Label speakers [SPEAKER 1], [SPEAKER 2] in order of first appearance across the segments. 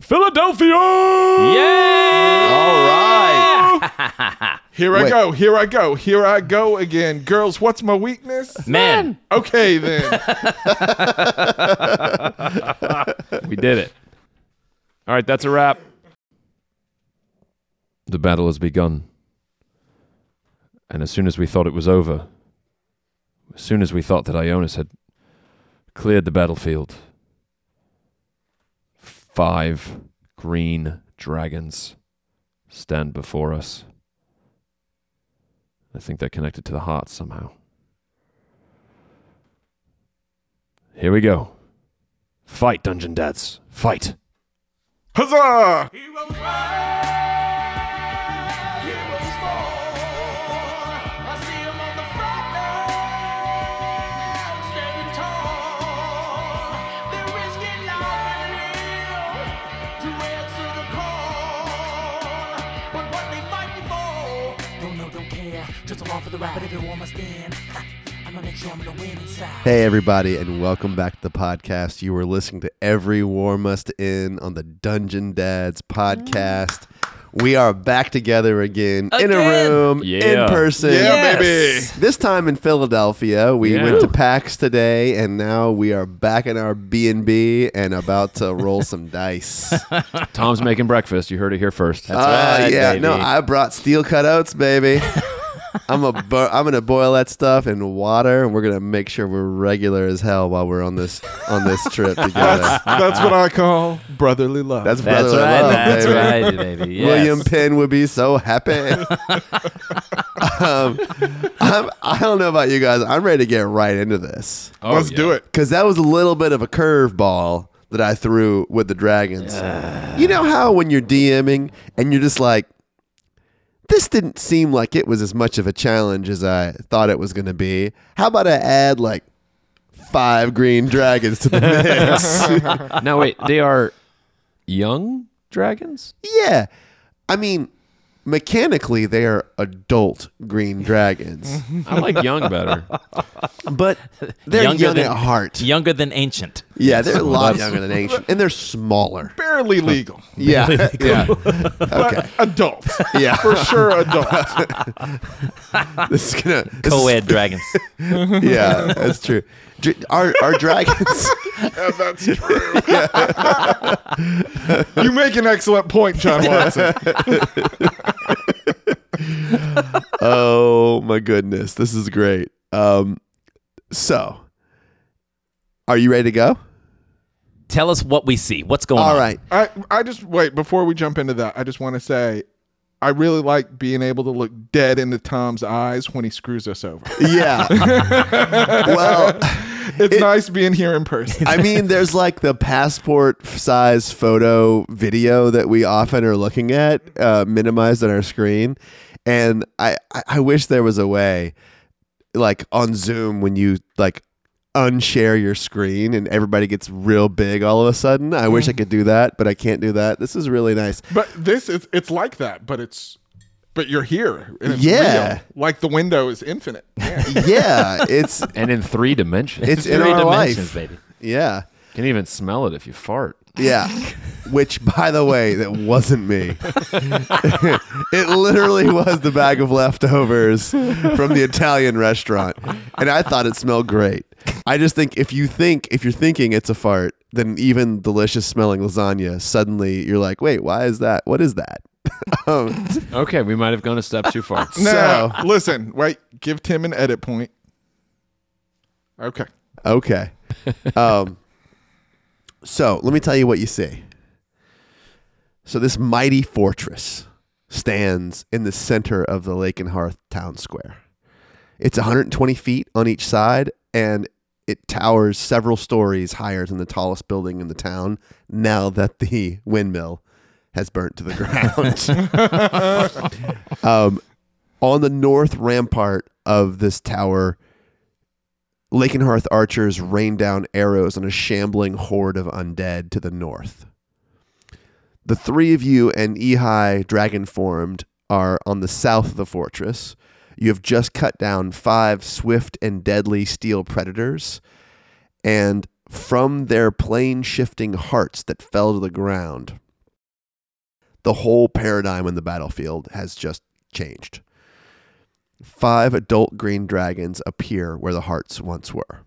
[SPEAKER 1] Philadelphia!
[SPEAKER 2] Yeah.
[SPEAKER 3] All right.
[SPEAKER 4] Here I
[SPEAKER 3] Wait.
[SPEAKER 4] go. Here I go. Here I go again. Girls, what's my weakness?
[SPEAKER 2] Oh, Man,
[SPEAKER 4] Okay, then.
[SPEAKER 2] we did it.
[SPEAKER 1] All right, that's a wrap. The battle has begun. And as soon as we thought it was over, as soon as we thought that Ionis had cleared the battlefield, five green dragons stand before us. I think they're connected to the heart somehow. Here we go. Fight, Dungeon Dads. Fight.
[SPEAKER 4] Huzzah!
[SPEAKER 5] Just along for the ride, but if it warm, I stand. Ha, I'm gonna make sure I'm gonna win inside.
[SPEAKER 3] Hey, everybody, and welcome back to the podcast. You were listening to Every War Must End on the Dungeon Dads podcast. We are back together again, in a
[SPEAKER 2] Again.
[SPEAKER 3] room,
[SPEAKER 1] Yeah.
[SPEAKER 3] in person.
[SPEAKER 4] Yeah,
[SPEAKER 2] Yes.
[SPEAKER 3] This time in Philadelphia, we
[SPEAKER 1] Yeah.
[SPEAKER 3] went to PAX today, and now we are back in our B and B and about to roll some dice. Ah,
[SPEAKER 1] Tom's making breakfast. You heard it here first.
[SPEAKER 2] right,
[SPEAKER 3] yeah, no,
[SPEAKER 2] baby.
[SPEAKER 3] I brought steel cut oats, baby. I'm a bu- I'm gonna boil that stuff in water, and we're gonna make sure we're regular as hell while we're on this on this trip together.
[SPEAKER 4] That's, that's what I call brotherly love.
[SPEAKER 3] That's
[SPEAKER 2] That's
[SPEAKER 3] brotherly
[SPEAKER 2] right.
[SPEAKER 3] love,
[SPEAKER 2] that's right,
[SPEAKER 3] baby.
[SPEAKER 2] baby. Yes.
[SPEAKER 3] William Penn would be so happy. um, I'm, I don't know about you guys. I'm ready to get right into this.
[SPEAKER 1] Oh,
[SPEAKER 4] Let's do it.
[SPEAKER 3] because that was a little bit of a curveball that I threw with the Dragons. you know how when you're DMing and you're just like, this didn't seem like it was as much of a challenge as I thought it was going to be. How about I add like five green dragons to the mix?
[SPEAKER 1] Now wait, they are young dragons.
[SPEAKER 3] yeah. I mean, mechanically, they are adult green dragons,
[SPEAKER 1] I like young better.
[SPEAKER 3] but
[SPEAKER 2] Mm-hmm.
[SPEAKER 3] they're
[SPEAKER 2] Younger
[SPEAKER 3] young
[SPEAKER 2] than-
[SPEAKER 3] at heart.
[SPEAKER 2] Younger than ancient.
[SPEAKER 3] Yeah, they're a lot younger than ancient, and they're smaller.
[SPEAKER 4] Barely legal.
[SPEAKER 3] Yeah. yeah. Okay.
[SPEAKER 4] Adult.
[SPEAKER 3] Yeah.
[SPEAKER 4] For sure, adult.
[SPEAKER 3] This is gonna this is-
[SPEAKER 2] Co-ed dragons.
[SPEAKER 3] yeah, that's true. Dr- Our our dragons.
[SPEAKER 4] Yeah, that's true. you make an excellent point, John Watson.
[SPEAKER 3] oh my goodness, this is great. Um, so, are you ready to go?
[SPEAKER 2] Tell us what we see. What's going on?
[SPEAKER 3] All right.
[SPEAKER 4] I, I just wait before we jump into that. I just want to say, I really like being able to look dead into Tom's eyes when he screws us over.
[SPEAKER 3] Yeah. well,
[SPEAKER 4] It's nice being here in person.
[SPEAKER 3] I mean, there's like the passport size photo video that we often are looking at, uh, minimized on our screen, and I I- I wish there was a way, like on Zoom when you like unshare your screen and everybody gets real big all of a sudden. I wish I
[SPEAKER 2] Mm-hmm.
[SPEAKER 3] could do that, but I can't do that. This is really nice.
[SPEAKER 4] But this is it's like that, but it's but you're here. And it's
[SPEAKER 3] Yeah.
[SPEAKER 4] real. Like the window is infinite. Yeah.
[SPEAKER 3] Yeah, it's
[SPEAKER 1] And in three dimensions.
[SPEAKER 3] it's in
[SPEAKER 2] Three
[SPEAKER 3] our
[SPEAKER 2] dimensions,
[SPEAKER 3] life.
[SPEAKER 2] baby.
[SPEAKER 3] Yeah.
[SPEAKER 1] you can even smell it if you fart.
[SPEAKER 3] Yeah. Which, by the way, that wasn't me. it literally was the bag of leftovers from the Italian restaurant. And I thought it smelled great. I just think if you think, if you're thinking it's a fart, then even delicious smelling lasagna, suddenly you're like, wait, why is that? What is that? um,
[SPEAKER 1] Okay, we might have gone a step too far.
[SPEAKER 4] No, listen, wait, give Tim an edit point. Okay.
[SPEAKER 3] okay. Um, so let me tell you what you see. So this mighty fortress stands in the center of the Lake and Hearth town square. It's 120 feet on each side, and it towers several stories higher than the tallest building in the town. Now that the windmill has burnt to the ground, um, on the north rampart of this tower, Lakenhearth archers rain down arrows on a shambling horde of undead to the north. The three of you and Ehi, dragon formed, are on the south of the fortress. You have just cut down five swift and deadly steel predators, and from their plane shifting hearts that fell to the ground, the whole paradigm in the battlefield has just changed. Five adult green dragons appear where the hearts once were.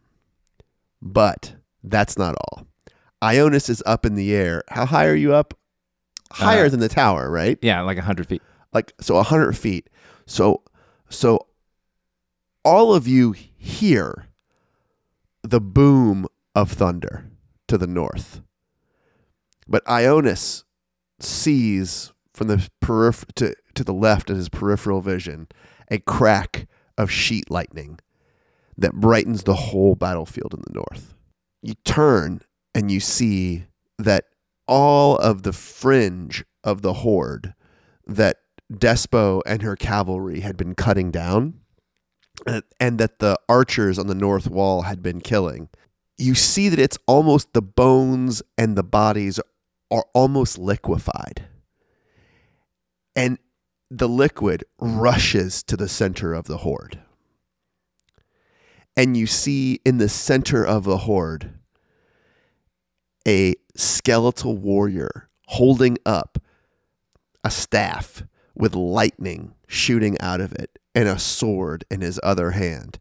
[SPEAKER 3] But that's not all. Ionis is up in the air. How high are you up? Higher
[SPEAKER 2] Uh,
[SPEAKER 3] than the tower, right?
[SPEAKER 2] Yeah, like 100 feet.
[SPEAKER 3] like so 100 feet so so all of you hear the boom of thunder to the north but ionis sees from the peripher- to, to the left in his peripheral vision a crack of sheet lightning that brightens the whole battlefield in the north you turn and you see that all of the fringe of the horde that Despo and her cavalry had been cutting down uh, and that the archers on the north wall had been killing. You see that it's almost the bones and the bodies are almost liquefied. And the liquid rushes to the center of the horde. And you see in the center of the horde a skeletal warrior holding up a staff with lightning shooting out of it and a sword in his other hand.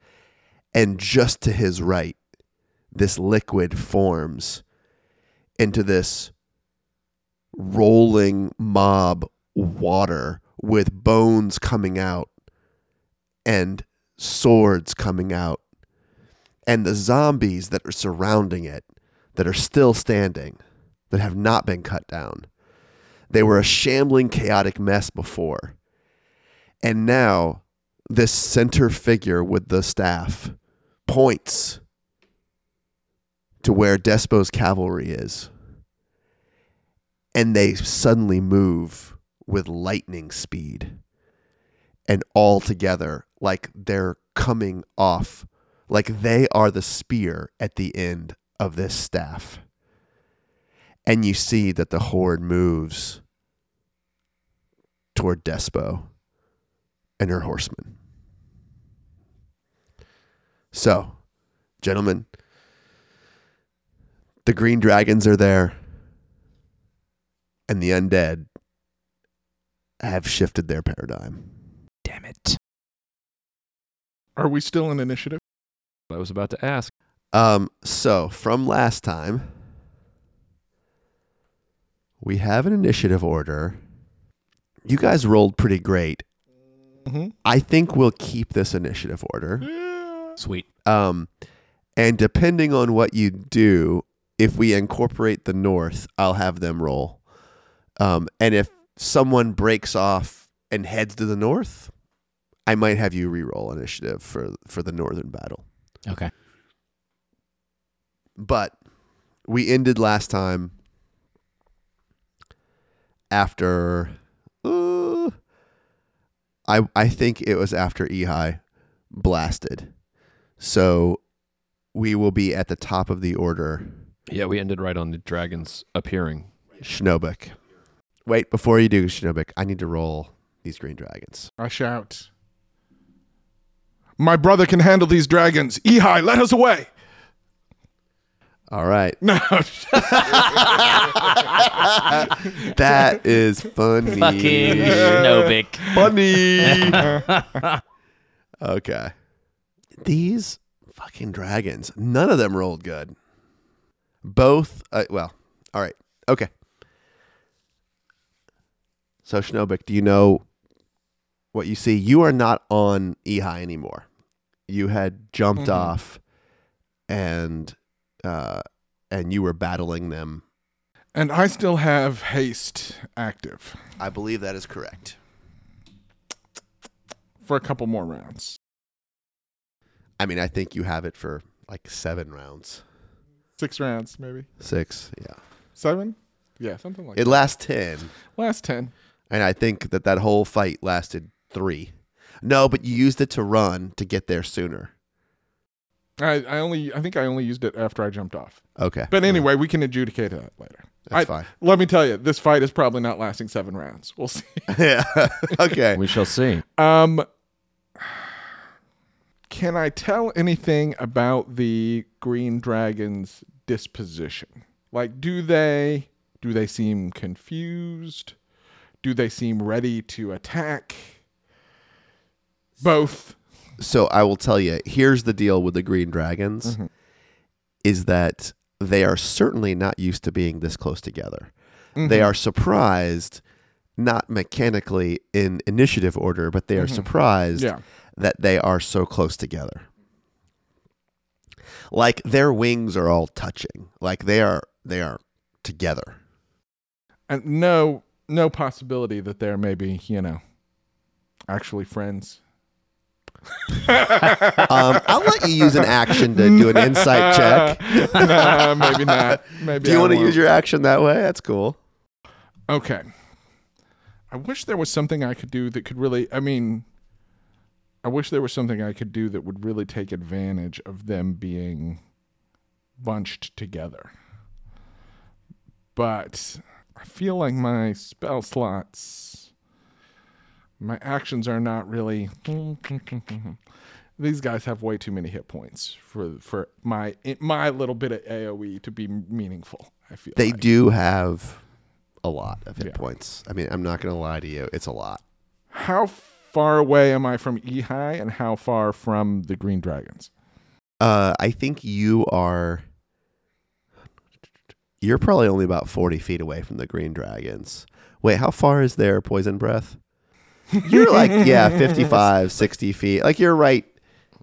[SPEAKER 3] And just to his right, this liquid forms into this rolling mob water with bones coming out and swords coming out. And the zombies that are surrounding it, that are still standing, that have not been cut down, they were a shambling, chaotic mess before. And now, this center figure with the staff points to where Despo's cavalry is. And they suddenly move with lightning speed and all together, like they're coming off, like they are the spear at the end of this staff and you see that the horde moves toward Despo and her horsemen. So, gentlemen, the green dragons are there, and the undead have shifted their paradigm.
[SPEAKER 2] Damn it.
[SPEAKER 4] Are we still in initiative?
[SPEAKER 1] I was about to ask.
[SPEAKER 3] Um, so from last time, we have an initiative order. You guys rolled pretty great.
[SPEAKER 4] Mm-hmm.
[SPEAKER 3] I think we'll keep this initiative order.
[SPEAKER 4] Yeah.
[SPEAKER 2] Sweet.
[SPEAKER 3] Um, and depending on what you do, if we incorporate the North, I'll have them roll. Um, and if someone breaks off and heads to the North, I might have you re-roll initiative for for the Northern battle.
[SPEAKER 2] Okay.
[SPEAKER 3] But we ended last time after. uh, I I think it was after Ehi blasted, so we will be at the top of the order.
[SPEAKER 1] Yeah, we ended right on the dragons appearing.
[SPEAKER 3] Schnobik. Wait, before you do Schnobik, I need to roll these green dragons.
[SPEAKER 4] I shout. My brother can handle these dragons. Ehi, let us away.
[SPEAKER 3] All right,
[SPEAKER 4] No.
[SPEAKER 3] that is funny.
[SPEAKER 2] Fucking Snowbick.
[SPEAKER 3] funny. okay. These fucking dragons, none of them rolled good. Both, uh, well, all right. Okay. So, Schnobik, do you know what you see? You are not on Ehi anymore. You had jumped
[SPEAKER 4] Mhm.
[SPEAKER 3] off and uh, and you were battling them.
[SPEAKER 4] and I still have haste active
[SPEAKER 3] I believe that is correct.
[SPEAKER 4] for a couple more rounds.
[SPEAKER 3] I mean, I think you have it for like seven rounds.
[SPEAKER 4] Six rounds, maybe.
[SPEAKER 3] Six, yeah.
[SPEAKER 4] Seven? Yeah, something like
[SPEAKER 3] It lasts 10.
[SPEAKER 4] that. Last 10.
[SPEAKER 3] And I think that that whole fight lasted three. No, but you used it to run to get there sooner.
[SPEAKER 4] I, I only I think I only used it after I jumped off.
[SPEAKER 3] Okay.
[SPEAKER 4] But anyway, we can adjudicate that later.
[SPEAKER 3] that's
[SPEAKER 4] I-
[SPEAKER 3] fine.
[SPEAKER 4] Let me tell you, this fight is probably not lasting seven rounds. We'll see.
[SPEAKER 3] yeah. okay.
[SPEAKER 1] We shall see.
[SPEAKER 4] Um, can I tell anything about the green dragon's disposition? Like, do they do they seem confused? Do they seem ready to attack? Both.
[SPEAKER 3] so I will tell you, here's the deal with the green dragons is that they are certainly not used to being this close together. They are surprised not mechanically in initiative order, but they are surprised
[SPEAKER 4] Yeah.
[SPEAKER 3] that they are so close together. Like their wings are all touching. Like they are they are together.
[SPEAKER 4] And no no possibility that they're maybe, you know, actually friends.
[SPEAKER 3] Um, I'll let you use an action to do an insight check.
[SPEAKER 4] no, maybe not. Maybe
[SPEAKER 3] Do you
[SPEAKER 4] I
[SPEAKER 3] want to
[SPEAKER 4] won't.
[SPEAKER 3] use your action that way? That's cool.
[SPEAKER 4] Okay. I wish there was something I could do that could really, I mean, I wish there was something I could do that would really take advantage of them being bunched together. But I feel like my spell slots, my actions are not really. These guys have way too many hit points for for my my little bit of AOE to be meaningful. I feel
[SPEAKER 3] They
[SPEAKER 4] like.
[SPEAKER 3] do have a lot of hit
[SPEAKER 4] Yeah.
[SPEAKER 3] points. I mean, I'm not going to lie to you. It's a lot.
[SPEAKER 4] how far away am I from Ehi and how far from the Green Dragons?
[SPEAKER 3] Uh, I think you are. You're probably only about 40 feet away from the green dragons. Wait, how far is their poison breath? You're like, yeah, 55, 60 feet. Like you're right.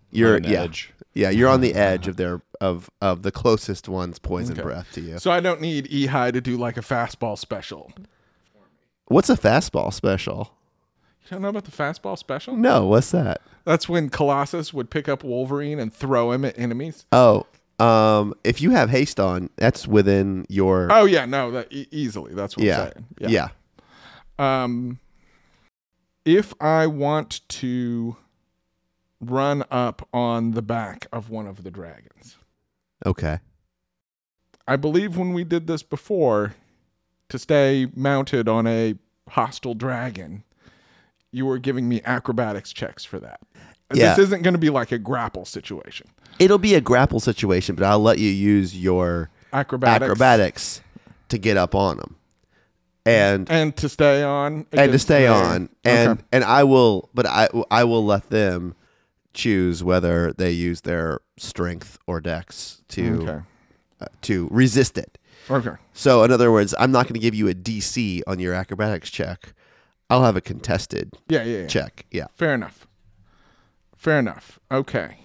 [SPEAKER 3] You're
[SPEAKER 1] On the
[SPEAKER 3] yeah,
[SPEAKER 1] edge.
[SPEAKER 3] yeah. You're on the edge of their of of the closest one's poison
[SPEAKER 4] Okay.
[SPEAKER 3] breath to you.
[SPEAKER 4] So I don't need Ehi to do like a fastball special. You
[SPEAKER 3] What's a fastball special?
[SPEAKER 4] don't know about the fastball special?
[SPEAKER 3] No, what's that?
[SPEAKER 4] That's when Colossus would pick up Wolverine and throw him at enemies.
[SPEAKER 3] Oh, um, if you have haste on, that's within your
[SPEAKER 4] Oh yeah, no, that e- easily. That's what
[SPEAKER 3] yeah,
[SPEAKER 4] I'm saying.
[SPEAKER 3] yeah,
[SPEAKER 4] Um, if I want to run up on the back of one of the dragons,
[SPEAKER 3] Okay.
[SPEAKER 4] I believe when we did this before, to stay mounted on a hostile dragon, you were giving me acrobatics checks for that.
[SPEAKER 3] Yeah.
[SPEAKER 4] This isn't going to be like a grapple situation.
[SPEAKER 3] It'll be a grapple situation, but I'll let you use your
[SPEAKER 4] Acrobatics,
[SPEAKER 3] acrobatics, to get up on them, and
[SPEAKER 4] and to stay on,
[SPEAKER 3] and to
[SPEAKER 4] against
[SPEAKER 3] stay
[SPEAKER 4] the-
[SPEAKER 3] on, and
[SPEAKER 4] Okay.
[SPEAKER 3] and I will, but I I will let them choose whether they use their strength or dex to
[SPEAKER 4] Okay.
[SPEAKER 3] uh, to resist it.
[SPEAKER 4] Okay.
[SPEAKER 3] So, in other words, I'm not going to give you a DC on your acrobatics check. I'll have a contested
[SPEAKER 4] Yeah, yeah, yeah.
[SPEAKER 3] check. Yeah.
[SPEAKER 4] Fair enough. Fair enough. Okay.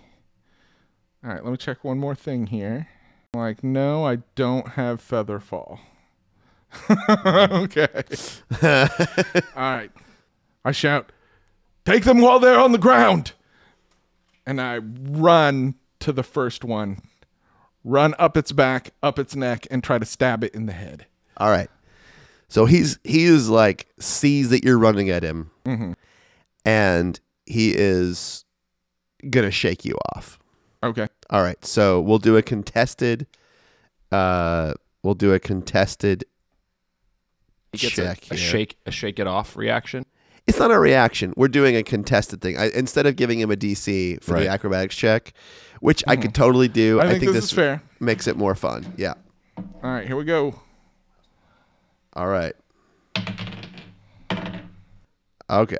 [SPEAKER 4] All right, let me check one more thing here. Like, no, I don't have feather fall. okay. All right. I shout, take them while they're on the ground. And I run to the first one, run up its back, up its neck, and try to stab it in the head.
[SPEAKER 3] All right. So he's he is like sees that you're running at him,
[SPEAKER 4] Mm-hmm.
[SPEAKER 3] and he is gonna shake you off.
[SPEAKER 4] Okay.
[SPEAKER 3] All right. So we'll do a contested. Uh, we'll do a contested.
[SPEAKER 1] He gets a-
[SPEAKER 3] Check
[SPEAKER 1] a,
[SPEAKER 3] here.
[SPEAKER 1] shake, a shake it off reaction.
[SPEAKER 3] It's not a reaction. We're doing a contested thing. I, instead of giving him a DC for
[SPEAKER 1] Right.
[SPEAKER 3] the acrobatics check, which I could totally do.
[SPEAKER 4] I think this is fair.
[SPEAKER 3] makes it more fun. Yeah.
[SPEAKER 4] All right, here we go.
[SPEAKER 3] All right. Okay.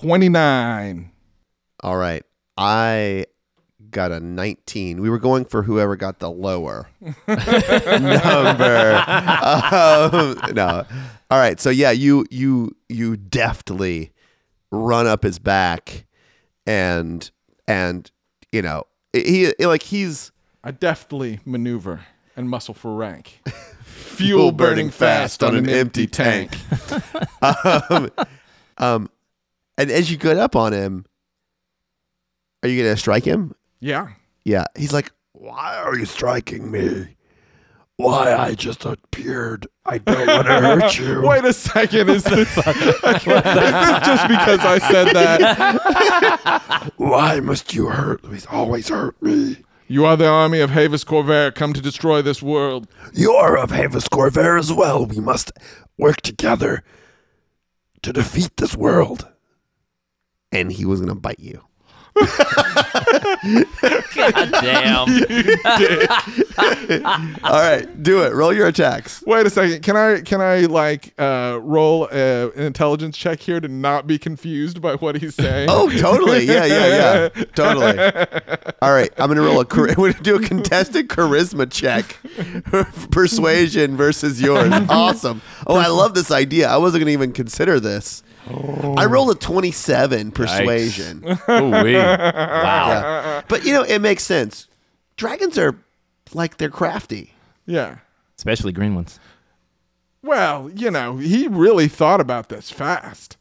[SPEAKER 4] 29.
[SPEAKER 3] All right. I got a 19. We were going for whoever got the lower number. Um, no. All right. So yeah, you you you deftly run up his back and and you know, he he- like he's
[SPEAKER 4] I deftly maneuver and muscle for rank. Fuel burning fast on an empty tank.
[SPEAKER 3] um, um and as you get up on him, are you going to strike him?
[SPEAKER 4] Yeah.
[SPEAKER 3] Yeah. He's like, Why are you striking me? Why I just appeared. I don't want to hurt you.
[SPEAKER 4] Wait a second. Is this, is this just because I said that?
[SPEAKER 3] Why must you hurt? Please always hurt me.
[SPEAKER 4] You are the army of Havis Corvair come to destroy this world.
[SPEAKER 3] You are of Havis Corvair as well. We must work together to defeat this world. And he was going to bite you.
[SPEAKER 2] God damn.
[SPEAKER 3] All right, do it. Roll your attacks.
[SPEAKER 4] Wait a second. Can I can I like uh, roll uh an intelligence check here to not be confused by what he's saying?
[SPEAKER 3] Oh, totally. Yeah, yeah, yeah. Totally. All right, I'm gonna roll a. chari- We're gonna do a contested charisma check, persuasion versus yours. Awesome. Oh, I love this idea. I wasn't gonna even consider this. I rolled a 27 persuasion.
[SPEAKER 1] Oh, wee.
[SPEAKER 3] Yeah. But you know, it makes sense. Dragons are like they're crafty.
[SPEAKER 4] yeah.
[SPEAKER 2] Especially green ones.
[SPEAKER 4] Well, you know, he really thought about this fast.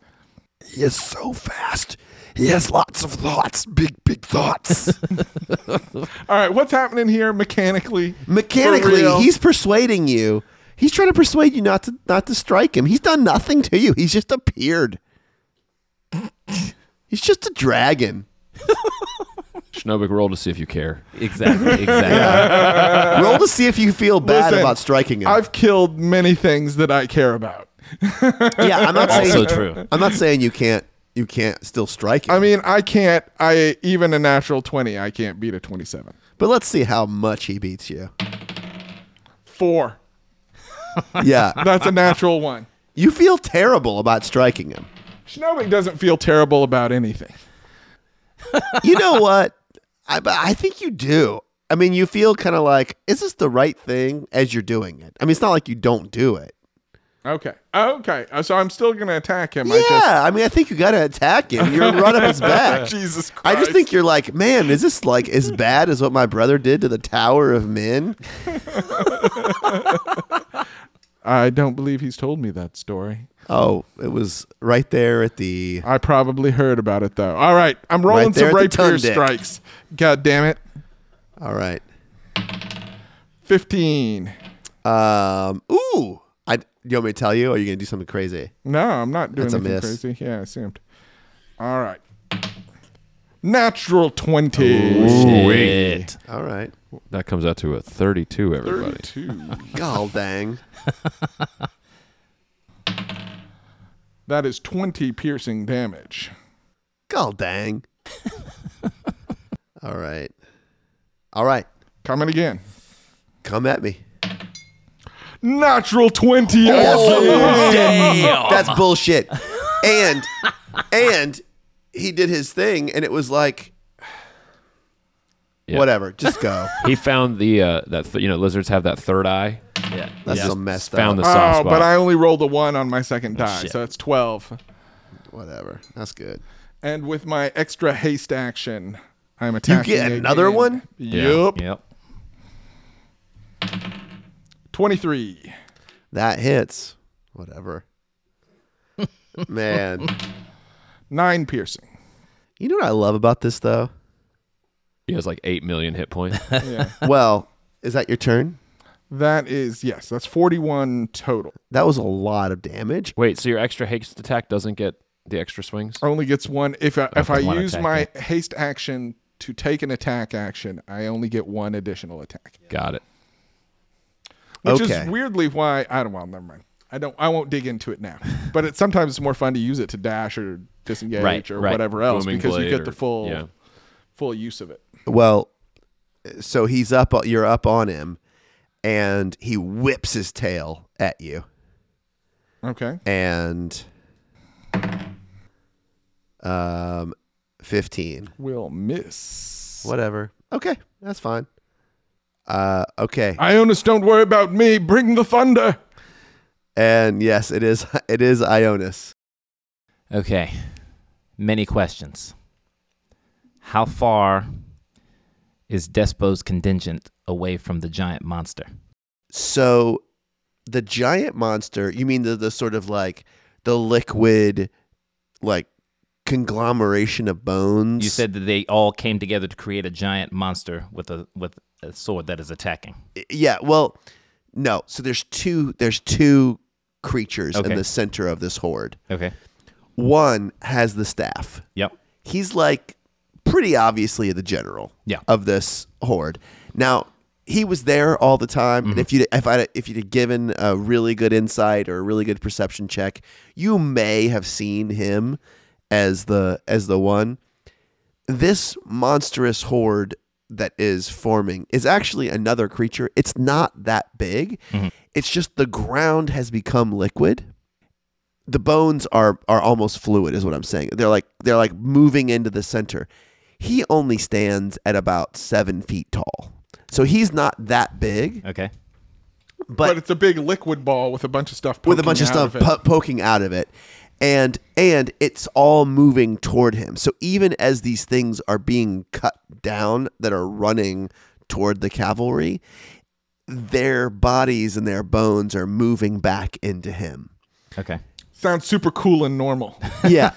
[SPEAKER 3] He is so fast. He has lots of thoughts, big, big thoughts.
[SPEAKER 4] All right, what's happening here mechanically?
[SPEAKER 3] Mechanically,
[SPEAKER 4] For real?
[SPEAKER 3] he's persuading you. He's trying to persuade you not to not to strike him. He's done nothing to you. He's just appeared. he's just a dragon.
[SPEAKER 1] Schnobik, roll to see if you care.
[SPEAKER 2] Exactly. Exactly.
[SPEAKER 3] Roll to see if you feel bad
[SPEAKER 4] Listen,
[SPEAKER 3] about striking him.
[SPEAKER 4] I've killed many things that I care about.
[SPEAKER 3] yeah, I'm not saying
[SPEAKER 2] Also true.
[SPEAKER 3] I'm not saying you can't you can't still strike him.
[SPEAKER 4] I mean, I can't. I even a natural twenty, I can't beat a twenty-seven.
[SPEAKER 3] but let's see how much he beats you.
[SPEAKER 4] Four.
[SPEAKER 3] Yeah,
[SPEAKER 4] That's a natural one.
[SPEAKER 3] you feel terrible about striking him.
[SPEAKER 4] Schnobik doesn't feel terrible about anything.
[SPEAKER 3] you know what? I, but I think you do. I mean, you feel kind of like, is this the right thing as you're doing it? I mean, it's not like you don't do it.
[SPEAKER 4] Okay. Okay. Uh, So I'm still gonna attack him.
[SPEAKER 3] yeah,
[SPEAKER 4] I
[SPEAKER 3] I mean, I think you got to attack him. You're right up his back.
[SPEAKER 4] just, Jesus Christ.
[SPEAKER 3] I just think you're like, man, is this like as bad as what my brother did to the Tower of Men?
[SPEAKER 4] I don't believe he's told me that story.
[SPEAKER 3] Oh, it was right there at the.
[SPEAKER 4] I probably heard about it though. All right, I'm rolling
[SPEAKER 3] Right there
[SPEAKER 4] some
[SPEAKER 3] at the tongue
[SPEAKER 4] rapier
[SPEAKER 3] deck.
[SPEAKER 4] strikes. God damn it.
[SPEAKER 3] All right.
[SPEAKER 4] Fifteen.
[SPEAKER 3] Um. Ooh. I. You want me to tell you? Or are you gonna do something crazy?
[SPEAKER 4] No, I'm not doing
[SPEAKER 3] That's a
[SPEAKER 4] anything
[SPEAKER 3] miss.
[SPEAKER 4] crazy. Yeah, I assumed. All right. Natural
[SPEAKER 3] Oh,
[SPEAKER 4] twenty.
[SPEAKER 2] Shit.
[SPEAKER 3] All right.
[SPEAKER 1] That comes out to a 32, everybody.
[SPEAKER 4] Thirty-two.
[SPEAKER 3] God dang.
[SPEAKER 4] that is twenty piercing damage.
[SPEAKER 3] God dang. All right. All right.
[SPEAKER 4] Coming again.
[SPEAKER 3] Come at me.
[SPEAKER 4] Natural
[SPEAKER 3] Oh,
[SPEAKER 4] twenty. again.
[SPEAKER 1] Um,
[SPEAKER 3] That's bullshit. And and he did his thing and it was like
[SPEAKER 1] Yeah.
[SPEAKER 3] whatever, just go.
[SPEAKER 1] He found the, uh, that th- you know, lizards have that third eye.
[SPEAKER 2] Yeah.
[SPEAKER 3] That's
[SPEAKER 2] yeah.
[SPEAKER 3] so messed
[SPEAKER 1] Found the
[SPEAKER 3] up.
[SPEAKER 1] soft
[SPEAKER 4] Oh,
[SPEAKER 1] spot.
[SPEAKER 4] but I only rolled a one on my second die, so that's twelve.
[SPEAKER 3] Whatever. That's good.
[SPEAKER 4] And with my extra haste action, I'm
[SPEAKER 3] You
[SPEAKER 4] attacking.
[SPEAKER 3] get another
[SPEAKER 4] again.
[SPEAKER 3] one?
[SPEAKER 1] Yeah.
[SPEAKER 4] Yup.
[SPEAKER 1] Yep.
[SPEAKER 4] 23.
[SPEAKER 3] That hits. Whatever. Man.
[SPEAKER 4] Nine piercing.
[SPEAKER 3] You know what I love about this though?
[SPEAKER 1] He has like 8 million hit points.
[SPEAKER 4] Yeah.
[SPEAKER 3] Well, is that your turn?
[SPEAKER 4] that is, yes, that's 41 total.
[SPEAKER 3] That was a lot of damage.
[SPEAKER 1] Wait, so your extra haste attack doesn't get the extra swings?
[SPEAKER 4] Only gets one. If I, if I
[SPEAKER 2] one
[SPEAKER 4] use
[SPEAKER 2] attack,
[SPEAKER 4] my haste action to take an attack action, I only get one additional attack.
[SPEAKER 1] Got it.
[SPEAKER 4] Which
[SPEAKER 3] Okay.
[SPEAKER 4] is weirdly why I don't, well, never mind. I don't, I won't dig into it now. But it's sometimes it's more fun to use it to dash or disengage
[SPEAKER 2] Right,
[SPEAKER 4] or
[SPEAKER 2] right.
[SPEAKER 4] whatever else
[SPEAKER 1] Booming
[SPEAKER 4] because you
[SPEAKER 1] blade
[SPEAKER 4] get
[SPEAKER 1] or-
[SPEAKER 4] the full,
[SPEAKER 1] yeah.
[SPEAKER 4] full use of it.
[SPEAKER 3] Well, so he's up you're up on him and he whips his tail at you.
[SPEAKER 4] Okay.
[SPEAKER 3] and um 15
[SPEAKER 4] Will miss.
[SPEAKER 3] whatever okay that's fine uh okay
[SPEAKER 4] Ionis, don't worry about me. Bring the thunder.
[SPEAKER 3] and yes it is it is ionis
[SPEAKER 2] Okay. Many questions. How far is Despo's contingent away from the giant monster?
[SPEAKER 3] so the giant monster you mean the, the sort of like the liquid like conglomeration of bones
[SPEAKER 2] You said that they all came together to create a giant monster with a with a sword that is attacking.
[SPEAKER 3] yeah well no so there's two there's two creatures
[SPEAKER 2] Okay.
[SPEAKER 3] in the center of this horde
[SPEAKER 2] Okay.
[SPEAKER 3] one has the staff
[SPEAKER 2] Yep.
[SPEAKER 3] he's like pretty obviously the general
[SPEAKER 2] Yeah.
[SPEAKER 3] of this horde. Now he was there all the time, and if you if I if you'd have given a really good insight or a really good perception check, you may have seen him as the as the one. this monstrous horde that is forming is actually another creature. It's not that big.
[SPEAKER 4] Mm-hmm.
[SPEAKER 3] It's just the ground has become liquid. The bones are are almost fluid is what I'm saying. They're like they're like moving into the center. He only stands at about 7 feet tall. So he's not that big,
[SPEAKER 2] Okay.
[SPEAKER 4] But, it's a big liquid ball with a bunch of stuff.
[SPEAKER 3] with a
[SPEAKER 4] poking
[SPEAKER 3] bunch of
[SPEAKER 4] out
[SPEAKER 3] stuff
[SPEAKER 4] it.
[SPEAKER 3] po- poking out of it and and it's all moving toward him so even as these things are being cut down that are running toward the cavalry their bodies and their bones are moving back into him
[SPEAKER 2] Okay.
[SPEAKER 4] Sounds super cool and normal.
[SPEAKER 3] yeah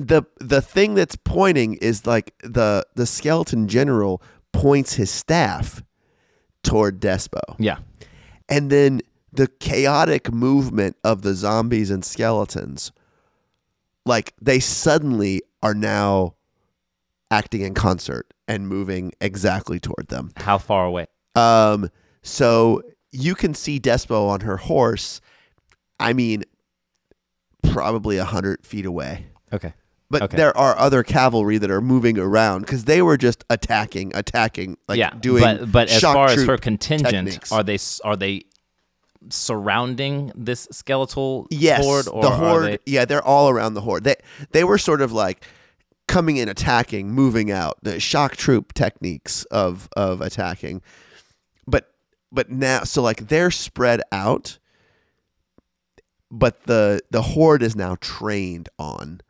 [SPEAKER 3] the the thing that's pointing is like the the skeleton general points his staff toward despo
[SPEAKER 2] Yeah.
[SPEAKER 3] and then the chaotic movement of the zombies and skeletons like they suddenly are now acting in concert and moving exactly toward them
[SPEAKER 2] How far away?
[SPEAKER 3] um so you can see despo on her horse i mean probably a hundred feet away
[SPEAKER 2] Okay.
[SPEAKER 3] but
[SPEAKER 2] Okay.
[SPEAKER 3] there are other cavalry that are moving around because they were just attacking attacking like
[SPEAKER 2] yeah.
[SPEAKER 3] doing
[SPEAKER 2] but but as
[SPEAKER 3] shock
[SPEAKER 2] far as
[SPEAKER 3] troop
[SPEAKER 2] her contingent,
[SPEAKER 3] techniques.
[SPEAKER 2] are they s- are they surrounding this skeletal
[SPEAKER 3] yes,
[SPEAKER 2] horde or
[SPEAKER 3] the
[SPEAKER 2] are
[SPEAKER 3] horde.
[SPEAKER 2] they-
[SPEAKER 3] Yeah, they're all around the horde. They they were sort of like coming in, attacking, moving out, the shock troop techniques of of attacking, but but now so like they're spread out, but the the horde is now trained on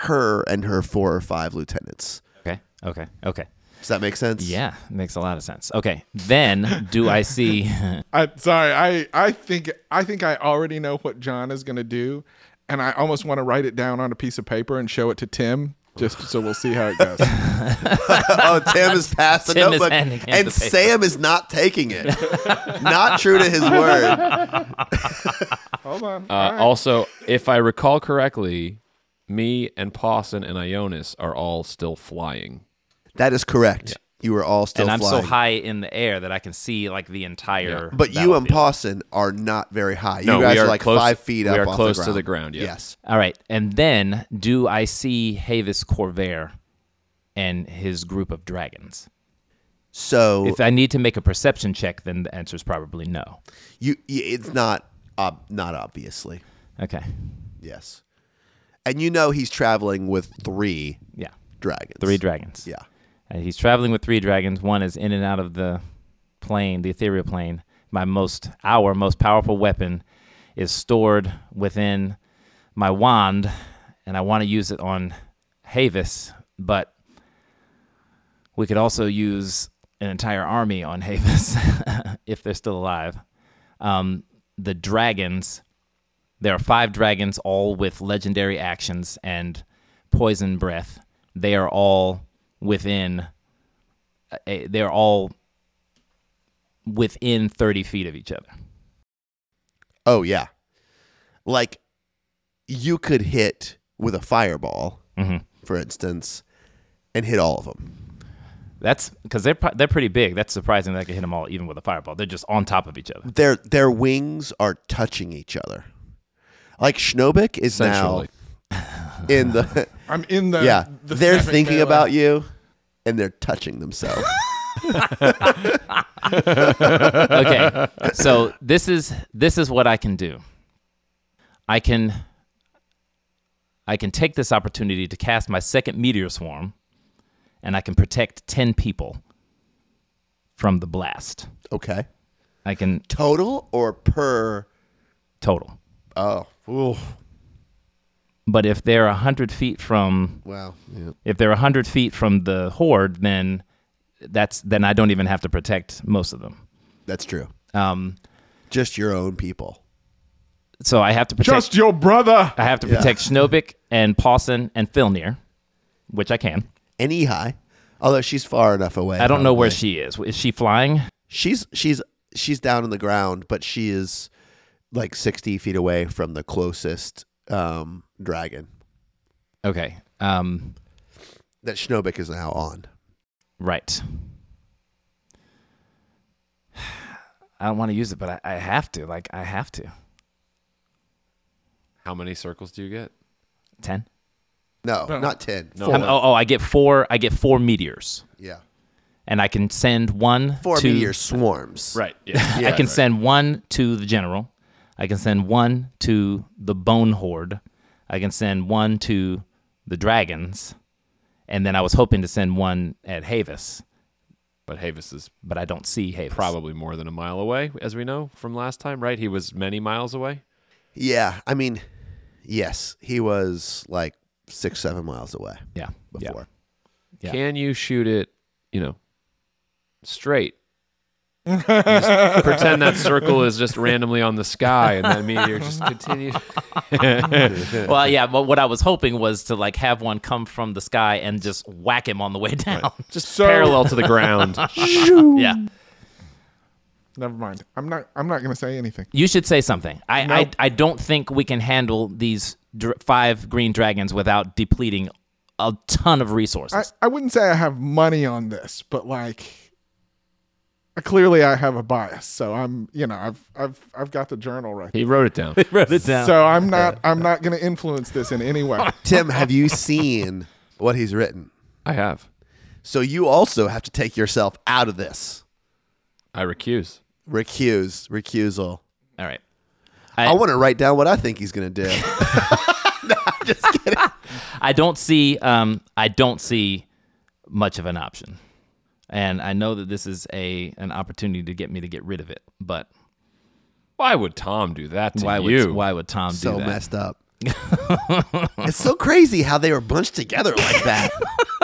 [SPEAKER 3] her and her four or five lieutenants.
[SPEAKER 2] Okay. Okay. Okay.
[SPEAKER 3] Does that make sense?
[SPEAKER 2] Yeah, makes a lot of sense. Okay. Then do I see
[SPEAKER 4] I sorry, I I think I think I already know what John is gonna do, and I almost want to write it down on a piece of paper and show it to Tim just so we'll see how it goes.
[SPEAKER 3] oh, Tim is passing
[SPEAKER 2] Tim is
[SPEAKER 3] notebook,
[SPEAKER 2] handing him
[SPEAKER 3] and
[SPEAKER 2] the paper.
[SPEAKER 3] Sam is not taking it. not true to his word.
[SPEAKER 4] Hold on.
[SPEAKER 1] Uh, Also, if I recall correctly, me and Pawson and Ionis are all still flying.
[SPEAKER 3] That is correct. You are all still
[SPEAKER 2] and I'm
[SPEAKER 3] flying.
[SPEAKER 2] so high in the air that I can see like the entire
[SPEAKER 3] But you
[SPEAKER 2] battlefield.
[SPEAKER 3] and Pawson are not very high.
[SPEAKER 1] No,
[SPEAKER 3] you
[SPEAKER 1] we
[SPEAKER 3] guys are,
[SPEAKER 1] are
[SPEAKER 3] like
[SPEAKER 1] close-
[SPEAKER 3] five feet
[SPEAKER 1] we
[SPEAKER 3] up
[SPEAKER 1] are
[SPEAKER 3] off
[SPEAKER 1] close to
[SPEAKER 3] the ground.
[SPEAKER 1] the ground, yeah.
[SPEAKER 3] Yes.
[SPEAKER 2] All right. And then do I see Havis Corvair and his group of dragons?
[SPEAKER 3] So
[SPEAKER 2] If I need to make a perception check, then the answer is probably no.
[SPEAKER 3] you, y- it's not, ob- not obviously.
[SPEAKER 2] Okay.
[SPEAKER 3] Yes. And you know he's traveling with three
[SPEAKER 2] Yeah.
[SPEAKER 3] dragons.
[SPEAKER 2] Three dragons.
[SPEAKER 3] Yeah.
[SPEAKER 2] And Uh, he's traveling with three dragons. One is in and out of the plane, the ethereal plane. My most, our most powerful weapon is stored within my wand, and I want to use it on Havis, but we could also use an entire army on Havis if they're still alive. Um, the dragons, there are five dragons, all with legendary actions and poison breath. They are all within. A, they're all within thirty feet of each other.
[SPEAKER 3] Oh, yeah. Like you could hit with a fireball,
[SPEAKER 1] Mm-hmm.
[SPEAKER 3] for instance, and hit all of them.
[SPEAKER 2] That's because they're pro- they're pretty big. That's surprising that I can hit them all even with a fireball. They're just on top of each other.
[SPEAKER 3] Their, their wings are touching each other. Like Schnobik is now
[SPEAKER 1] Essentially.
[SPEAKER 3] in the
[SPEAKER 4] I'm in the
[SPEAKER 3] Yeah.
[SPEAKER 4] the
[SPEAKER 3] they're
[SPEAKER 4] snapping
[SPEAKER 3] thinking
[SPEAKER 4] tail
[SPEAKER 3] about
[SPEAKER 4] end.
[SPEAKER 3] you and they're touching themselves.
[SPEAKER 2] okay. So this is this is what I can do. I can I can take this opportunity to cast my second meteor swarm and I can protect 10 people from the blast.
[SPEAKER 3] okay.
[SPEAKER 2] I can
[SPEAKER 3] Total or per?
[SPEAKER 2] total.
[SPEAKER 3] Oh, ooh,
[SPEAKER 2] But if they're 100 feet from
[SPEAKER 3] wow. Yeah.
[SPEAKER 2] if they're 100 feet from the horde, then that's then I don't even have to protect most of them.
[SPEAKER 3] That's true.
[SPEAKER 2] Um,
[SPEAKER 3] Just your own people.
[SPEAKER 2] so I have to protect
[SPEAKER 4] Just your brother.
[SPEAKER 3] Ah.
[SPEAKER 2] I have to protect Schnobik and Pawson and Filnir, which I can.
[SPEAKER 3] And Ehi, although she's far enough away.
[SPEAKER 2] I don't know where
[SPEAKER 3] probably.
[SPEAKER 2] she is. Is she flying?
[SPEAKER 3] she's. She's she's down on the ground, but she is like sixty feet away from the closest um, dragon
[SPEAKER 2] Okay. Um,
[SPEAKER 3] that Schnobik is now on.
[SPEAKER 2] right. I don't want to use it, but I, I have to. Like, I have to.
[SPEAKER 1] How many circles do you get?
[SPEAKER 2] Ten.
[SPEAKER 3] No, not ten. No.
[SPEAKER 2] I'm- oh, oh, I get four. I get four meteors,
[SPEAKER 3] Yeah.
[SPEAKER 2] and I can send one.
[SPEAKER 3] Four
[SPEAKER 2] to,
[SPEAKER 3] meteor swarms.
[SPEAKER 1] Right. Yeah.
[SPEAKER 2] I can send one to the general. I can send one to the bone horde. I can send one to the dragons. And then I was hoping to send one at Havis,
[SPEAKER 1] but Havis is
[SPEAKER 2] but I don't see Havis.
[SPEAKER 1] probably more than a mile away, as we know from last time, right? He was many miles away.
[SPEAKER 3] Yeah. I mean, yes, he was like six, seven miles away
[SPEAKER 2] Yeah. yeah.
[SPEAKER 3] before.
[SPEAKER 2] Yeah.
[SPEAKER 1] Can you shoot it, you know, straight? just pretend that circle is just randomly on the sky and that meteor just continues.
[SPEAKER 2] Well, yeah, but what I was hoping was to like have one come from the sky and just whack him on the way down.
[SPEAKER 1] Just
[SPEAKER 4] So-
[SPEAKER 1] parallel to the ground.
[SPEAKER 2] yeah.
[SPEAKER 4] Never mind. I'm not. I'm not going to say anything.
[SPEAKER 2] You should say something. I, I,
[SPEAKER 4] Nope.
[SPEAKER 2] I don't think we can handle these dr- five green dragons without depleting a ton of resources.
[SPEAKER 4] I, I wouldn't say I have money on this, but like, I, clearly I have a bias. So I'm, you know, I've, I've, I've got the journal right.
[SPEAKER 1] He wrote it down.
[SPEAKER 4] So I'm not, I'm not going to influence this in any way.
[SPEAKER 3] Tim, have you seen what he's written?
[SPEAKER 1] I have.
[SPEAKER 3] So you also have to take yourself out of this.
[SPEAKER 1] I recuse.
[SPEAKER 3] Recuse, recusal.
[SPEAKER 2] All right.
[SPEAKER 3] I want to write down what I think he's going to do.
[SPEAKER 2] I don't see um, I don't see much of an option. And I know that this is a an opportunity to get me to get rid of it, but
[SPEAKER 1] Why would Tom do that to
[SPEAKER 2] why
[SPEAKER 1] you?
[SPEAKER 2] would why would Tom
[SPEAKER 3] so
[SPEAKER 2] do that?
[SPEAKER 3] messed up. it's so crazy how they were bunched together like that.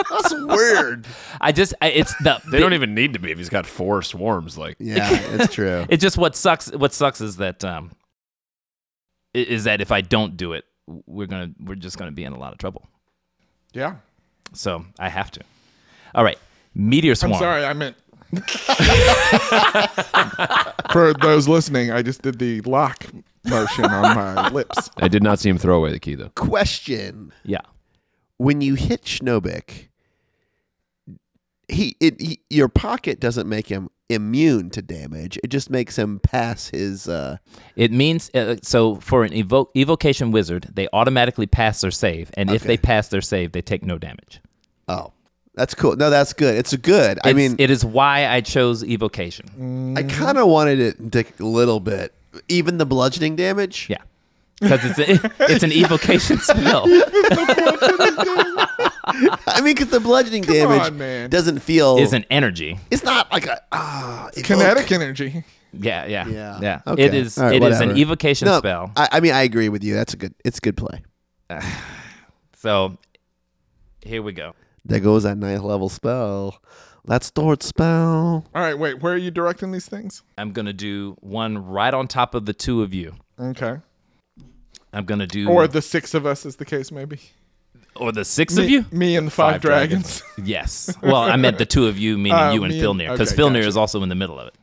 [SPEAKER 3] That's weird.
[SPEAKER 2] I just I, it's the
[SPEAKER 1] They don't even need to be if he's got four swarms. Like,
[SPEAKER 3] Yeah, it's true.
[SPEAKER 2] it's just what sucks what sucks is that um i- is that if I don't do it, we're going to we're just going to be in a lot of trouble.
[SPEAKER 4] Yeah.
[SPEAKER 2] So, I have to. All right. Meteor
[SPEAKER 4] I'm
[SPEAKER 2] swarm.
[SPEAKER 4] sorry. I meant. For those listening, I just did the lock motion on my lips.
[SPEAKER 1] I did not see him throw away the key though.
[SPEAKER 3] Question:
[SPEAKER 2] Yeah.
[SPEAKER 3] When you hit Schnobick, he, it, he your pocket doesn't make him immune to damage. It just makes him pass his. Uh,
[SPEAKER 2] It means uh, so for an evoke, evocation wizard, they automatically pass their save, and if
[SPEAKER 3] Okay.
[SPEAKER 2] they pass their save, they take no damage.
[SPEAKER 3] oh, that's cool. No, that's good. It's a good. I
[SPEAKER 2] It's-
[SPEAKER 3] mean, Mm.
[SPEAKER 2] it is why I chose evocation.
[SPEAKER 3] I kind of wanted it to a little bit, even the bludgeoning damage.
[SPEAKER 2] Yeah, because it's a, it's an evocation spell.
[SPEAKER 3] Oh. I mean, because the bludgeoning damage
[SPEAKER 4] on, man.
[SPEAKER 3] doesn't feel
[SPEAKER 2] Is an energy.
[SPEAKER 3] It's not like a ah evoke.
[SPEAKER 4] Kinetic energy.
[SPEAKER 2] Yeah, yeah,
[SPEAKER 3] Yeah.
[SPEAKER 2] yeah.
[SPEAKER 3] Okay.
[SPEAKER 2] It is.
[SPEAKER 3] All right,
[SPEAKER 2] it is an
[SPEAKER 3] whatever.
[SPEAKER 2] evocation
[SPEAKER 3] No,
[SPEAKER 2] spell.
[SPEAKER 3] I, I mean, I agree with you. That's a good. It's good play.
[SPEAKER 2] So here we go.
[SPEAKER 3] There goes that ninth level spell. That's third spell.
[SPEAKER 4] All right. Wait. Where are you directing these things?
[SPEAKER 2] I'm gonna do one right on top of the two of you.
[SPEAKER 4] Okay.
[SPEAKER 2] I'm gonna do
[SPEAKER 4] Or the six of us, as the case may be.
[SPEAKER 2] or the six
[SPEAKER 4] Me,
[SPEAKER 2] of you.
[SPEAKER 4] me and the five,
[SPEAKER 1] Five dragons.
[SPEAKER 4] dragons.
[SPEAKER 2] Yes. Well, I meant the two of you, meaning
[SPEAKER 4] Uh,
[SPEAKER 2] you and
[SPEAKER 4] me and-
[SPEAKER 2] Filnir, because
[SPEAKER 4] okay,
[SPEAKER 2] Filnir
[SPEAKER 4] gotcha. Mm-hmm.
[SPEAKER 2] is also in the middle of it.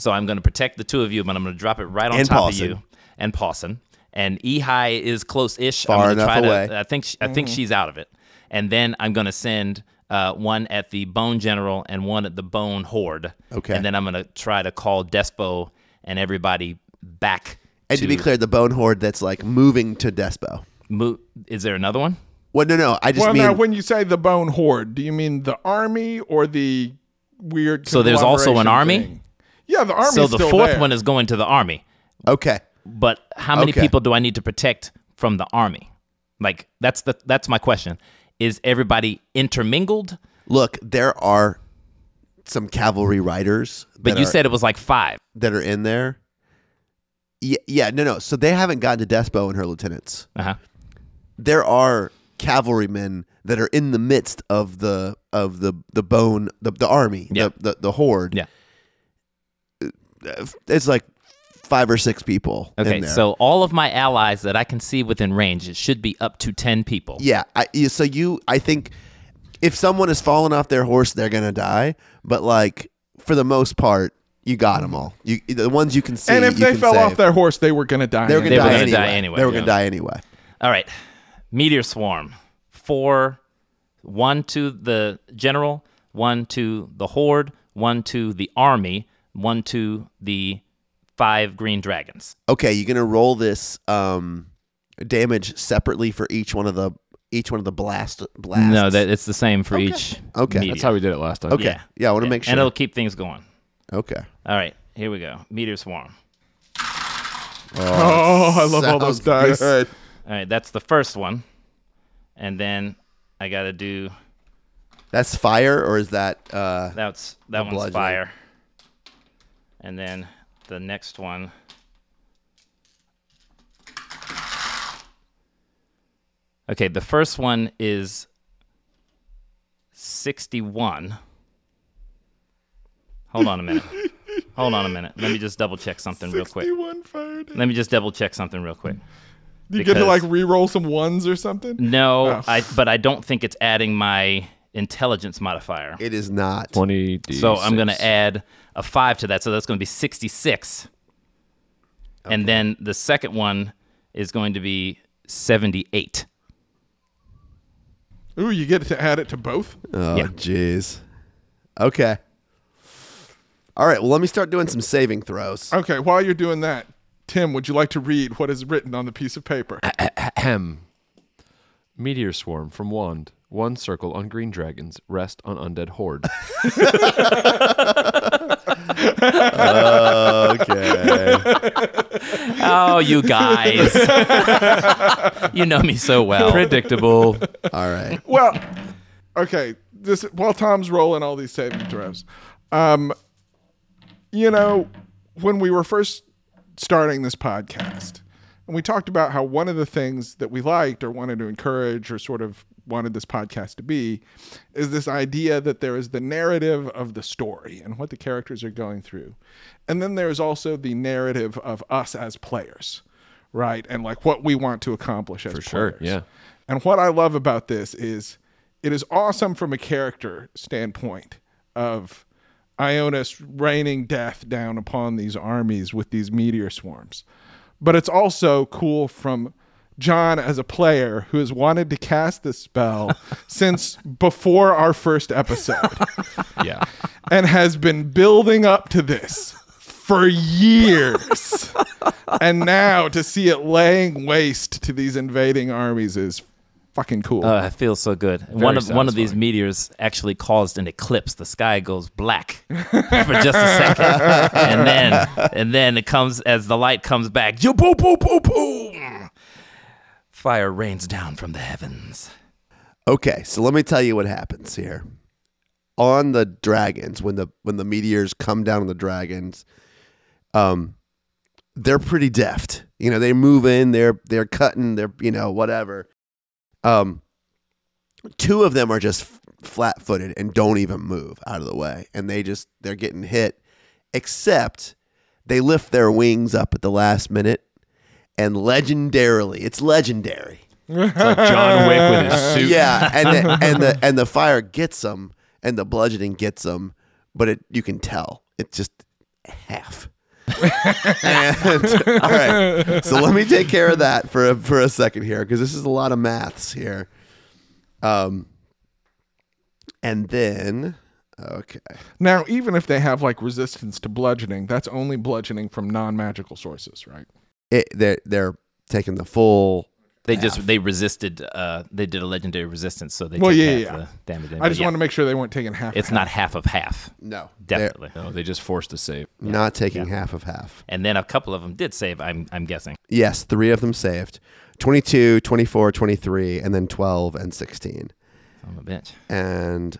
[SPEAKER 2] So I'm going to protect the two of you, but I'm going to drop it right on
[SPEAKER 3] And
[SPEAKER 2] top
[SPEAKER 3] Pawson.
[SPEAKER 2] of you and Pawson. And Ehi is close-ish.
[SPEAKER 3] Far
[SPEAKER 2] I'm gonna
[SPEAKER 3] enough
[SPEAKER 2] try to-
[SPEAKER 3] away.
[SPEAKER 2] I think sh- I
[SPEAKER 4] Mm-hmm.
[SPEAKER 2] think she's out of it. And then I'm going to send uh, one at the Bone General and one at the Bone Horde.
[SPEAKER 3] Okay.
[SPEAKER 2] And then I'm going to try to call Despo and everybody back.
[SPEAKER 3] And to, be clear, the bone horde that's like moving to Despo.
[SPEAKER 2] mo- is there another one?
[SPEAKER 3] Well, no, no. I just
[SPEAKER 4] Well,
[SPEAKER 3] mean
[SPEAKER 4] now, when you say the bone horde, do you mean the army or the weird?
[SPEAKER 2] So there's also an
[SPEAKER 4] conglomeration
[SPEAKER 2] army?
[SPEAKER 4] thing? Yeah, the army.
[SPEAKER 2] so the fourth one is going to the army.
[SPEAKER 3] okay.
[SPEAKER 2] but how many
[SPEAKER 3] Okay.
[SPEAKER 2] people do I need to protect from the army? Like that's the that's my question. Is everybody intermingled?
[SPEAKER 3] Look, there are some cavalry riders.
[SPEAKER 2] But
[SPEAKER 3] that
[SPEAKER 2] you
[SPEAKER 3] are-
[SPEAKER 2] said it was like five.
[SPEAKER 3] that are in there. Yeah, yeah, no, no. So they haven't gotten to Despo and her lieutenants.
[SPEAKER 2] Uh-huh.
[SPEAKER 3] there are cavalrymen that are in the midst of the of the the bone the, the army
[SPEAKER 2] Yeah.
[SPEAKER 3] the, the the horde
[SPEAKER 2] Yeah.
[SPEAKER 3] it's like five or six people in
[SPEAKER 2] Okay.
[SPEAKER 3] there.
[SPEAKER 2] So all of my allies that I can see within range, it should be up to ten people.
[SPEAKER 3] yeah I, yeah, so you i think if someone has fallen off their horse they're gonna die but like for the most part you got them all you the ones you can see
[SPEAKER 4] And if
[SPEAKER 3] you
[SPEAKER 4] they
[SPEAKER 3] can
[SPEAKER 4] fell off
[SPEAKER 3] save.
[SPEAKER 4] their horse, they were going to die.
[SPEAKER 3] they were gonna,
[SPEAKER 4] anyway.
[SPEAKER 3] die,
[SPEAKER 2] were gonna
[SPEAKER 3] anyway.
[SPEAKER 2] die anyway,
[SPEAKER 3] they were gonna
[SPEAKER 2] yeah.
[SPEAKER 3] die anyway
[SPEAKER 2] All right. Meteor swarm. Four one to the general, one to the horde, one to the army, one to the five green dragons.
[SPEAKER 3] okay you're gonna roll this um damage separately for each one of the each one of the blast blasts?
[SPEAKER 2] No, that it's the same for each.
[SPEAKER 3] Okay.
[SPEAKER 2] media.
[SPEAKER 1] That's how we did it last time.
[SPEAKER 3] Okay. Yeah,
[SPEAKER 2] yeah.
[SPEAKER 3] I want to make sure.
[SPEAKER 2] And it'll keep things going.
[SPEAKER 3] okay.
[SPEAKER 2] All right, here we go. Meteor swarm.
[SPEAKER 4] Oh, I love all those
[SPEAKER 3] Sounds
[SPEAKER 4] dice.
[SPEAKER 3] good.
[SPEAKER 2] All right, that's the first one, and then I gotta do
[SPEAKER 3] That's fire, or is that? Uh,
[SPEAKER 2] that's that one's
[SPEAKER 3] bludgeon.
[SPEAKER 2] fire, and then the next one. Okay, the first one is sixty-one. Hold on a minute. Hold on a minute. Let me just double check something real quick.
[SPEAKER 4] 61 fired.
[SPEAKER 2] Let me just double check something real quick.
[SPEAKER 4] Do you get to
[SPEAKER 2] because- Mm.
[SPEAKER 4] like re-roll some ones or something?
[SPEAKER 2] No,
[SPEAKER 4] Oh.
[SPEAKER 2] I but I don't think it's adding my intelligence modifier.
[SPEAKER 3] it is not.
[SPEAKER 1] 20 D.
[SPEAKER 2] so I'm going to add a 5 to that. So that's going to be 66. And then the second one is going to be 78.
[SPEAKER 4] Ooh, you get to add it to both.
[SPEAKER 3] Oh,
[SPEAKER 2] Yeah.
[SPEAKER 3] jeez. Okay. All right. Well, let me start doing some saving throws.
[SPEAKER 4] Okay, while you're doing that, Tim, would you like to read what is written on the piece of paper?
[SPEAKER 1] Ahem. Meteor swarm from wand. One circle on green dragons. Rest on undead horde.
[SPEAKER 3] Okay.
[SPEAKER 2] Oh, you guys. you know me so well.
[SPEAKER 1] Predictable.
[SPEAKER 3] All right.
[SPEAKER 4] well, okay. This while Tom's rolling all these saving throws, um, you know, when we were first starting this podcast, and we talked about how one of the things that we liked or wanted to encourage or sort of wanted this podcast to be is this idea that there is the narrative of the story and what the characters are going through, and then there is also the narrative of us as players, right? And like what we want to accomplish as
[SPEAKER 1] sure,
[SPEAKER 4] players.
[SPEAKER 1] yeah.
[SPEAKER 4] And what I love about this is it is awesome from a character standpoint of Ionis raining death down upon these armies with these meteor swarms. But it's also cool from John as a player who has wanted to cast this spell since before our first episode
[SPEAKER 1] yeah.
[SPEAKER 4] and has been building up to this for years. and now to see it laying waste to these invading armies is fucking cool.
[SPEAKER 2] Uh, it feels so good. one of one of these
[SPEAKER 1] satisfying.
[SPEAKER 2] meteors actually caused an eclipse. The sky goes black for just a second, and then and then it comes as the light comes back. Yo, boom, boom, boom, boom. Fire rains down from the heavens.
[SPEAKER 3] Okay. So let me tell you what happens here. On the dragons, when the when the meteors come down on the dragons, um, they're pretty deft. You know, they move in, they're they're cutting, they're you know whatever. Um, two of them are just flat footed and don't even move out of the way, and they just they're getting hit. Except they lift their wings up at the last minute, and legendarily, it's legendary.
[SPEAKER 1] It's like John Wick with his suit.
[SPEAKER 3] Uh, Yeah, and the, and the and the fire gets them, and the bludgeoning gets them, but it you can tell it's just half. and, all right, so let me take care of that for a, for a second here because this is a lot of maths here. Um, and then okay,
[SPEAKER 4] now, even if they have like resistance to bludgeoning, that's only bludgeoning from non magical sources, right?
[SPEAKER 3] it, they're they're taking the full.
[SPEAKER 2] They just they resisted. Uh, they did a legendary resistance, so they
[SPEAKER 4] Well,
[SPEAKER 2] took
[SPEAKER 4] yeah,
[SPEAKER 2] half
[SPEAKER 4] yeah, yeah.
[SPEAKER 2] the damage.
[SPEAKER 4] I just want to make sure they weren't taking half.
[SPEAKER 2] It's not half of half,
[SPEAKER 3] No, they're
[SPEAKER 2] definitely.
[SPEAKER 1] No, they just forced a save.
[SPEAKER 3] not taking half of half.
[SPEAKER 2] And then a couple of them did save. I'm I'm guessing.
[SPEAKER 3] Yes, three of them saved 22, 24, 23, and then 12 and 16.
[SPEAKER 2] I'm a bitch.
[SPEAKER 3] And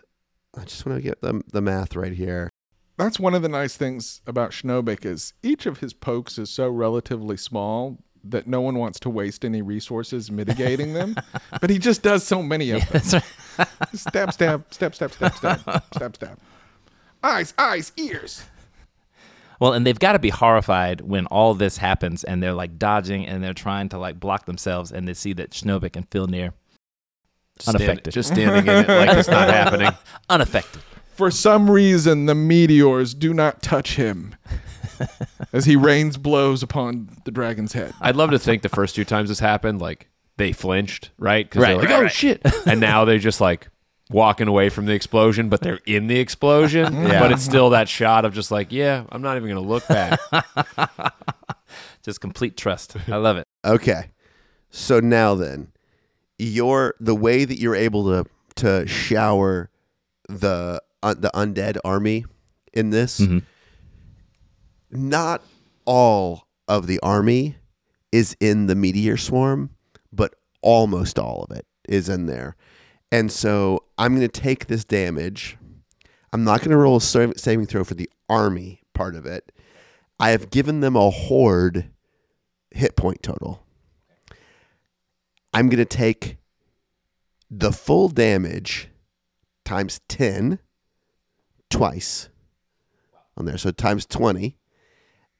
[SPEAKER 3] I just want to get the, the math right here.
[SPEAKER 4] that's one of the nice things about Schnobik is each of his pokes is so relatively small that no one wants to waste any resources mitigating them. but he just does so many of them.
[SPEAKER 2] That's right.
[SPEAKER 4] stab, stab, stab, stab, stab, stab, stab, stab. Eyes, eyes, ears.
[SPEAKER 2] Well, and they've got to be horrified when all this happens and they're like dodging and they're trying to like block themselves and they see that Schnobik and Filnir
[SPEAKER 1] Stand-
[SPEAKER 2] Unaffected.
[SPEAKER 1] just standing in it like it's not happening.
[SPEAKER 2] unaffected.
[SPEAKER 4] For some reason, the meteors do not touch him as he rains blows upon the dragon's head.
[SPEAKER 1] I'd love to think the first two times this happened, like they flinched, right? Because
[SPEAKER 2] Right,
[SPEAKER 1] they're like,
[SPEAKER 2] right,
[SPEAKER 1] oh
[SPEAKER 2] right."
[SPEAKER 1] shit. And now they're just like walking away from the explosion, but they're in the explosion. But it's still that shot of just like, yeah, I'm not even going to look back.
[SPEAKER 2] Just complete trust. I love it.
[SPEAKER 3] Okay. So now then, your the way that you're able to to shower the uh, the undead army in this not all of the army is in the meteor swarm but almost all of it is in there and so i'm going to take this damage i'm not going to roll a sa- saving throw for the army part of it i have given them a horde hit point total I'm going to take the full damage times 10 twice on there. So times 20.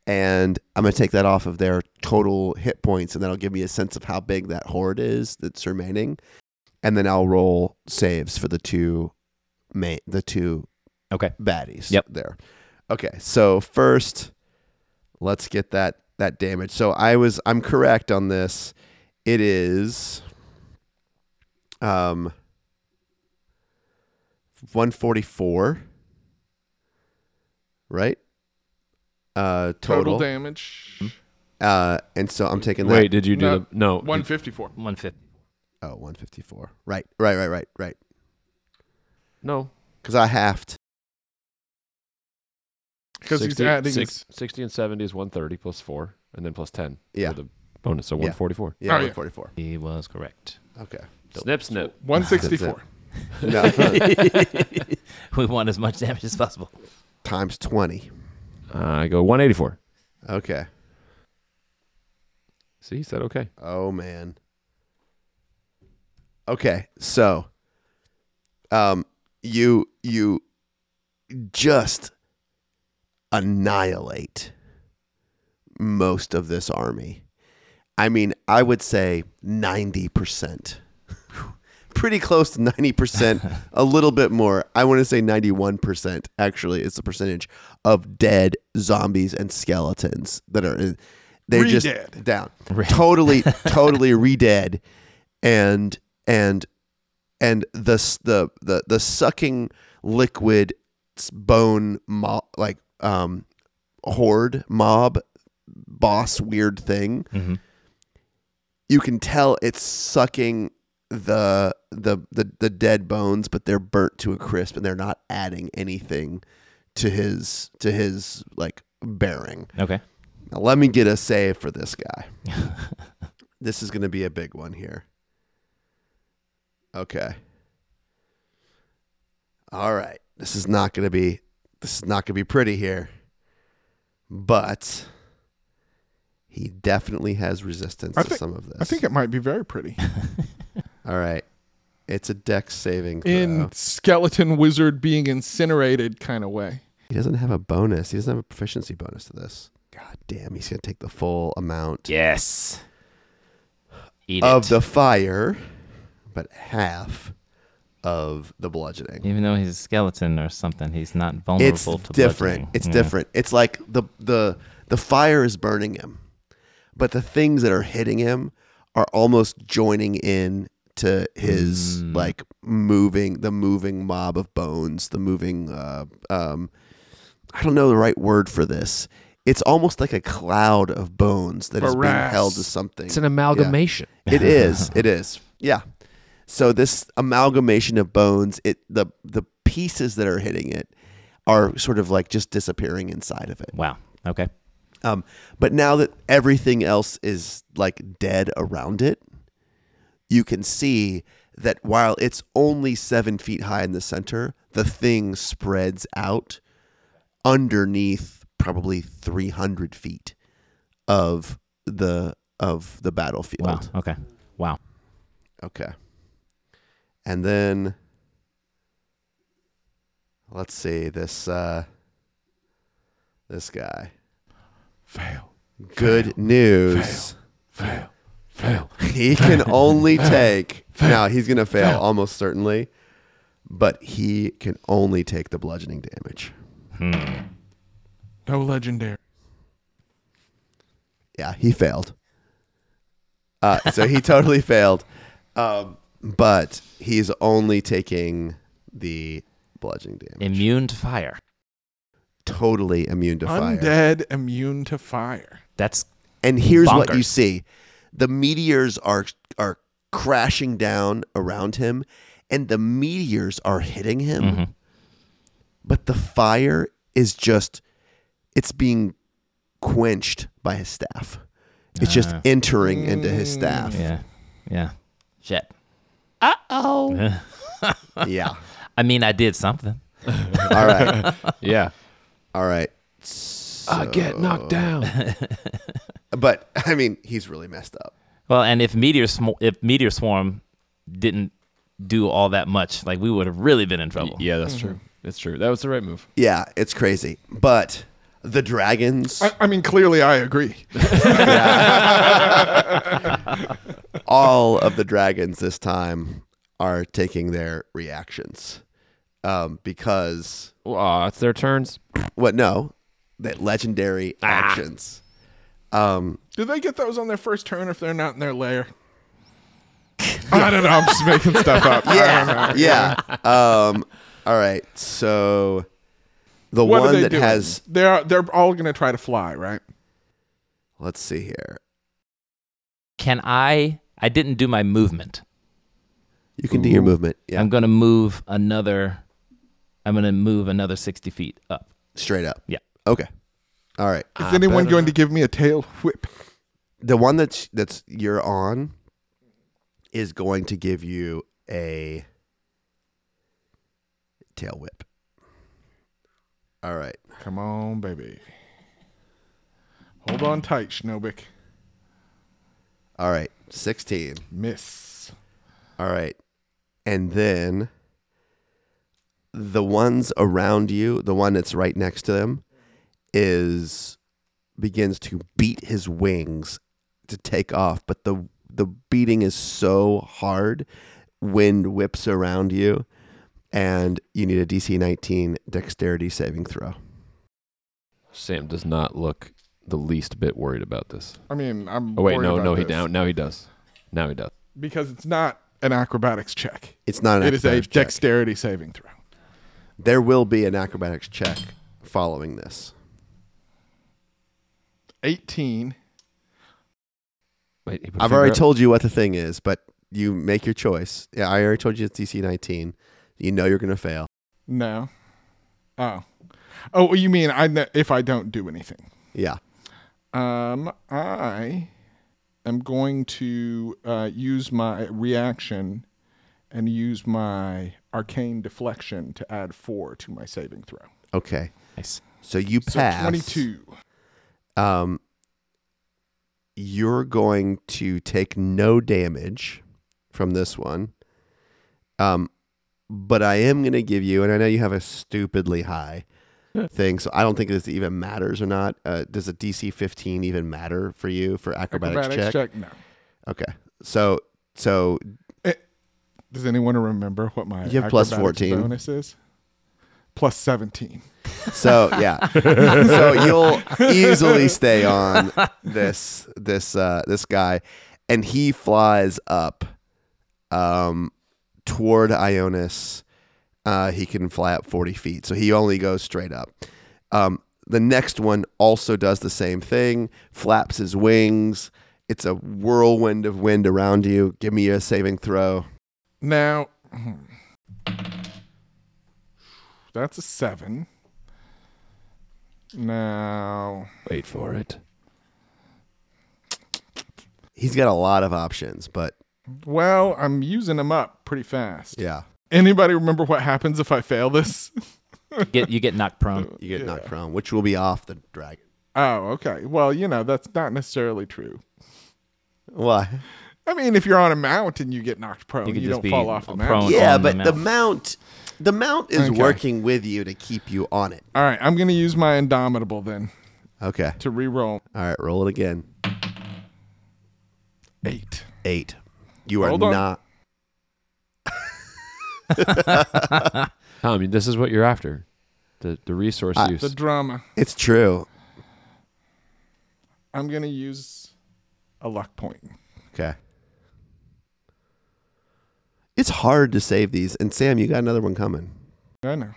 [SPEAKER 3] And I'm going to take that off of their total hit points. And that'll give me a sense of how big that horde is that's remaining. And then I'll roll saves for the two main, the two
[SPEAKER 2] Okay.
[SPEAKER 3] baddies
[SPEAKER 2] Yep.
[SPEAKER 3] there. Okay. So first let's get that that damage. So I was I'm correct on this. It is um 144 right? Uh total,
[SPEAKER 4] Total damage.
[SPEAKER 3] uh and so I'm taking that
[SPEAKER 1] Wait, did you do
[SPEAKER 4] No.
[SPEAKER 1] the no?
[SPEAKER 4] One fifty four.
[SPEAKER 2] 150.
[SPEAKER 3] oh 154. Right. Right, right, right, right.
[SPEAKER 1] no.
[SPEAKER 3] Cuz I halved.
[SPEAKER 4] Because he's
[SPEAKER 1] 60
[SPEAKER 4] adding.
[SPEAKER 1] six-
[SPEAKER 4] Six.
[SPEAKER 1] 60 and 70 is 130 plus 4 and then plus 10
[SPEAKER 3] Yeah.
[SPEAKER 1] for the bonus so
[SPEAKER 3] Yeah.
[SPEAKER 1] 144
[SPEAKER 3] Yeah,
[SPEAKER 4] Oh, yeah.
[SPEAKER 3] 144.
[SPEAKER 2] He was correct.
[SPEAKER 3] Okay.
[SPEAKER 1] snip snip
[SPEAKER 4] One sixty four.
[SPEAKER 3] No,
[SPEAKER 2] we want as much damage as possible.
[SPEAKER 3] times 20.
[SPEAKER 1] i go 184
[SPEAKER 3] Okay.
[SPEAKER 1] see he said okay
[SPEAKER 3] Oh man. Okay, so um you you just annihilate most of this army. I mean, I would say 90%. Pretty close to 90%, a little bit more. I want to say 91% actually is the percentage of dead zombies and skeletons that are in, they're just
[SPEAKER 4] Re-dead.
[SPEAKER 3] down. Totally totally re-dead and and and the s- the the the sucking liquid s- bone mob like um horde mob boss weird thing
[SPEAKER 2] Mm-hmm.
[SPEAKER 3] you can tell it's sucking the, the the the dead bones but they're burnt to a crisp and they're not adding anything to his to his like bearing
[SPEAKER 2] Okay.
[SPEAKER 3] now let me get a save for this guy. this is going to be a big one here. Okay. All right. This is not going to be this is not going to be pretty here. But he definitely has resistance
[SPEAKER 4] I
[SPEAKER 3] to
[SPEAKER 4] think-
[SPEAKER 3] some of this.
[SPEAKER 4] I think it might be very pretty.
[SPEAKER 3] All right. It's a dex saving throw.
[SPEAKER 4] In skeleton wizard being incinerated kind of way.
[SPEAKER 3] he doesn't have a bonus. He doesn't have a proficiency bonus to this. God damn, he's going to take the full amount.
[SPEAKER 2] Yes. Eat
[SPEAKER 3] of
[SPEAKER 2] it.
[SPEAKER 3] the fire, but half of the bludgeoning.
[SPEAKER 2] Even though he's a skeleton or something, he's not vulnerable
[SPEAKER 3] It's
[SPEAKER 2] to Mm.
[SPEAKER 3] different.
[SPEAKER 2] bludgeoning.
[SPEAKER 3] It's
[SPEAKER 2] Yeah.
[SPEAKER 3] different. It's like the the the fire is burning him, but the things that are hitting him are almost joining in to his
[SPEAKER 2] Mm.
[SPEAKER 3] like moving the moving mob of bones, the moving uh, um, I don't know the right word for this. It's almost like a cloud of bones that is being
[SPEAKER 4] Morass.
[SPEAKER 3] held to something.
[SPEAKER 1] it's an amalgamation
[SPEAKER 3] It is. It is. Yeah. So this amalgamation of bones, it the the pieces that are hitting it are sort of like just disappearing inside of it.
[SPEAKER 2] Wow. Okay.
[SPEAKER 3] Um, but now that everything else is like dead around it, you can see that while it's only seven feet high in the center, the thing spreads out underneath probably three hundred feet of the of the battlefield.
[SPEAKER 2] Wow. Okay. Wow.
[SPEAKER 3] Okay. And then let's see this uh this guy.
[SPEAKER 4] Fail.
[SPEAKER 3] Good news.
[SPEAKER 4] Fail. Fail.
[SPEAKER 3] He can only take now he's gonna fail almost certainly, but he can only take the bludgeoning damage.
[SPEAKER 4] No legendary.
[SPEAKER 3] Yeah, he failed. Uh, so he totally failed. Um, but he's only taking the bludgeoning damage.
[SPEAKER 2] Immune to fire.
[SPEAKER 3] totally immune to fire.
[SPEAKER 4] Undead immune to fire.
[SPEAKER 2] That's
[SPEAKER 3] And here's what
[SPEAKER 2] Bonkers.
[SPEAKER 3] you see: the meteors are are crashing down around him, and the meteors are hitting him,
[SPEAKER 2] Mm-hmm.
[SPEAKER 3] but the fire is just it's being quenched by his staff. It's just entering into his staff.
[SPEAKER 2] Yeah. Yeah. Shit.
[SPEAKER 3] yeah.
[SPEAKER 2] I mean, I did something.
[SPEAKER 3] All right.
[SPEAKER 1] Yeah.
[SPEAKER 3] All right.
[SPEAKER 1] I get knocked down.
[SPEAKER 3] But I mean, he's really messed up.
[SPEAKER 2] Well, and if meteor sm- if meteor swarm didn't do all that much, like we would have really been in trouble.
[SPEAKER 1] yeah, that's true.
[SPEAKER 3] Mm-hmm.
[SPEAKER 1] That's true. That was the right move.
[SPEAKER 3] Yeah, it's crazy. But the dragons
[SPEAKER 4] I, I mean, clearly, I agree.
[SPEAKER 3] all of the dragons this time are taking their reactions um, because
[SPEAKER 1] Wow, it's their turns.
[SPEAKER 3] what? No, that legendary
[SPEAKER 4] Ah.
[SPEAKER 3] actions.
[SPEAKER 4] Do they get those on their first turn if they're not in their lair? I don't know. I'm just making stuff up. I don't know.
[SPEAKER 3] yeah. Um, all right. So the
[SPEAKER 4] What are
[SPEAKER 3] one
[SPEAKER 4] they
[SPEAKER 3] that
[SPEAKER 4] doing?
[SPEAKER 3] has
[SPEAKER 4] They're they're all gonna try to fly, right?
[SPEAKER 3] let's see here.
[SPEAKER 2] Can I? I didn't do my movement.
[SPEAKER 3] You can do your movement. Yeah,
[SPEAKER 2] I'm gonna move another. I'm gonna move another sixty feet up.
[SPEAKER 3] straight up.
[SPEAKER 2] Yeah.
[SPEAKER 3] Okay. All right.
[SPEAKER 4] Is anyone going to give me a tail whip?
[SPEAKER 3] The one that's that's you're on is going to give you a tail whip. All right.
[SPEAKER 4] Come on, baby. Hold on tight, Schnobik.
[SPEAKER 3] All right. 16.
[SPEAKER 4] Miss.
[SPEAKER 3] All right. And then the ones around you, the one that's right next to them, is begins to beat his wings to take off, but the the beating is so hard, wind whips around you, and you need a DC 19 dexterity saving throw.
[SPEAKER 1] Sam does not look the least bit worried about this.
[SPEAKER 4] I mean, I'm.
[SPEAKER 1] Oh wait,
[SPEAKER 4] worried
[SPEAKER 1] no,
[SPEAKER 4] about
[SPEAKER 1] no, he
[SPEAKER 4] this.
[SPEAKER 1] down. Now he does. Now he does.
[SPEAKER 4] because it's not an acrobatics check.
[SPEAKER 3] It's not an
[SPEAKER 4] it is a
[SPEAKER 3] acrobatics check.
[SPEAKER 4] dexterity saving throw.
[SPEAKER 3] There will be an acrobatics check following this.
[SPEAKER 4] 18.
[SPEAKER 1] Wait, he put a
[SPEAKER 3] I've
[SPEAKER 1] finger
[SPEAKER 3] already
[SPEAKER 1] up.
[SPEAKER 3] told you what the thing is, but you make your choice. Yeah, I already told you it's DC 19. You know you're going to fail.
[SPEAKER 4] No. Oh. Oh, well, you mean I kn- if I don't do anything?
[SPEAKER 3] Yeah.
[SPEAKER 4] Um, I am going to uh, use my reaction and use my arcane deflection to add four to my saving throw.
[SPEAKER 3] Okay.
[SPEAKER 2] Nice.
[SPEAKER 3] So you
[SPEAKER 4] So
[SPEAKER 3] pass.
[SPEAKER 4] 22.
[SPEAKER 3] Um, you're going to take no damage from this one. Um, but I am going to give you, and I know you have a stupidly high thing, so I don't think this even matters or not. Uh, does a DC 15 even matter for you for acrobatics,
[SPEAKER 4] Acrobatics
[SPEAKER 3] check?
[SPEAKER 4] check? No.
[SPEAKER 3] Okay. So, so
[SPEAKER 4] Does anyone remember what my
[SPEAKER 3] You have plus
[SPEAKER 4] acrobatics
[SPEAKER 3] 14.
[SPEAKER 4] bonus is? Plus 17.
[SPEAKER 3] So yeah, so you'll easily stay on this this uh, this guy, and he flies up, um, toward Ionis. Uh, he can fly up forty feet, so he only goes straight up. Um, the next one also does the same thing, flaps his wings. It's a whirlwind of wind around you. Give me a saving throw.
[SPEAKER 4] Now, hmm. that's a seven. Now,
[SPEAKER 1] Wait for it.
[SPEAKER 3] He's got a lot of options, but
[SPEAKER 4] well, I'm using them up pretty fast.
[SPEAKER 3] yeah,
[SPEAKER 4] Anybody remember what happens if I fail this?
[SPEAKER 2] Get you get knocked prone.
[SPEAKER 3] you get knocked prone, which will be off the dragon.
[SPEAKER 4] Oh, okay. Well, you know, that's not necessarily true.
[SPEAKER 3] Why?
[SPEAKER 4] I mean, if you're on a mountain, you get knocked prone.
[SPEAKER 2] You
[SPEAKER 4] You,
[SPEAKER 2] could just
[SPEAKER 4] don't
[SPEAKER 2] be
[SPEAKER 4] fall off the
[SPEAKER 2] prone.
[SPEAKER 4] mountain.
[SPEAKER 3] Yeah,
[SPEAKER 2] on the
[SPEAKER 3] but the mount, the mount is
[SPEAKER 4] Okay.
[SPEAKER 3] working with you to keep you on it.
[SPEAKER 4] All right, I'm going to use my Indomitable then
[SPEAKER 3] Okay.
[SPEAKER 4] to re-roll.
[SPEAKER 3] All right, roll it again.
[SPEAKER 4] Eight.
[SPEAKER 3] Eight. You are
[SPEAKER 4] Hold on.
[SPEAKER 3] not.
[SPEAKER 1] Tom, this is what you're after. The the resource
[SPEAKER 3] I-
[SPEAKER 1] use.
[SPEAKER 4] The drama.
[SPEAKER 3] It's true.
[SPEAKER 4] I'm going to use a luck point.
[SPEAKER 3] Okay. It's hard to save these, and Sam, you got another one coming.
[SPEAKER 4] I know.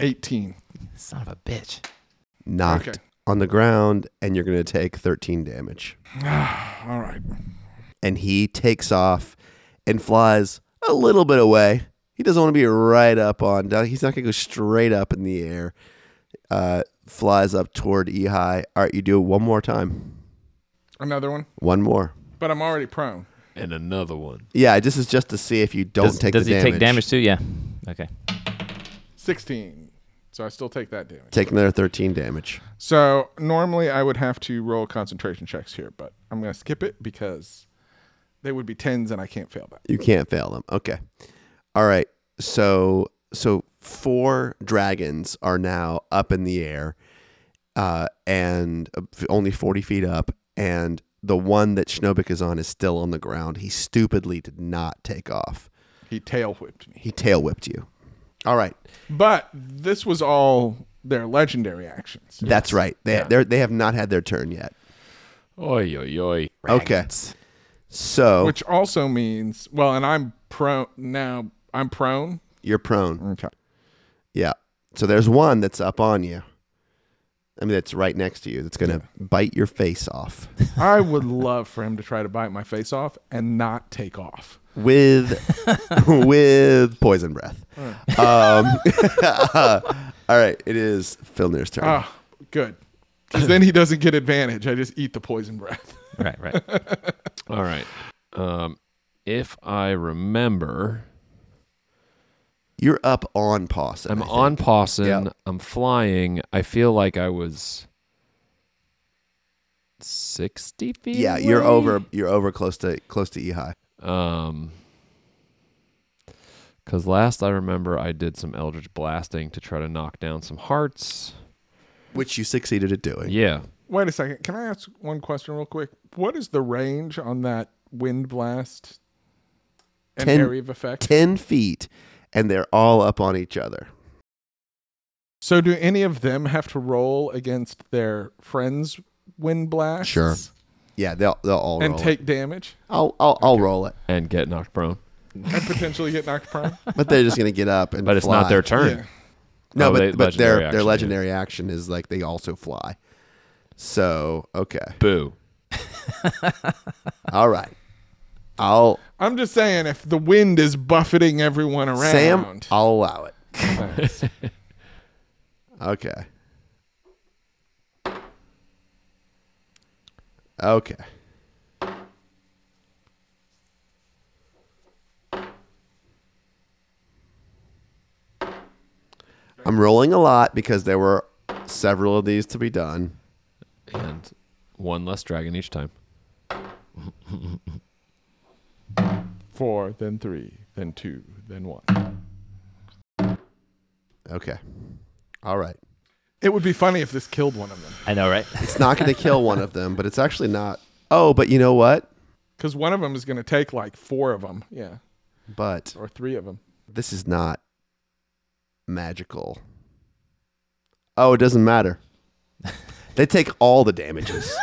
[SPEAKER 4] Eighteen.
[SPEAKER 2] Son of a bitch.
[SPEAKER 3] Knocked
[SPEAKER 4] Okay.
[SPEAKER 3] on the ground and you're going to take 13 damage.
[SPEAKER 4] All right.
[SPEAKER 3] And he takes off and flies a little bit away. He doesn't want to be right up on. He's not going to go straight up in the air. Uh, flies up toward Ehi. All right, you do it one more time.
[SPEAKER 4] Another one.
[SPEAKER 3] One more.
[SPEAKER 4] But I'm already prone.
[SPEAKER 1] And another one.
[SPEAKER 3] Yeah, this is just to see if you don't
[SPEAKER 2] Does,
[SPEAKER 3] take
[SPEAKER 2] does
[SPEAKER 3] the
[SPEAKER 2] he
[SPEAKER 3] damage.
[SPEAKER 2] take damage too? Yeah. Okay.
[SPEAKER 4] 16. So I still take that damage.
[SPEAKER 3] Take another 13 damage.
[SPEAKER 4] So normally I would have to roll concentration checks here, but I'm going to skip it because they would be 10s and I can't fail that.
[SPEAKER 3] You can't fail them. Okay. All right. So so four dragons are now up in the air, uh, and uh, f- only forty feet up, and the one that Schnobik is on is still on the ground. He stupidly did not take off.
[SPEAKER 4] He tail whipped me.
[SPEAKER 3] He tail whipped you. All right.
[SPEAKER 4] But this was all their legendary actions.
[SPEAKER 3] That's right. They they're, they have not had their turn yet.
[SPEAKER 1] Oi, oi, oi.
[SPEAKER 3] Okay. So
[SPEAKER 4] Which also means, well, and I'm prone now. I'm prone.
[SPEAKER 3] you're prone.
[SPEAKER 4] Okay.
[SPEAKER 3] Yeah. So there's one that's up on you. I mean, that's right next to you. That's gonna bite your face off.
[SPEAKER 4] I would love for him to try to bite my face off and not take off.
[SPEAKER 3] with with poison breath. Um, all right, it is Filner's turn.
[SPEAKER 4] Ah, good. Because then he doesn't get advantage. I just eat the poison breath.
[SPEAKER 2] Right, right.
[SPEAKER 1] All right. Um, if I remember,
[SPEAKER 3] You're up on Pawson.
[SPEAKER 1] I'm
[SPEAKER 3] I think.
[SPEAKER 1] on Pawson.
[SPEAKER 3] Yep.
[SPEAKER 1] I'm flying. I feel like I was 60 feet.
[SPEAKER 3] Yeah, you're
[SPEAKER 1] away?
[SPEAKER 3] over. You're over close to close to Ehi.
[SPEAKER 1] Um, because last I remember, I did some Eldritch blasting to try to knock down some hearts.
[SPEAKER 3] which you succeeded at doing.
[SPEAKER 1] Yeah,
[SPEAKER 4] Wait a second. Can I ask one question real quick? What is the range on that wind blast and
[SPEAKER 3] Ten-
[SPEAKER 4] area of effect?
[SPEAKER 3] Ten feet, and they're all up on each other.
[SPEAKER 4] So do any of them have to roll against their friends' wind blasts?
[SPEAKER 3] Sure. Yeah, they'll they'll all
[SPEAKER 4] And
[SPEAKER 3] roll
[SPEAKER 4] take
[SPEAKER 3] It.
[SPEAKER 4] damage
[SPEAKER 3] I'll I'll, I'll roll it,
[SPEAKER 1] and get knocked prone,
[SPEAKER 4] and potentially get knocked prone?
[SPEAKER 3] but they're just gonna get up and.
[SPEAKER 1] but it's
[SPEAKER 3] fly.
[SPEAKER 1] not their turn.
[SPEAKER 4] Yeah.
[SPEAKER 3] No,
[SPEAKER 1] Oh,
[SPEAKER 3] but
[SPEAKER 1] they-
[SPEAKER 3] but
[SPEAKER 1] legendary
[SPEAKER 3] their
[SPEAKER 1] action,
[SPEAKER 3] their
[SPEAKER 1] yeah.
[SPEAKER 3] legendary action is like they also fly. So okay,
[SPEAKER 1] Boo.
[SPEAKER 3] all right. I'll
[SPEAKER 4] I'm just saying, if the wind is buffeting everyone around,
[SPEAKER 3] Sam, uh, I'll allow it.
[SPEAKER 4] Thanks.
[SPEAKER 3] Okay. Okay. I'm rolling a lot because there were several of these to be done.
[SPEAKER 1] And one less dragon each time.
[SPEAKER 4] four, then three, then two, then one.
[SPEAKER 3] Okay. All right.
[SPEAKER 4] It would be funny if this killed one of them,
[SPEAKER 2] I know, right?
[SPEAKER 3] It's not going to kill one of them, but it's actually not. Oh, but you know what?
[SPEAKER 4] because one of them is going to take like four of them, yeah,
[SPEAKER 3] But
[SPEAKER 4] or three of them.
[SPEAKER 3] this is not magical. Oh, it doesn't matter. they take all the damages.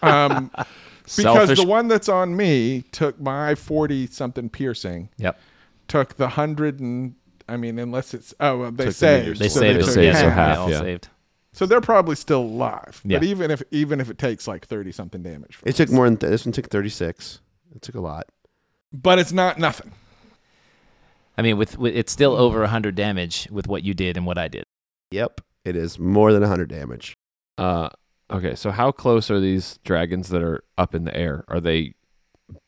[SPEAKER 4] Um, because
[SPEAKER 1] Selfish.
[SPEAKER 4] the one that's on me took my forty something piercing,
[SPEAKER 2] Yep.
[SPEAKER 4] took the hundred and I mean, unless it's oh well, they
[SPEAKER 1] Took the
[SPEAKER 4] saved,
[SPEAKER 1] meters.
[SPEAKER 2] They
[SPEAKER 1] So
[SPEAKER 2] saved
[SPEAKER 1] they
[SPEAKER 2] us.
[SPEAKER 1] took
[SPEAKER 2] Yeah,
[SPEAKER 1] half.
[SPEAKER 2] so
[SPEAKER 1] They
[SPEAKER 2] half.
[SPEAKER 1] all
[SPEAKER 2] all
[SPEAKER 1] yeah.
[SPEAKER 2] saved.
[SPEAKER 4] so they're probably still alive.
[SPEAKER 2] Yeah.
[SPEAKER 4] But even if even if it takes like thirty something damage,
[SPEAKER 3] it took more than th- this one took 36. It took a lot.
[SPEAKER 4] but it's not nothing.
[SPEAKER 2] I mean, with, with it's still over 100
[SPEAKER 3] Mm.
[SPEAKER 2] damage with what you did and what I did.
[SPEAKER 3] Yep, it is more than 100 damage.
[SPEAKER 1] Uh, okay, so how close are these dragons that are up in the air? Are they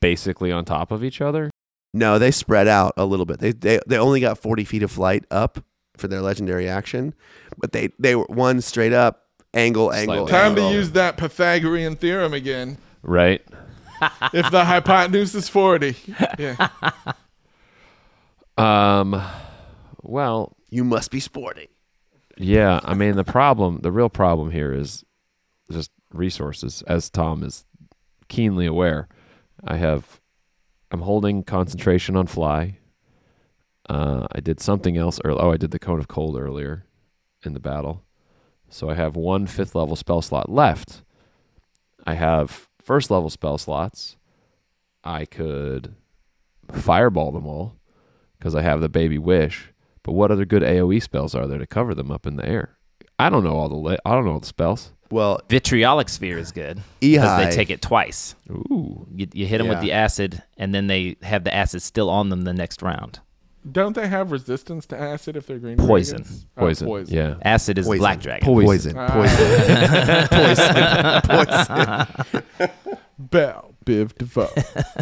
[SPEAKER 1] basically on top of each other?
[SPEAKER 3] No, they spread out a little bit. They they, they only got 40 feet of flight up for their legendary action, but they they were one straight up angle angle.
[SPEAKER 1] Slightly.
[SPEAKER 4] Time to
[SPEAKER 1] Yeah.
[SPEAKER 3] angle.
[SPEAKER 4] use that Pythagorean theorem again.
[SPEAKER 1] Right.
[SPEAKER 4] If the hypotenuse is forty, yeah.
[SPEAKER 1] Um. Well,
[SPEAKER 3] You must be sporty.
[SPEAKER 1] yeah. I mean, the problem, the real problem here is just resources. As Tom is keenly aware, I have, I'm holding concentration on fly. Uh, I did something else earlier. Oh, I did the cone of cold earlier in the battle. So I have one fifth level spell slot left. I have first level spell slots. I could fireball them all E because I have the baby wish. But what other good AoE spells are there to cover them up in the air? I don't know all the li- I don't know all the spells.
[SPEAKER 3] Well,
[SPEAKER 2] Vitriolic sphere is good because
[SPEAKER 3] Ehi.
[SPEAKER 2] they take it twice.
[SPEAKER 1] Ooh,
[SPEAKER 2] You, you hit them with
[SPEAKER 3] Yeah.
[SPEAKER 2] the acid, and then they have the acid still on them the next round.
[SPEAKER 4] Don't they have resistance to acid if they're green?
[SPEAKER 2] Poison.
[SPEAKER 4] dragons? Oh,
[SPEAKER 1] poison. Yeah.
[SPEAKER 2] Acid is
[SPEAKER 3] Poison.
[SPEAKER 2] black dragon.
[SPEAKER 3] poison,
[SPEAKER 4] Ah.
[SPEAKER 3] poison, poison, poison.
[SPEAKER 4] Bell, Biv DeVoe.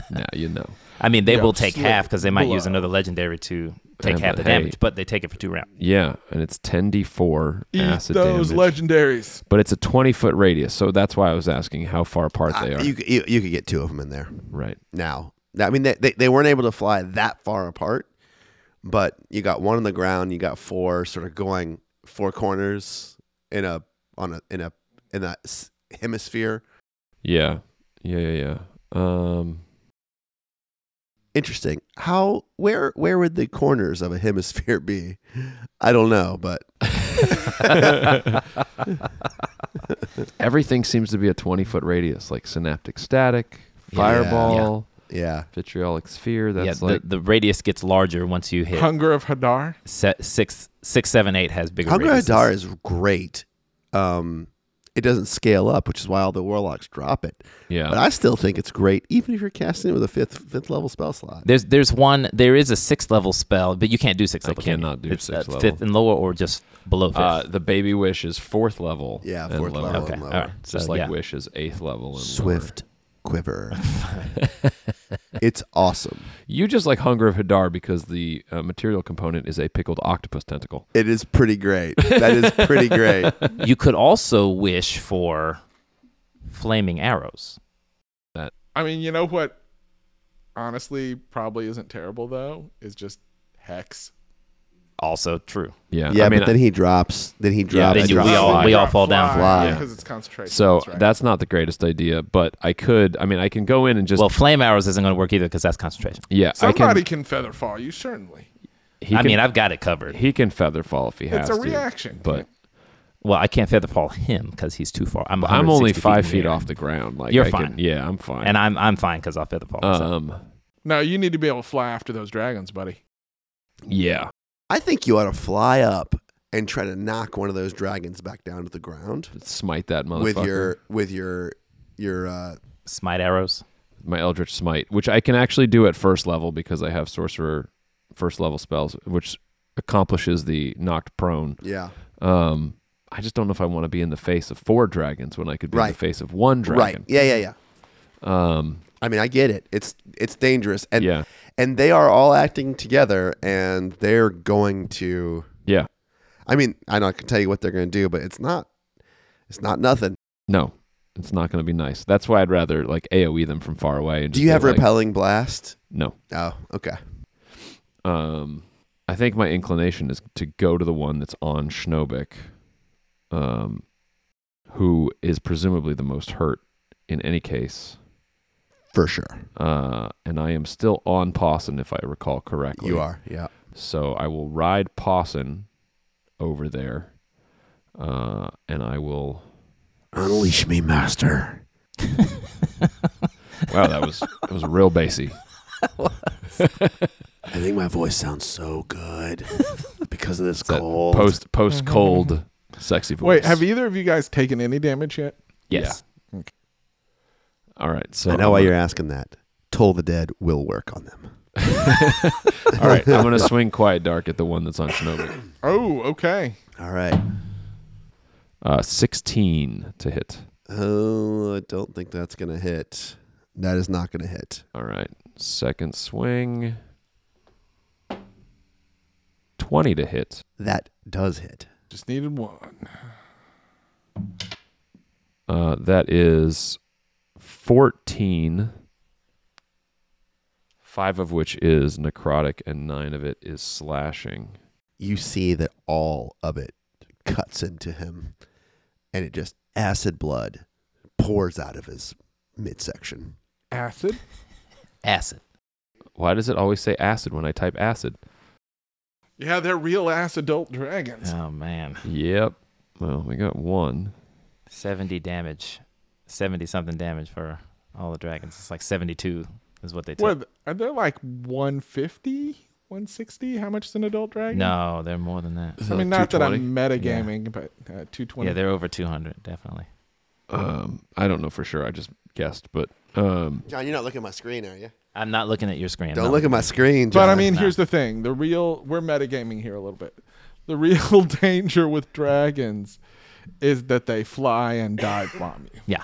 [SPEAKER 1] now you know.
[SPEAKER 2] I mean, they
[SPEAKER 4] Yeah,
[SPEAKER 2] will take
[SPEAKER 4] slit
[SPEAKER 2] half because they might use
[SPEAKER 4] blood.
[SPEAKER 2] another legendary to take
[SPEAKER 1] Yeah,
[SPEAKER 2] half
[SPEAKER 1] but
[SPEAKER 2] the
[SPEAKER 1] hey.
[SPEAKER 2] damage, but they take it for two rounds.
[SPEAKER 1] Yeah, and it's 10d4
[SPEAKER 4] Eat
[SPEAKER 1] acid
[SPEAKER 4] those
[SPEAKER 1] damage.
[SPEAKER 4] legendaries.
[SPEAKER 1] but it's a 20 foot radius, so that's why I was asking how far apart they are.
[SPEAKER 3] Ah, You, could- you you could get two of them in there
[SPEAKER 1] right.
[SPEAKER 3] now. I mean, they, they they weren't able to fly that far apart, but you got one on the ground. You got four sort of going four corners in a on a in a in a s- hemisphere.
[SPEAKER 1] Yeah. Yeah, yeah, yeah. Um
[SPEAKER 3] Interesting. How where where would the corners of a hemisphere be? I don't know, but
[SPEAKER 1] everything seems to be a 20 foot radius, like synaptic static, fireball,
[SPEAKER 3] yeah.
[SPEAKER 1] vitriolic sphere. That's
[SPEAKER 2] yeah, the,
[SPEAKER 1] like
[SPEAKER 2] the radius gets larger once you hit
[SPEAKER 4] Hunger of Hadar.
[SPEAKER 2] se- six, six, seven, eight has bigger.
[SPEAKER 3] Hunger
[SPEAKER 2] radiuses.
[SPEAKER 3] Hadar is great. Um, it doesn't scale up, which is why all the warlocks drop it.
[SPEAKER 1] yeah.
[SPEAKER 3] But I still think it's great, even if you're casting it with a fifth fifth level spell slot.
[SPEAKER 2] There's there's one. There is a sixth level spell, but you can't do sixth
[SPEAKER 1] I
[SPEAKER 2] level. can you?
[SPEAKER 1] cannot do
[SPEAKER 2] It's, uh,
[SPEAKER 1] sixth level.
[SPEAKER 2] Fifth and lower, or just below fifth.
[SPEAKER 1] uh, the baby wish is fourth level.
[SPEAKER 3] Yeah,
[SPEAKER 1] and
[SPEAKER 3] fourth
[SPEAKER 1] lower.
[SPEAKER 3] level.
[SPEAKER 2] okay,
[SPEAKER 3] and
[SPEAKER 2] all
[SPEAKER 3] lower.
[SPEAKER 2] right. So,
[SPEAKER 1] Just like
[SPEAKER 2] yeah.
[SPEAKER 1] wish is eighth level. And lower.
[SPEAKER 3] Swift quiver. it's awesome.
[SPEAKER 1] You just like hunger of Hadar because the uh, material component is a pickled octopus tentacle.
[SPEAKER 3] It is pretty great. That is pretty great.
[SPEAKER 2] you could also wish for flaming arrows.
[SPEAKER 4] I mean, you know what? Honestly, probably isn't terrible though. Is just hex.
[SPEAKER 2] Also true.
[SPEAKER 1] Yeah.
[SPEAKER 3] Yeah,
[SPEAKER 1] I mean,
[SPEAKER 3] but then he drops. Then he
[SPEAKER 1] Yeah,
[SPEAKER 3] drops.
[SPEAKER 1] then you-
[SPEAKER 3] drops,
[SPEAKER 4] Oh
[SPEAKER 2] we all-
[SPEAKER 3] drops.
[SPEAKER 2] we all fall down.
[SPEAKER 3] Fly.
[SPEAKER 4] because it's concentration.
[SPEAKER 1] So
[SPEAKER 4] that's, right.
[SPEAKER 1] that's not the greatest idea, but I could. I mean, I can go in and just.
[SPEAKER 2] Well, flame arrows isn't going to work either because that's concentration.
[SPEAKER 1] yeah,
[SPEAKER 4] somebody
[SPEAKER 1] I
[SPEAKER 4] can, feather fall you certainly.
[SPEAKER 1] can. He
[SPEAKER 2] I
[SPEAKER 1] can,
[SPEAKER 2] mean, I've got it covered.
[SPEAKER 1] he can feather fall if he has
[SPEAKER 4] It's
[SPEAKER 1] to.
[SPEAKER 4] a reaction.
[SPEAKER 1] But
[SPEAKER 2] Well, I can't feather fall him because he's too far. I'm,
[SPEAKER 1] I'm only
[SPEAKER 2] 160
[SPEAKER 1] five
[SPEAKER 2] in
[SPEAKER 1] feet
[SPEAKER 2] the air.
[SPEAKER 1] off the ground. Like
[SPEAKER 2] You're
[SPEAKER 1] I
[SPEAKER 2] fine.
[SPEAKER 1] Can, yeah, I'm fine.
[SPEAKER 2] and I'm I'm fine because I'll feather fall. so.
[SPEAKER 1] um,
[SPEAKER 4] no, you need to be able to fly after those dragons, buddy.
[SPEAKER 1] yeah,
[SPEAKER 3] I think you ought to fly up and try to knock one of those dragons back down to the ground
[SPEAKER 1] smite that motherfucker
[SPEAKER 3] with your with your your uh,
[SPEAKER 2] Smite arrows.
[SPEAKER 1] my Eldritch Smite, which I can actually do at first level because I have Sorcerer first level spells, which accomplishes the knocked prone.
[SPEAKER 3] yeah
[SPEAKER 1] Um, I just don't know if I want to be in the face of four dragons when I could be in
[SPEAKER 3] Right.
[SPEAKER 1] the face of one
[SPEAKER 3] right
[SPEAKER 1] dragon.
[SPEAKER 3] yeah yeah yeah.
[SPEAKER 1] Um,
[SPEAKER 3] I mean, I get it. It's it's dangerous, and
[SPEAKER 1] Yeah.
[SPEAKER 3] and they are all acting together, and they're going to.
[SPEAKER 1] yeah,
[SPEAKER 3] I mean, I know I can tell you what they're going to do, but it's not. It's not nothing.
[SPEAKER 1] no, it's not going to be nice. That's why I'd rather like AOE them from far away. And
[SPEAKER 3] Do
[SPEAKER 1] just
[SPEAKER 3] you
[SPEAKER 1] be
[SPEAKER 3] have
[SPEAKER 1] like,
[SPEAKER 3] repelling blast?
[SPEAKER 1] No.
[SPEAKER 3] Oh, okay.
[SPEAKER 1] Um, I think my inclination is to go to the one that's on Schnobik, um, who is presumably the most hurt in any case.
[SPEAKER 3] For sure,
[SPEAKER 1] Uh, and I am still on Pawson, if I recall correctly.
[SPEAKER 3] you are. Yeah.
[SPEAKER 1] So I will ride Pawson over there, uh, and I will.
[SPEAKER 3] Unleash me, master.
[SPEAKER 1] Wow, that was that was real bassy.
[SPEAKER 3] I think my voice sounds so good because of this
[SPEAKER 1] That post post cold sexy voice.
[SPEAKER 4] Mm-hmm. Wait, have either of you guys taken any damage yet?
[SPEAKER 2] Yes.
[SPEAKER 1] All right, so
[SPEAKER 3] I know why
[SPEAKER 1] I'm
[SPEAKER 3] you're asking that. Toll the dead will work on them.
[SPEAKER 1] gonna- All right, I'm gonna swing Quiet Dark at the one that's on Shinobi.
[SPEAKER 4] Oh, okay.
[SPEAKER 3] All right.
[SPEAKER 1] Uh, 16 to hit.
[SPEAKER 3] Oh, I don't think that's gonna hit. That is not gonna hit.
[SPEAKER 1] All right, second swing. 20 to hit.
[SPEAKER 3] That does hit.
[SPEAKER 4] Just needed one.
[SPEAKER 1] Uh, that is 14, five of which is necrotic, and nine of it is slashing.
[SPEAKER 3] You see that all of it cuts into him, and it just acid blood pours out of his midsection.
[SPEAKER 4] Acid.
[SPEAKER 2] Acid.
[SPEAKER 1] Why does it always say acid when I type acid?
[SPEAKER 4] Yeah, they're real ass adult dragons.
[SPEAKER 2] Oh man,
[SPEAKER 1] Yep. Well, we got one.
[SPEAKER 2] seventy damage, seventy something damage for all the dragons. It's like seventy two is what they took.
[SPEAKER 4] What are they like 150, 160? How much is an adult dragon?
[SPEAKER 2] No, they're more than that.
[SPEAKER 4] I mean, not that I'm metagaming, but uh, 220.
[SPEAKER 2] Yeah, they're over 200, definitely.
[SPEAKER 1] Um, I don't know for sure. I just guessed, but um,
[SPEAKER 3] John, you're not looking at my screen, are you?
[SPEAKER 2] I'm not looking at your screen.
[SPEAKER 3] Don't
[SPEAKER 2] no.
[SPEAKER 3] look at my screen, John.
[SPEAKER 4] But I mean, here's the thing: the real we're metagaming here a little bit. The real danger with dragons is that they fly and dive bomb you,
[SPEAKER 2] Yeah,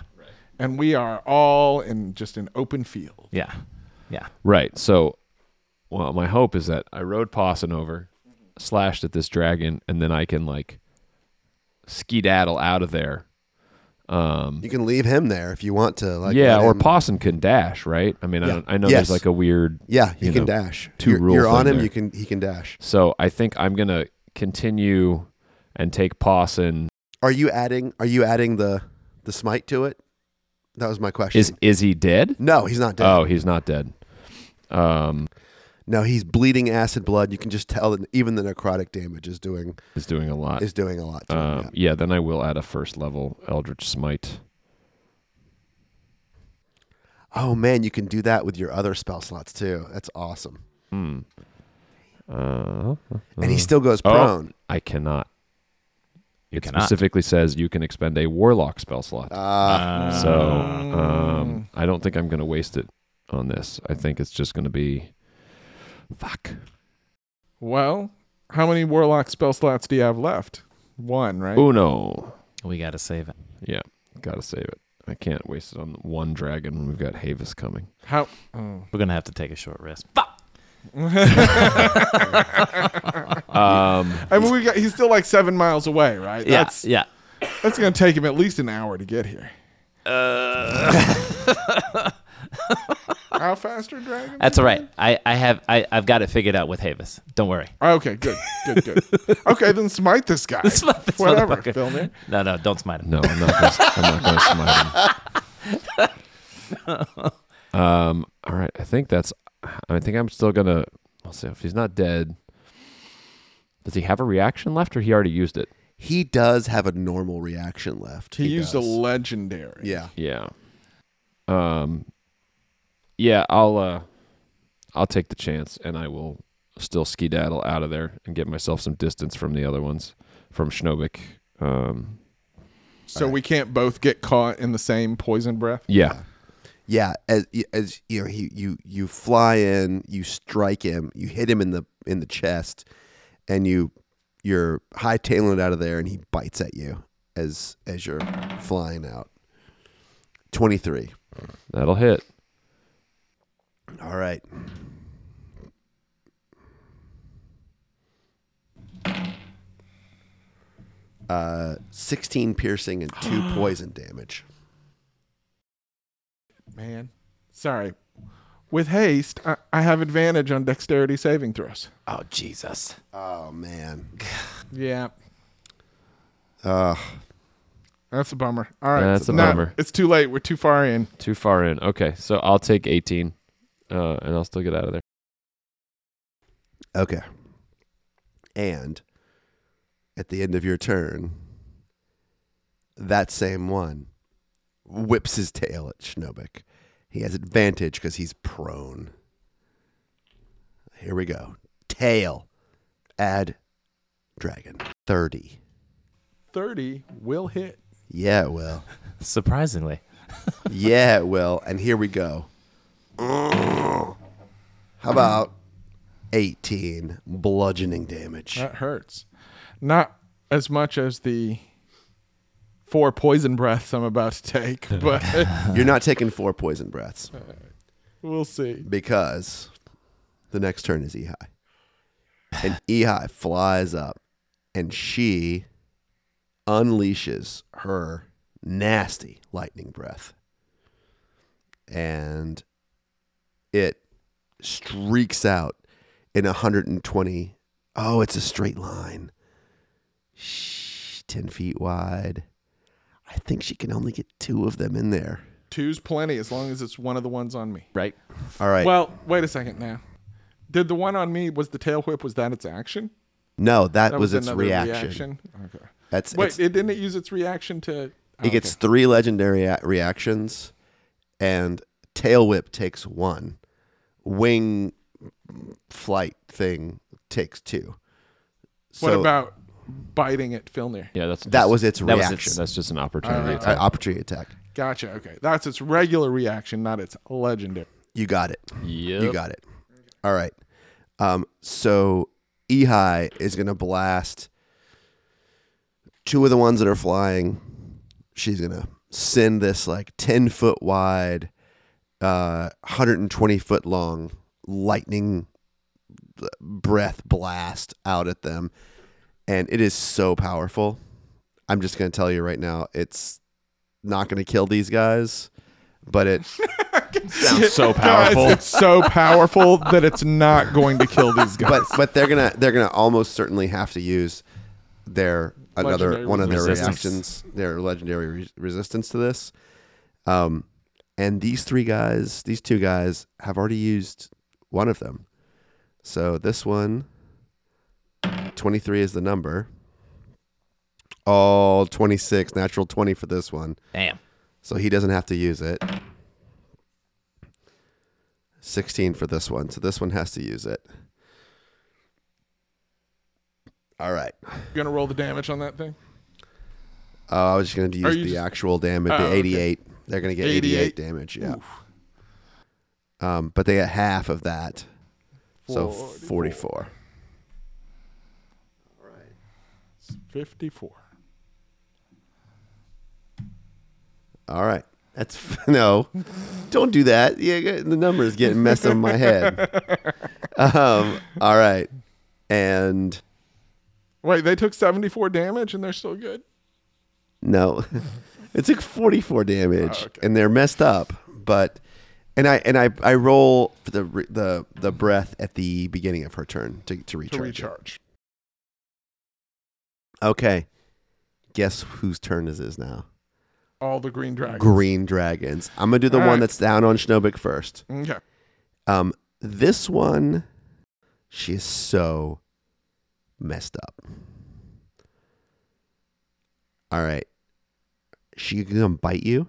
[SPEAKER 4] and we are all in just an open field.
[SPEAKER 2] yeah, yeah.
[SPEAKER 1] Right. So, well, my hope is that I rode Pawson over, slashed at this dragon, and then I can like skedaddle out of there. Um,
[SPEAKER 3] you can leave him there if you want to. Like,
[SPEAKER 1] yeah,
[SPEAKER 3] let
[SPEAKER 1] or
[SPEAKER 3] him-
[SPEAKER 1] Pawson can dash, right? I mean, I,
[SPEAKER 3] Yeah.
[SPEAKER 1] don't, I know
[SPEAKER 3] Yes.
[SPEAKER 1] there's like a weird.
[SPEAKER 3] Yeah, he
[SPEAKER 1] you
[SPEAKER 3] can
[SPEAKER 1] know,
[SPEAKER 3] dash.
[SPEAKER 1] two
[SPEAKER 3] you're,
[SPEAKER 1] rule
[SPEAKER 3] You're on
[SPEAKER 1] thing
[SPEAKER 3] him.
[SPEAKER 1] there.
[SPEAKER 3] You can. He can dash.
[SPEAKER 1] So I think I'm gonna continue and take Pawson.
[SPEAKER 3] Are you adding? Are you adding the the smite to it? That was my question.
[SPEAKER 1] Is is he dead?
[SPEAKER 3] no, he's not dead.
[SPEAKER 1] Oh, he's not dead. Um,
[SPEAKER 3] No, he's bleeding acid blood. You can just tell that even the necrotic damage is doing
[SPEAKER 1] is doing a lot.
[SPEAKER 3] is doing a lot. To him,
[SPEAKER 1] Um,
[SPEAKER 3] yeah.
[SPEAKER 1] yeah, then I will add a first level Eldritch Smite.
[SPEAKER 3] Oh man, you can do that with your other spell slots too. That's awesome.
[SPEAKER 1] Hmm. Uh,
[SPEAKER 3] And he still goes
[SPEAKER 1] Oh,
[SPEAKER 3] prone.
[SPEAKER 1] I cannot. it
[SPEAKER 2] cannot.
[SPEAKER 1] specifically says you can expend a warlock spell slot.
[SPEAKER 3] Uh,
[SPEAKER 1] so um, I don't think I'm going to waste it on this. I think it's just going to be fuck.
[SPEAKER 4] Well, how many warlock spell slots do you have left? One, right?
[SPEAKER 1] Uno.
[SPEAKER 2] We got to save it.
[SPEAKER 1] Yeah, gotta save it. I can't waste it on one dragon when we've got Havis coming.
[SPEAKER 4] How? Oh.
[SPEAKER 2] We're gonna have to take a short rest. Fuck.
[SPEAKER 1] Um,
[SPEAKER 4] I mean, we got he's still like seven miles away, right?
[SPEAKER 2] Yeah,
[SPEAKER 4] That's
[SPEAKER 2] yeah.
[SPEAKER 4] that's gonna take him at least an hour to get here. Uh. How fast are dragons?
[SPEAKER 2] That's all right. I, I have I, I've got it figured out with Havis. Don't worry.
[SPEAKER 4] Oh, Okay, good, good, good. okay, then smite this guy.
[SPEAKER 2] Smite this
[SPEAKER 4] Whatever,
[SPEAKER 2] motherfucker.
[SPEAKER 4] Filner.
[SPEAKER 2] No, no, don't smite him.
[SPEAKER 1] no, I'm not. Gonna, I'm not going to smite him. Um, all right, I think that's. I think I'm still gonna. I'll see if he's not dead. Does he have a reaction left, or he already used it?
[SPEAKER 3] He does have a normal reaction left.
[SPEAKER 4] He, used
[SPEAKER 3] does.
[SPEAKER 4] a legendary.
[SPEAKER 3] Yeah.
[SPEAKER 1] Yeah. Um yeah, I'll uh I'll take the chance and I will still skedaddle out of there and get myself some distance from the other ones from Schnobik. Um
[SPEAKER 4] So we can't both get caught in the same poison breath.
[SPEAKER 1] yeah.
[SPEAKER 3] Yeah, as as you know, he you you fly in, you strike him, you hit him in the in the chest, and you you're hightailing it out of there, and he bites at you as as you're flying out. Twenty three.
[SPEAKER 1] That'll hit.
[SPEAKER 3] All right. Uh, sixteen piercing and two poison damage.
[SPEAKER 4] Man, sorry. With haste, I, I have advantage on dexterity saving throws.
[SPEAKER 2] Oh Jesus.
[SPEAKER 3] Oh man.
[SPEAKER 4] Yeah,
[SPEAKER 3] Uh,
[SPEAKER 4] that's a bummer. All right,
[SPEAKER 1] That's a
[SPEAKER 4] No,
[SPEAKER 1] bummer.
[SPEAKER 4] It's too late. We're too far in.
[SPEAKER 1] Too far in. Okay, so I'll take 18 uh and I'll still get out of there.
[SPEAKER 3] Okay. And at the end of your turn, that same one whips his tail at Schnobik. He has advantage because he's prone. Here we go. Tail. Add dragon. 30.
[SPEAKER 4] Thirty will hit.
[SPEAKER 3] Yeah, it will.
[SPEAKER 2] Surprisingly.
[SPEAKER 3] Yeah, it will. And here we go. How about 18 bludgeoning damage?
[SPEAKER 4] That hurts. Not as much as the four poison breaths I'm about to take, but
[SPEAKER 3] You're not taking four poison breaths.
[SPEAKER 4] we'll see.
[SPEAKER 3] because the next turn is Ehi. And Ehi flies up and she unleashes her nasty lightning breath. And it streaks out in 120. Oh, it's a straight line. Shh, 10 feet wide. I think she can only get two of them in there.
[SPEAKER 4] Two's plenty as long as it's one of the ones on me.
[SPEAKER 2] Right.
[SPEAKER 3] All right.
[SPEAKER 4] Well, wait a second now. Did the one on me was the tail whip? Was that its action?
[SPEAKER 3] no, that,
[SPEAKER 4] That
[SPEAKER 3] was, its
[SPEAKER 4] another
[SPEAKER 3] reaction.
[SPEAKER 4] Okay.
[SPEAKER 3] That's
[SPEAKER 4] Wait,
[SPEAKER 3] it's-
[SPEAKER 4] it didn't it use its reaction to?
[SPEAKER 3] It
[SPEAKER 1] Oh,
[SPEAKER 3] gets three legendary a- reactions, and Tail Whip takes one. Wing flight thing takes two. So
[SPEAKER 4] what about biting at Filner?
[SPEAKER 1] Yeah, that's
[SPEAKER 3] that was its
[SPEAKER 1] that
[SPEAKER 3] reaction?
[SPEAKER 1] was its, that's just an opportunity.
[SPEAKER 3] Uh, opportunity attack.
[SPEAKER 4] Gotcha. Okay, that's its regular reaction, not its legendary.
[SPEAKER 3] You got it.
[SPEAKER 1] Yep.
[SPEAKER 3] You got it. All right. Um, so Ehi is gonna blast two of the ones that are flying. She's gonna send this like ten foot wide, uh, hundred and twenty foot long lightning uh, breath blast out at them, and it is so powerful. I'm just gonna tell you right now, it's not gonna kill these guys, but it
[SPEAKER 1] Sounds so
[SPEAKER 4] Guys,
[SPEAKER 1] powerful.
[SPEAKER 4] it's so powerful that it's not going to kill these guys.
[SPEAKER 3] but but they're gonna they're gonna almost certainly have to use their another
[SPEAKER 4] Legendary
[SPEAKER 3] one of their
[SPEAKER 1] resistance.
[SPEAKER 3] reactions, their legendary re- resistance to this. Um, and these three guys, these two guys, have already used one of them. So this one, 23 is the number. All 26, natural 20 for this one.
[SPEAKER 2] Damn.
[SPEAKER 3] So he doesn't have to use it. 16 for this one. So this one has to use it. All right.
[SPEAKER 4] You're gonna roll the damage on that thing.
[SPEAKER 3] Uh, I was just going to
[SPEAKER 4] Are
[SPEAKER 3] use
[SPEAKER 4] you
[SPEAKER 3] the
[SPEAKER 4] just-
[SPEAKER 3] actual damage,
[SPEAKER 4] Oh,
[SPEAKER 3] the
[SPEAKER 4] okay.
[SPEAKER 3] 88. They're going to get 88,
[SPEAKER 4] 88?
[SPEAKER 3] damage. Yeah. Um, but they get half of that. So 44.
[SPEAKER 4] 44. Fifty-four.
[SPEAKER 3] All right. That's no. Don't do that. Yeah, the numbers getting messed up in my head. Um, all right. And
[SPEAKER 4] Wait, they took seventy-four damage and they're still good.
[SPEAKER 3] No. it took 44 damage
[SPEAKER 4] Oh, okay.
[SPEAKER 3] and they're messed up, but and I and I I roll for the re- the the breath at the beginning of her turn to to recharge.
[SPEAKER 4] To
[SPEAKER 3] it.
[SPEAKER 4] recharge.
[SPEAKER 3] Okay. Guess whose turn this is now?
[SPEAKER 4] All the green dragons.
[SPEAKER 3] Green dragons. I'm going to do the
[SPEAKER 4] All
[SPEAKER 3] one
[SPEAKER 4] right.
[SPEAKER 3] that's down on Schnobik first.
[SPEAKER 4] Okay.
[SPEAKER 3] Um this one she is so messed up. All right. She going to bite you?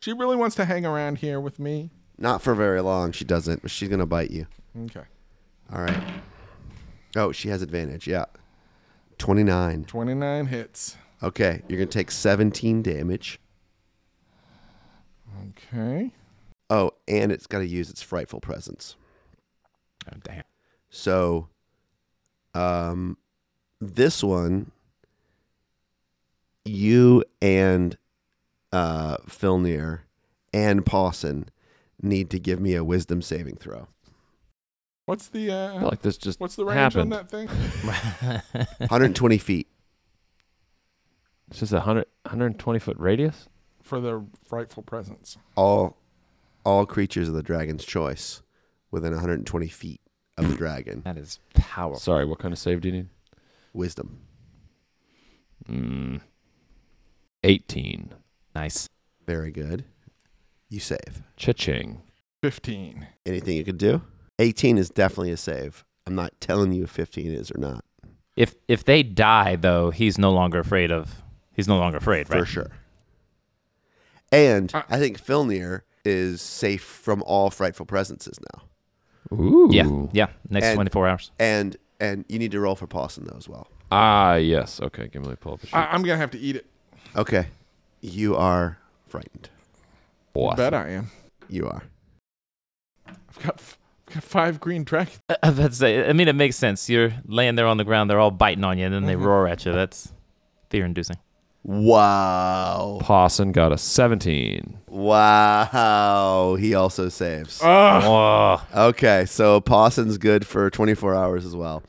[SPEAKER 4] She really wants to hang around here with me.
[SPEAKER 3] Not for very long. She doesn't, but she's gonna bite you.
[SPEAKER 4] Okay.
[SPEAKER 3] All right. Oh, she has advantage. Yeah. Twenty nine.
[SPEAKER 4] Twenty-nine hits.
[SPEAKER 3] Okay, you're gonna take seventeen damage.
[SPEAKER 4] Okay.
[SPEAKER 3] Oh, and it's got to use its frightful presence.
[SPEAKER 2] Oh, damn.
[SPEAKER 3] So, um, this one, you and uh, Filnir and Pawson need to give me a wisdom saving throw.
[SPEAKER 4] What's the
[SPEAKER 1] I
[SPEAKER 4] uh,
[SPEAKER 1] feel like this just
[SPEAKER 4] what's the range
[SPEAKER 1] happened.
[SPEAKER 4] on that thing?
[SPEAKER 3] 120 feet.
[SPEAKER 1] It's just a 100, 120 foot radius.
[SPEAKER 4] for their frightful presence.
[SPEAKER 3] all all creatures of the dragon's choice within 120 feet of the dragon.
[SPEAKER 2] that is powerful.
[SPEAKER 1] Sorry, what kind of save do you need?
[SPEAKER 3] Wisdom.
[SPEAKER 1] Mm. 18.
[SPEAKER 2] Nice.
[SPEAKER 3] Very good. You save.
[SPEAKER 1] Cha-ching.
[SPEAKER 4] 15.
[SPEAKER 3] Anything you could do? 18 is definitely a save. I'm not telling you if 15 is or not.
[SPEAKER 2] If if they die though, he's no longer afraid of. He's no longer afraid,
[SPEAKER 3] For
[SPEAKER 2] right?
[SPEAKER 3] sure. And
[SPEAKER 4] Uh,
[SPEAKER 3] I think Filnir is safe from all frightful presences now.
[SPEAKER 1] Ooh.
[SPEAKER 2] Yeah. Yeah. Next
[SPEAKER 3] And-
[SPEAKER 2] 24 hours.
[SPEAKER 3] And and you need to roll for Pawson though as well.
[SPEAKER 1] Ah, yes. Okay, give me a pull up a sheet.
[SPEAKER 4] I, I'm going to have to eat it.
[SPEAKER 3] Okay. You are frightened.
[SPEAKER 1] Boy.
[SPEAKER 4] Bet I am.
[SPEAKER 3] You are.
[SPEAKER 4] I've got, f- I've got five green dragons.
[SPEAKER 2] I- I was about to say, I mean, it makes sense. You're laying there on the ground, they're all biting on you, and then they
[SPEAKER 3] Mm-hmm.
[SPEAKER 2] roar at you. That's fear inducing.
[SPEAKER 3] Wow.
[SPEAKER 1] Pawson got a 17.
[SPEAKER 3] Wow. He also saves.
[SPEAKER 4] Ugh.
[SPEAKER 2] Oh,
[SPEAKER 3] Okay, so Pawson's good for 24 hours as well.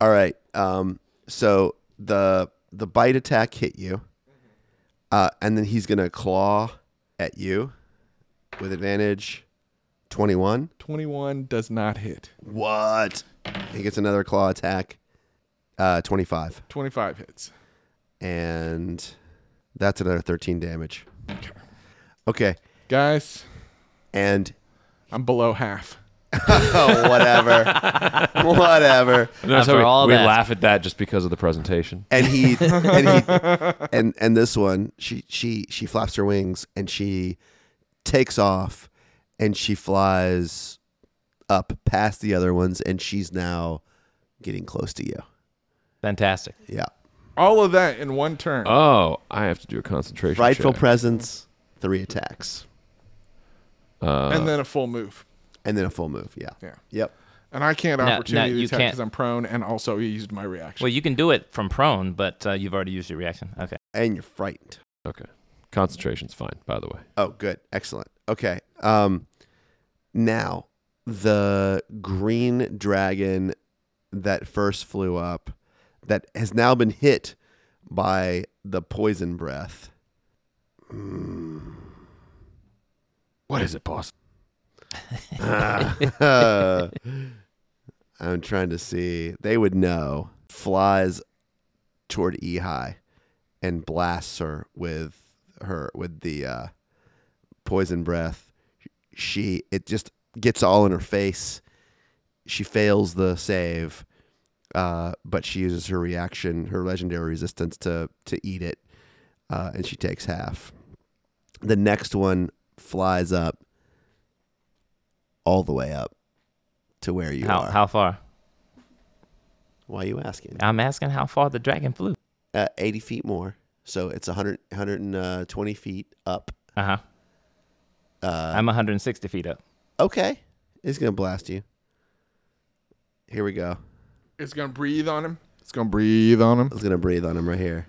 [SPEAKER 3] All right. Um, so the the bite attack hit you, uh, and then he's gonna claw at you with advantage. 21.
[SPEAKER 4] 21 does not hit.
[SPEAKER 3] What? He gets another claw attack. Uh, 25,
[SPEAKER 4] 25 hits.
[SPEAKER 3] and that's another 13 damage. Okay,
[SPEAKER 4] Guys,
[SPEAKER 3] and
[SPEAKER 4] I'm below half.
[SPEAKER 3] oh, whatever, whatever.
[SPEAKER 2] After
[SPEAKER 1] we,
[SPEAKER 2] all
[SPEAKER 1] we
[SPEAKER 2] that.
[SPEAKER 1] laugh at that just because of the presentation.
[SPEAKER 3] and he and he and and this one she she she flaps her wings and she takes off and she flies up past the other ones, and she's now getting close to you.
[SPEAKER 2] Fantastic.
[SPEAKER 3] Yeah.
[SPEAKER 4] All of that in one turn.
[SPEAKER 2] Uh-huh.
[SPEAKER 1] Oh, I have to do a concentration.
[SPEAKER 3] Rightful
[SPEAKER 1] check.
[SPEAKER 3] presence, three attacks,
[SPEAKER 1] Uh,
[SPEAKER 4] and then a full move.
[SPEAKER 3] and then a full move. Yeah.
[SPEAKER 4] Yeah.
[SPEAKER 3] Yep.
[SPEAKER 4] And I can't
[SPEAKER 2] No, no,
[SPEAKER 4] opportunity
[SPEAKER 2] you
[SPEAKER 4] attack
[SPEAKER 2] can't.
[SPEAKER 4] because I'm prone, and also he used my reaction.
[SPEAKER 2] Well, you can do it from prone, but uh, you've already used your reaction. Okay.
[SPEAKER 3] And you're frightened.
[SPEAKER 1] Okay. Concentration's fine, by the way.
[SPEAKER 3] Oh, good. Excellent. Okay. Um, now, the green dragon that first flew up that has now been hit by the poison breath.
[SPEAKER 1] Hmm. What is it, boss?
[SPEAKER 3] I'm trying to see. They would know. Flies toward Ehi and blasts her with her with the uh, poison breath. She it just gets all in her face. She fails the save, uh, but she uses her reaction, her legendary resistance to to eat it, uh, and she takes half. The next one flies up all the way up to where you
[SPEAKER 2] how
[SPEAKER 3] are.
[SPEAKER 2] how far?
[SPEAKER 3] Why are you asking?
[SPEAKER 2] I'm asking how far the dragon flew.
[SPEAKER 3] Uh, 80 feet more. So it's 100, 120 uh, feet up.
[SPEAKER 2] Uh huh.
[SPEAKER 3] Uh,
[SPEAKER 2] I'm 160 feet up.
[SPEAKER 3] Okay. It's going to blast you. Here we go.
[SPEAKER 4] it's gonna breathe on him. It's gonna breathe on him.
[SPEAKER 3] It's going to breathe on him right here.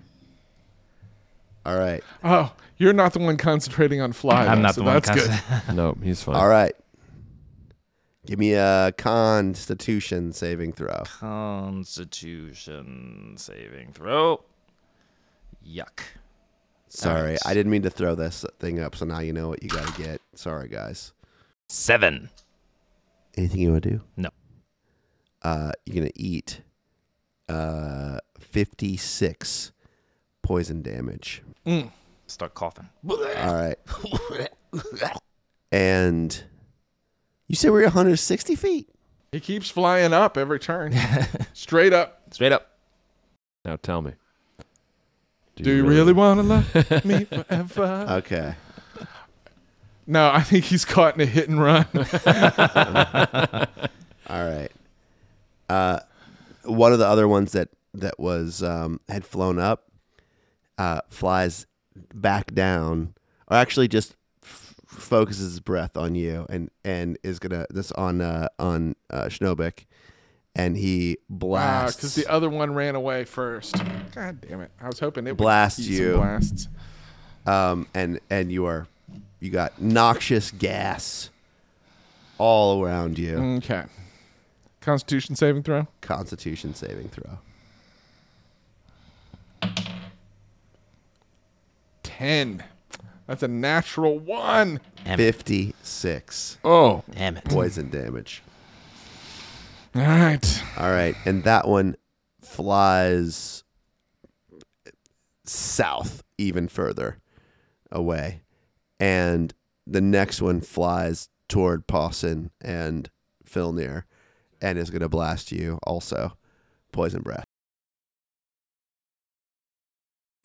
[SPEAKER 3] All right.
[SPEAKER 4] Oh, you're not the one concentrating on fly.
[SPEAKER 2] I'm
[SPEAKER 4] though,
[SPEAKER 2] not
[SPEAKER 4] so
[SPEAKER 2] the one.
[SPEAKER 4] That's
[SPEAKER 2] constant-
[SPEAKER 4] good.
[SPEAKER 1] no, he's fine.
[SPEAKER 3] All right. Give me a constitution saving throw.
[SPEAKER 2] Constitution saving throw. Yuck.
[SPEAKER 3] Sorry.
[SPEAKER 2] right.
[SPEAKER 3] I didn't mean to throw this thing up. So now you know what you got to get. Sorry, guys.
[SPEAKER 2] Seven.
[SPEAKER 3] Anything you want to do?
[SPEAKER 2] No.
[SPEAKER 3] Uh, you're going to eat uh, 56 poison damage.
[SPEAKER 4] Mm.
[SPEAKER 2] Start coughing.
[SPEAKER 3] All right. and you said we're 160 feet.
[SPEAKER 4] He keeps flying up every turn, straight up.
[SPEAKER 2] Straight up.
[SPEAKER 1] Now tell me.
[SPEAKER 4] Do you really want to love me forever?
[SPEAKER 3] Okay.
[SPEAKER 4] No, I think he's caught in a hit and run.
[SPEAKER 3] All right. Uh, one of the other ones that that was um, had flown up uh, flies back down, or actually just f- focuses his breath on you, and and is gonna this on uh, on uh, Schnobik, and he
[SPEAKER 4] Because
[SPEAKER 3] blasts.
[SPEAKER 4] Ah, the other one ran away first. God damn it! I was hoping it would
[SPEAKER 3] Blast
[SPEAKER 4] eat some
[SPEAKER 3] you.
[SPEAKER 4] blasts.
[SPEAKER 3] um, and and you are you got noxious gas all around you.
[SPEAKER 4] Okay. Constitution saving throw.
[SPEAKER 3] Constitution saving throw.
[SPEAKER 4] Ten. That's a natural one.
[SPEAKER 2] Damn it.
[SPEAKER 3] Fifty six
[SPEAKER 1] Oh,
[SPEAKER 2] Damn it.
[SPEAKER 3] poison damage.
[SPEAKER 4] All right.
[SPEAKER 3] All right, and that one flies south even further away, and the next one flies toward Pawson and Filnir, and is going to blast you also. Poison breath.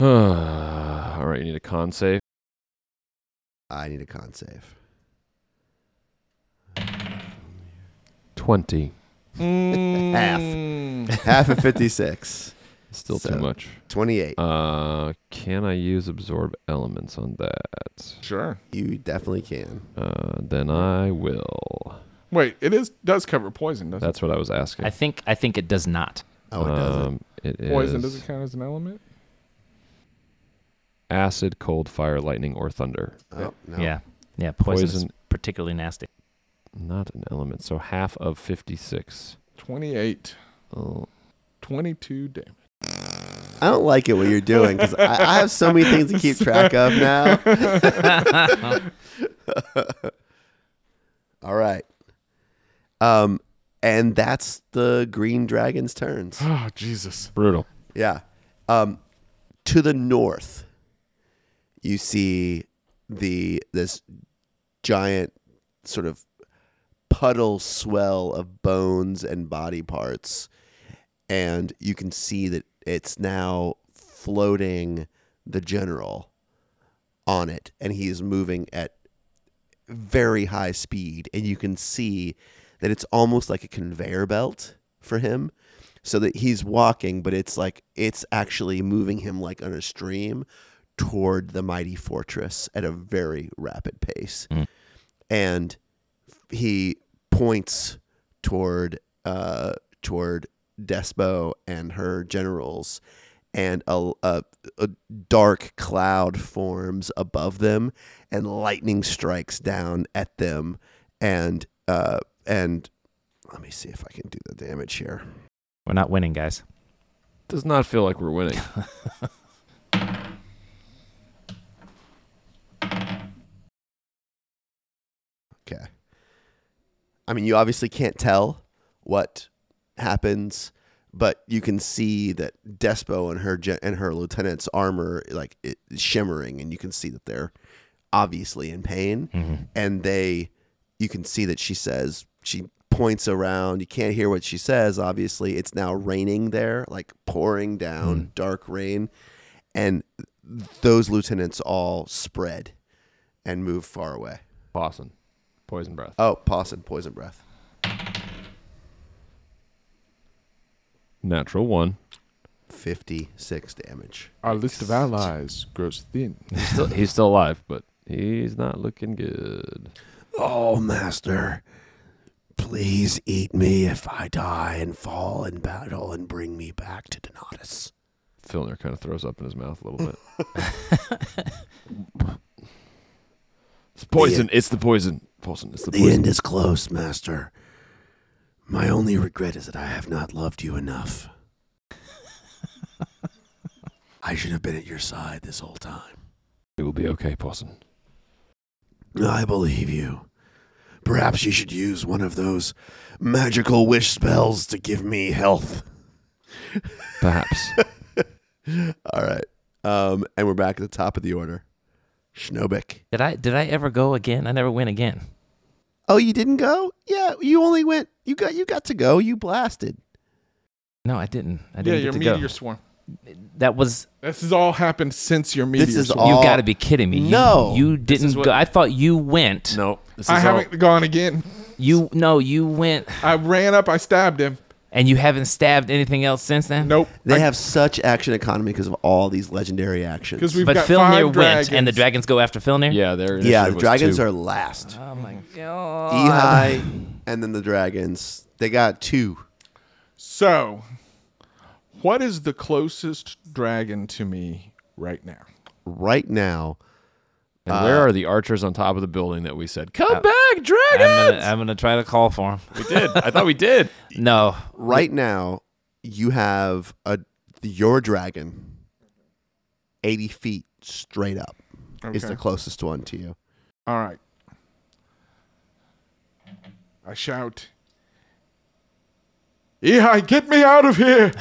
[SPEAKER 1] all right. You need a con save.
[SPEAKER 3] I need a con save.
[SPEAKER 1] Twenty.
[SPEAKER 4] Half.
[SPEAKER 3] Half of 56.
[SPEAKER 1] Still
[SPEAKER 3] So-
[SPEAKER 1] too much.
[SPEAKER 3] 28.
[SPEAKER 1] Uh, can I use absorb elements on that?
[SPEAKER 4] Sure.
[SPEAKER 3] You definitely can.
[SPEAKER 1] Uh, then I will.
[SPEAKER 4] Wait, it is does cover poison, doesn't
[SPEAKER 1] That's what I was asking.
[SPEAKER 2] I think I think it does not.
[SPEAKER 3] Oh, it doesn't.
[SPEAKER 1] Um, it
[SPEAKER 4] it? Poison
[SPEAKER 1] is
[SPEAKER 4] doesn't count as an element.
[SPEAKER 1] acid, cold, fire, lightning, or thunder.
[SPEAKER 3] Oh, no.
[SPEAKER 2] Yeah. Yeah. Poison,
[SPEAKER 1] Poison-
[SPEAKER 2] is particularly nasty.
[SPEAKER 1] Not an element. So half of fifty-six.
[SPEAKER 4] Twenty-eight.
[SPEAKER 1] Oh,
[SPEAKER 4] 22 damage.
[SPEAKER 3] I don't like it what you're doing because I, I have so many things to keep track of now. All right. Um, and that's the green dragon's turns.
[SPEAKER 4] Oh, Jesus.
[SPEAKER 1] brutal.
[SPEAKER 3] Yeah. Um, to the north, you see the this giant sort of puddle swell of bones and body parts, and you can see that it's now floating the general on it, and he is moving at very high speed, and you can see that it's almost like a conveyor belt for him so that he's walking but it's like it's actually moving him like on a stream toward the mighty fortress at a very rapid pace and he points toward uh toward Despo and her generals and a, a, a dark cloud forms above them and lightning strikes down at them and uh and let me see if I can do the damage here.
[SPEAKER 2] We're not winning, guys.
[SPEAKER 1] Does not feel like we're winning.
[SPEAKER 3] Okay. I mean, you obviously can't tell what happens, but you can see that Despo and her gen- and her lieutenant's armor like it, is shimmering, and you can see that they're obviously in pain. And they, you can see that she says she points around. You can't hear what she says. Obviously, it's now raining there, like pouring down dark rain, and those lieutenants all spread and move far away.
[SPEAKER 1] Poison. Poison breath.
[SPEAKER 3] Oh, Pawson, poison breath.
[SPEAKER 1] Natural one.
[SPEAKER 3] 56 damage.
[SPEAKER 4] Our list of allies grows thin.
[SPEAKER 1] He's still, he's still alive, but he's not looking good.
[SPEAKER 3] Oh, master, please eat me if I die and fall in battle and bring me back to Donatus.
[SPEAKER 1] Filner kind of throws up in his mouth a little bit. it's poison. It's the poison. Poison. It's the
[SPEAKER 6] The
[SPEAKER 1] poison.
[SPEAKER 6] end is close, master. My only regret is that I have not loved you enough. I should have been at your side this whole time.
[SPEAKER 1] It will be okay, poison.
[SPEAKER 6] I believe you. Perhaps you should use one of those magical wish spells to give me health.
[SPEAKER 1] Perhaps.
[SPEAKER 3] All right. Um, and we're back at the top of the order. Schnobik.
[SPEAKER 2] Did I did I ever go again? I never win again.
[SPEAKER 3] Oh, you didn't go? Yeah, you only went. You got you got to go. You blasted.
[SPEAKER 2] No, I didn't. I
[SPEAKER 4] Yeah,
[SPEAKER 2] didn't
[SPEAKER 4] your
[SPEAKER 2] get to
[SPEAKER 4] meteor
[SPEAKER 2] go.
[SPEAKER 4] swarm.
[SPEAKER 2] That was
[SPEAKER 4] This has all happened since your meteor.
[SPEAKER 3] This is
[SPEAKER 4] swarm.
[SPEAKER 3] all.
[SPEAKER 2] you got to be kidding me. You-
[SPEAKER 3] No.
[SPEAKER 2] you, didn't
[SPEAKER 1] what-
[SPEAKER 2] go. I thought you went.
[SPEAKER 1] no. This is
[SPEAKER 4] I
[SPEAKER 1] all-
[SPEAKER 4] haven't gone again.
[SPEAKER 2] you no, you went,
[SPEAKER 4] I ran up. I stabbed him.
[SPEAKER 2] and you haven't stabbed anything else since then.
[SPEAKER 4] Nope.
[SPEAKER 3] They have such action economy because of all these legendary actions.
[SPEAKER 4] because we've
[SPEAKER 2] but
[SPEAKER 4] got five
[SPEAKER 2] Filnir
[SPEAKER 4] dragons.
[SPEAKER 2] went, and the dragons go after Filnir.
[SPEAKER 1] Yeah, there.
[SPEAKER 3] yeah, the dragons are last.
[SPEAKER 2] Oh my god.
[SPEAKER 3] Ehi, and then the dragons. They got two.
[SPEAKER 4] So, what is the closest dragon to me right now?
[SPEAKER 3] Right now,
[SPEAKER 1] And where are the archers on top of the building that we said come back,
[SPEAKER 2] I'm
[SPEAKER 1] dragon?
[SPEAKER 2] gonna, I'm gonna try to call for him.
[SPEAKER 1] we did. I thought we did.
[SPEAKER 2] No,
[SPEAKER 3] right now you have a your dragon 80 feet straight up is the
[SPEAKER 4] Okay.
[SPEAKER 3] closest one to you
[SPEAKER 4] All right. I shout, Ehi, get me out of here!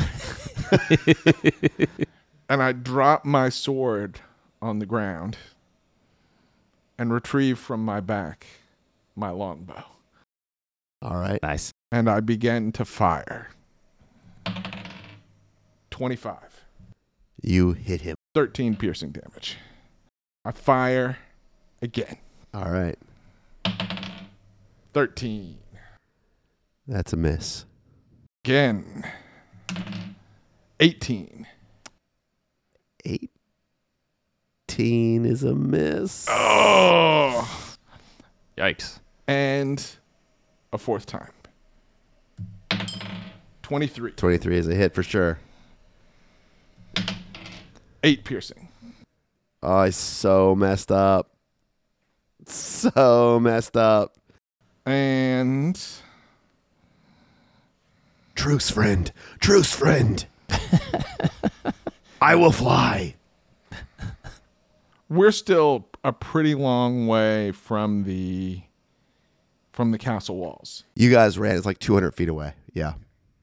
[SPEAKER 4] and I drop my sword on the ground and retrieve from my back my longbow.
[SPEAKER 3] all right
[SPEAKER 2] nice.
[SPEAKER 4] And I begin to fire. 25.
[SPEAKER 3] you hit him
[SPEAKER 4] 13 piercing damage. I fire again.
[SPEAKER 3] all right
[SPEAKER 4] 13.
[SPEAKER 3] that's a miss
[SPEAKER 4] Again. 18.
[SPEAKER 3] 18 is a miss
[SPEAKER 4] Oh.
[SPEAKER 1] Yikes.
[SPEAKER 4] And a fourth time. 23.
[SPEAKER 3] 23 is a hit for sure
[SPEAKER 4] 8 piercing.
[SPEAKER 3] oh i so messed up so messed up
[SPEAKER 4] And
[SPEAKER 6] Truce, friend. Truce, friend. I will fly.
[SPEAKER 4] we're still a pretty long way from the from the castle walls.
[SPEAKER 3] you guys ran it's like 200 feet away yeah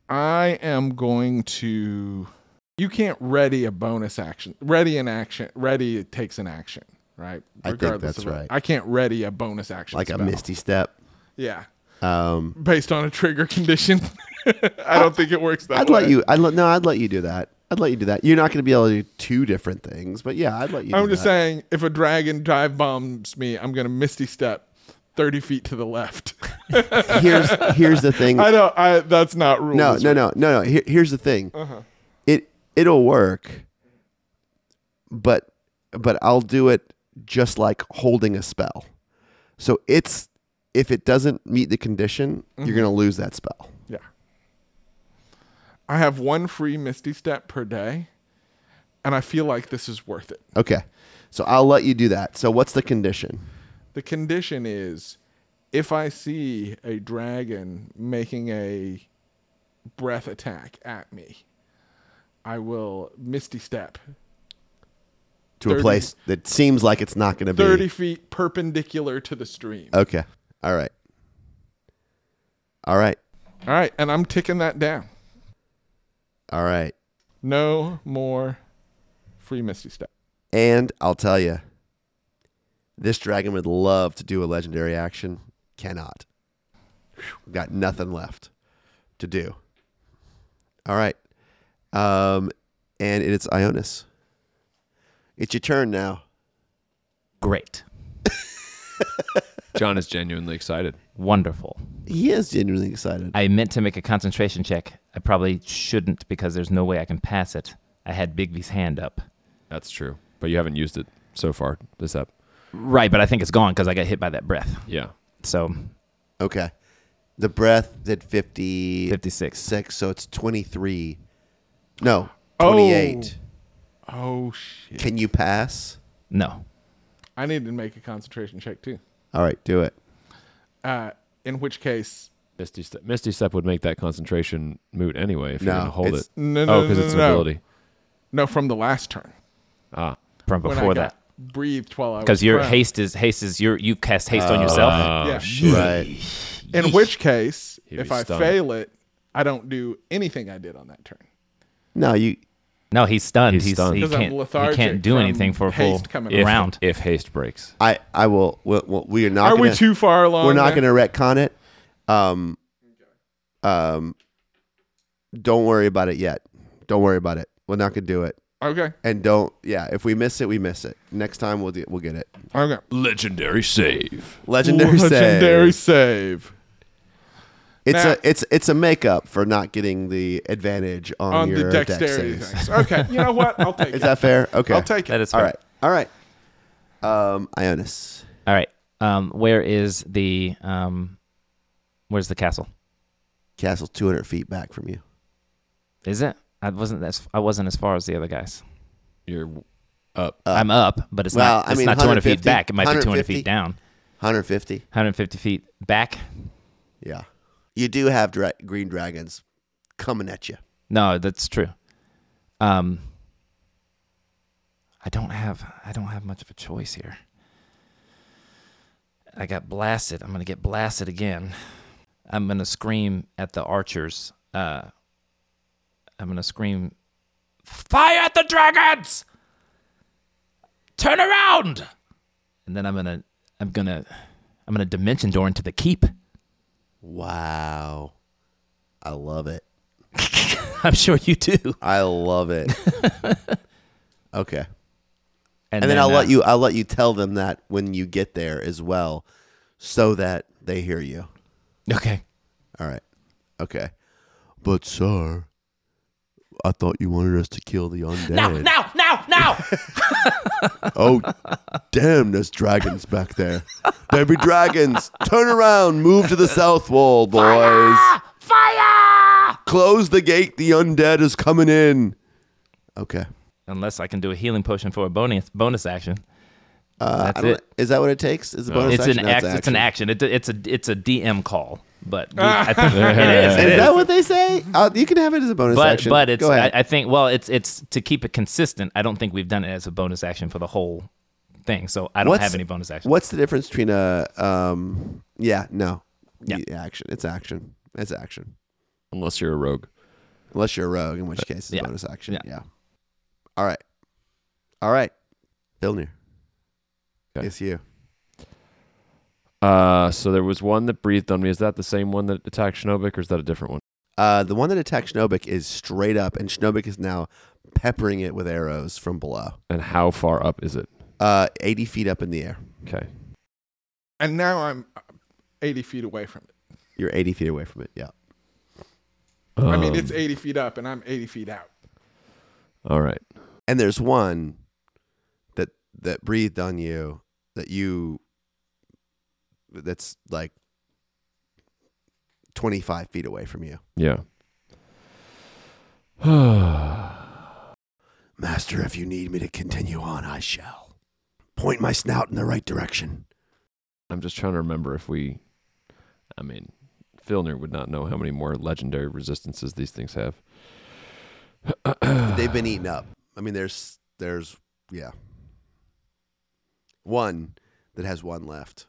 [SPEAKER 4] I am going to you can't ready a bonus action. Ready an action. Ready takes an action, right?
[SPEAKER 3] I think that's
[SPEAKER 4] of it.
[SPEAKER 3] right.
[SPEAKER 4] I can't ready a bonus action.
[SPEAKER 3] like a
[SPEAKER 4] spell.
[SPEAKER 3] misty step
[SPEAKER 4] Yeah.
[SPEAKER 3] um
[SPEAKER 4] based on a trigger condition. I don't think it works that
[SPEAKER 3] I'd
[SPEAKER 4] way.
[SPEAKER 3] let you. I'd let no. I'd let you do that. I'd let you do that. You're not going to be able to do two different things, but yeah, I'd let you.
[SPEAKER 4] I'm
[SPEAKER 3] do
[SPEAKER 4] just
[SPEAKER 3] that.
[SPEAKER 4] saying, if a dragon dive bombs me, I'm gonna misty step thirty feet to the left.
[SPEAKER 3] Here's here's the thing.
[SPEAKER 4] I know. I that's not rules.
[SPEAKER 3] No, no, no, no, no. Here, here's the thing. It it'll work, but but I'll do it just like holding a spell. So it's if it doesn't meet the condition, you're gonna lose that spell.
[SPEAKER 4] Yeah. I have one free Misty Step per day, and I feel like this is worth it.
[SPEAKER 3] Okay, so I'll let you do that. So what's the condition?
[SPEAKER 4] The condition is if I see a dragon making a breath attack at me, I will Misty Step
[SPEAKER 3] To a
[SPEAKER 4] 30.
[SPEAKER 3] place that seems like it's not gonna
[SPEAKER 4] 30
[SPEAKER 3] be
[SPEAKER 4] feet perpendicular to the stream.
[SPEAKER 3] Okay. All right. All right.
[SPEAKER 4] All right, and I'm ticking that down.
[SPEAKER 3] All right.
[SPEAKER 4] No more free Misty Step.
[SPEAKER 3] And I'll tell you, this dragon would love to do a legendary action. Cannot. Got nothing left to do. All right. Um, and it's Ionis. It's your turn now.
[SPEAKER 2] Great.
[SPEAKER 1] John is genuinely excited.
[SPEAKER 2] Wonderful.
[SPEAKER 3] He is genuinely excited.
[SPEAKER 2] I meant to make a concentration check. I probably shouldn't because there's no way I can pass it. I had Bigby's hand up.
[SPEAKER 1] That's true. But you haven't used it so far this up.
[SPEAKER 2] Right, but I think it's gone because I got hit by that breath.
[SPEAKER 1] Yeah.
[SPEAKER 2] So
[SPEAKER 3] Okay. The breath did 50,
[SPEAKER 2] 56.
[SPEAKER 3] six, so it's 23. No, 28.
[SPEAKER 4] Oh, shit.
[SPEAKER 3] Can you pass?
[SPEAKER 2] no.
[SPEAKER 4] I need to make a concentration check, too.
[SPEAKER 3] All right, do it.
[SPEAKER 4] Uh, in which case,
[SPEAKER 1] Misty Step, Misty Step would make that concentration moot anyway if you're
[SPEAKER 3] No,
[SPEAKER 1] going to hold
[SPEAKER 3] it's-
[SPEAKER 1] it.
[SPEAKER 4] No,
[SPEAKER 1] oh,
[SPEAKER 4] no,
[SPEAKER 1] because
[SPEAKER 4] no,
[SPEAKER 1] it's
[SPEAKER 4] no,
[SPEAKER 1] an
[SPEAKER 4] no.
[SPEAKER 1] ability.
[SPEAKER 4] no, from the last turn.
[SPEAKER 1] Ah,
[SPEAKER 2] From
[SPEAKER 4] when I
[SPEAKER 2] before
[SPEAKER 4] got
[SPEAKER 2] that.
[SPEAKER 4] breathed while I was.
[SPEAKER 2] Because your
[SPEAKER 4] prone.
[SPEAKER 2] haste is haste is your you cast haste on yourself.
[SPEAKER 4] Yeah.
[SPEAKER 3] Right.
[SPEAKER 4] In which case,
[SPEAKER 1] He'd
[SPEAKER 4] if
[SPEAKER 1] be
[SPEAKER 4] I
[SPEAKER 1] stunned.
[SPEAKER 4] fail it, I don't do anything I did on that turn
[SPEAKER 3] No, you
[SPEAKER 2] No, he's stunned.
[SPEAKER 1] He's
[SPEAKER 2] He's,
[SPEAKER 1] stunned.
[SPEAKER 2] He,
[SPEAKER 4] because I'm
[SPEAKER 2] can't, he
[SPEAKER 4] lethargic.
[SPEAKER 2] can't do
[SPEAKER 4] from
[SPEAKER 2] anything for a full
[SPEAKER 4] haste coming
[SPEAKER 1] if,
[SPEAKER 4] around.
[SPEAKER 2] round.
[SPEAKER 1] If haste breaks.
[SPEAKER 3] I, I will. we we- we are not.
[SPEAKER 4] Are
[SPEAKER 3] gonna,
[SPEAKER 4] we too far along?
[SPEAKER 3] We're not
[SPEAKER 4] there?
[SPEAKER 3] going to retcon it. Um, um, don't worry about it yet. Don't worry about it. We're not going to do it.
[SPEAKER 4] Okay.
[SPEAKER 3] And don't. Yeah, if we miss it, we miss it. Next time we'll get, we'll get it.
[SPEAKER 4] Okay.
[SPEAKER 1] Legendary save.
[SPEAKER 3] Legendary. save.
[SPEAKER 4] Legendary save
[SPEAKER 3] It's
[SPEAKER 4] Now-
[SPEAKER 3] a it's it's a makeup for not getting the advantage on,
[SPEAKER 4] on
[SPEAKER 3] your
[SPEAKER 4] the
[SPEAKER 3] dex
[SPEAKER 4] dexterity.
[SPEAKER 3] saves.
[SPEAKER 4] things. Okay. You know what? I'll take
[SPEAKER 3] Is
[SPEAKER 4] it.
[SPEAKER 3] that fair? Okay.
[SPEAKER 4] I'll take it.
[SPEAKER 2] That is
[SPEAKER 3] All
[SPEAKER 2] fair.
[SPEAKER 3] right. All right. Um, Ionis.
[SPEAKER 2] All right. Um, where is the um, where's the castle?
[SPEAKER 3] Castle two hundred feet back from you.
[SPEAKER 2] Is it? I wasn't as I wasn't as far as the other guys.
[SPEAKER 1] You're up.
[SPEAKER 2] I'm up, but it's
[SPEAKER 3] Uh, Well,
[SPEAKER 2] not.
[SPEAKER 3] I
[SPEAKER 2] It's
[SPEAKER 3] mean,
[SPEAKER 2] not 200 feet
[SPEAKER 3] 150,
[SPEAKER 2] back. It might be 200
[SPEAKER 3] 150.
[SPEAKER 2] feet down.
[SPEAKER 3] Hundred fifty.
[SPEAKER 2] 150 feet back.
[SPEAKER 3] Yeah. You do have dra- green dragons coming at you.
[SPEAKER 2] No, that's true. Um, I don't have I don't have much of a choice here. I got blasted. I'm gonna get blasted again. I'm gonna scream at the archers. Uh, I'm gonna scream, "Fire at the dragons! Turn around!" And then I'm gonna I'm gonna I'm gonna dimension door into the keep.
[SPEAKER 3] Wow. I love it.
[SPEAKER 2] I'm sure you do.
[SPEAKER 3] I love it. okay. And,
[SPEAKER 2] And,
[SPEAKER 3] then, I'll
[SPEAKER 2] uh,
[SPEAKER 3] let you I'll let you tell them that when you get there as well so that they hear you.
[SPEAKER 2] Okay.
[SPEAKER 3] All right. Okay. But sir, I thought you wanted us to kill the undead.
[SPEAKER 5] Now, now, now, now!
[SPEAKER 3] Oh, damn, there's dragons back there. There be dragons. Turn around. Move to the south wall, boys. Fire! Close the gate. The undead is coming in. Okay.
[SPEAKER 2] unless I can do a healing potion for a bonus bonus action.
[SPEAKER 3] Uh,
[SPEAKER 2] That's
[SPEAKER 3] I don't-
[SPEAKER 2] it.
[SPEAKER 3] Is that what it takes? Is it bonus
[SPEAKER 2] It's an,
[SPEAKER 3] action? No,
[SPEAKER 2] act, it's an action. It, it's a it's a DM call, but we, I think it is.
[SPEAKER 3] Is
[SPEAKER 2] It is.
[SPEAKER 3] that what they say? Uh, you can have it as a bonus
[SPEAKER 2] But
[SPEAKER 3] action.
[SPEAKER 2] but it's
[SPEAKER 3] Go
[SPEAKER 2] I,
[SPEAKER 3] ahead.
[SPEAKER 2] I think well it's it's to keep it consistent. I don't think we've done it as a bonus action for the whole thing, so I don't
[SPEAKER 3] What's-
[SPEAKER 2] have any bonus action.
[SPEAKER 3] What's the difference between a um? Yeah, no.
[SPEAKER 2] Yeah.
[SPEAKER 3] action. It's action. It's action.
[SPEAKER 1] Unless you're a rogue.
[SPEAKER 3] Unless you're a rogue, in which case it's
[SPEAKER 2] yeah.
[SPEAKER 3] bonus action.
[SPEAKER 2] Yeah.
[SPEAKER 3] Yeah. All right. All right. Vilnir.
[SPEAKER 1] Okay.
[SPEAKER 3] It's you.
[SPEAKER 1] Uh, so there was one that breathed on me. Is that the same one that attacked Schnobik, or is that a different one?
[SPEAKER 3] Uh, the one that attacked Schnobik is straight up, and Schnobik is now peppering it with arrows from below.
[SPEAKER 1] And how far up is it?
[SPEAKER 3] Uh, 80 feet up in the air.
[SPEAKER 1] Okay.
[SPEAKER 4] and now I'm 80 feet away from it.
[SPEAKER 3] You're 80 feet away from it. Yeah.
[SPEAKER 4] I mean,
[SPEAKER 2] Um.
[SPEAKER 4] it's 80 feet up, and I'm 80 feet out.
[SPEAKER 1] Um, All right.
[SPEAKER 3] And there's one that that breathed on you that you that's like 25 feet away from you.
[SPEAKER 1] Yeah.
[SPEAKER 6] Master, if you need me to continue on, I shall. Point my snout in the right direction.
[SPEAKER 1] I'm just trying to remember if we. I mean, Filner would not know how many more legendary resistances these things have.
[SPEAKER 3] They've been eaten up. I mean, there's there's yeah. One that has one left.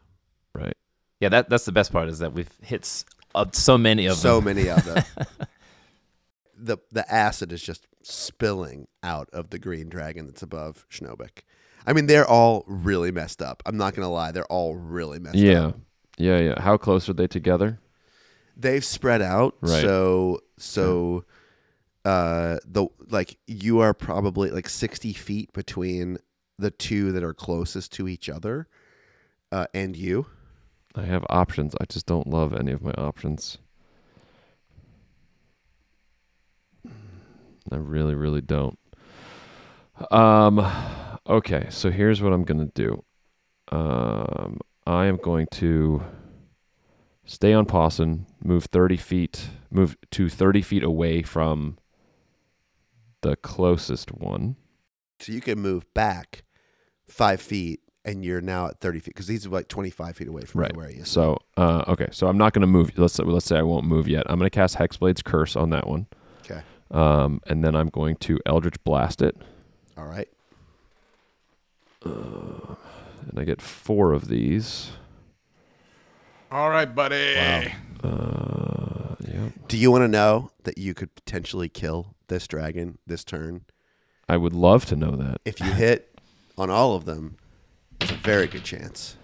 [SPEAKER 1] Right.
[SPEAKER 2] Yeah, that that's the best part is that we've hit s- uh, so many of
[SPEAKER 3] so
[SPEAKER 2] them.
[SPEAKER 3] many of them. the the acid is just spilling out of the green dragon that's above Schnobik. I mean, they're all really messed up. I'm not gonna lie, they're all really messed up.
[SPEAKER 1] Yeah. Yeah. Yeah. How close are they together?
[SPEAKER 3] they've spread out
[SPEAKER 1] Right.
[SPEAKER 3] so so uh the like you are probably like 60 feet between the two that are closest to each other uh and you
[SPEAKER 1] I have options. I just don't love any of my options. I really, really don't. Um, okay, so here's what I'm gonna do. Um, I am going to stay on Pawson, move 30 feet, move to 30 feet away from the closest one.
[SPEAKER 3] so you can move back five feet and you're now at 30 feet because these are like 25 feet away from
[SPEAKER 1] Right.
[SPEAKER 3] where he is
[SPEAKER 1] So, uh, okay, so I'm not gonna move. Let's let's say I won't move yet. I'm gonna cast Hexblade's Curse on that one.
[SPEAKER 3] okay
[SPEAKER 1] Um, and then I'm going to Eldritch Blast it,
[SPEAKER 3] all right
[SPEAKER 1] and I get four of these.
[SPEAKER 4] All right, buddy.
[SPEAKER 1] Uh, yep.
[SPEAKER 3] do you want to know that you could potentially kill this dragon this turn
[SPEAKER 1] I would love to know that.
[SPEAKER 3] if you hit on all of them it's a very good chance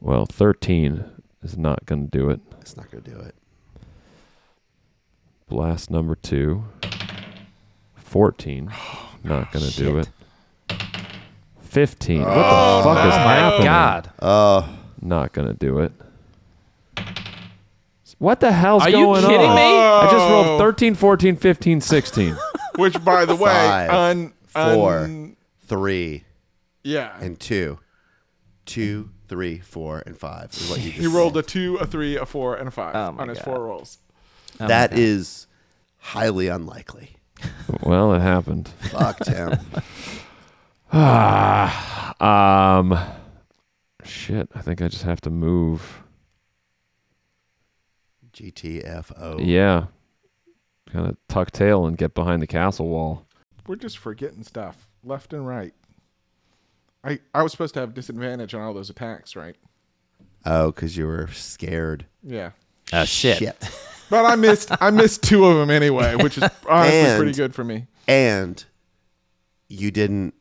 [SPEAKER 1] Well, 13 is not going to do it.
[SPEAKER 3] it's not gonna do it
[SPEAKER 1] Blast number two. 14. Not going to do it. 15. what the fuck is happening?
[SPEAKER 2] God,
[SPEAKER 1] Not going to do it. What the hell's
[SPEAKER 2] Are you
[SPEAKER 1] going
[SPEAKER 2] kidding
[SPEAKER 1] on?
[SPEAKER 4] Uh,
[SPEAKER 2] me?
[SPEAKER 1] I just rolled 13, 14, 15, 16.
[SPEAKER 4] Which, by the way,
[SPEAKER 3] Five,
[SPEAKER 4] un,
[SPEAKER 3] four,
[SPEAKER 4] un-
[SPEAKER 3] three
[SPEAKER 4] yeah.
[SPEAKER 3] and two. Two, three, four, and five is what you just
[SPEAKER 4] he rolled a two, a three, a four, and a five
[SPEAKER 2] Oh my
[SPEAKER 4] on his
[SPEAKER 2] God.
[SPEAKER 4] four rolls.
[SPEAKER 3] That is highly unlikely.
[SPEAKER 1] well, it happened.
[SPEAKER 3] Fuck Tim.
[SPEAKER 1] Um, shit. I think I just have to move.
[SPEAKER 3] GTFO.
[SPEAKER 1] Yeah, kind of tuck tail and get behind the castle wall.
[SPEAKER 4] We're just forgetting stuff left and right. I, I was supposed to have disadvantage on all those attacks, right?
[SPEAKER 3] Oh, because you were scared.
[SPEAKER 4] Yeah.
[SPEAKER 2] Uh, shit.
[SPEAKER 4] But I missed I missed two of them anyway, which is honestly
[SPEAKER 3] And-
[SPEAKER 4] pretty good for me.
[SPEAKER 3] And you didn't.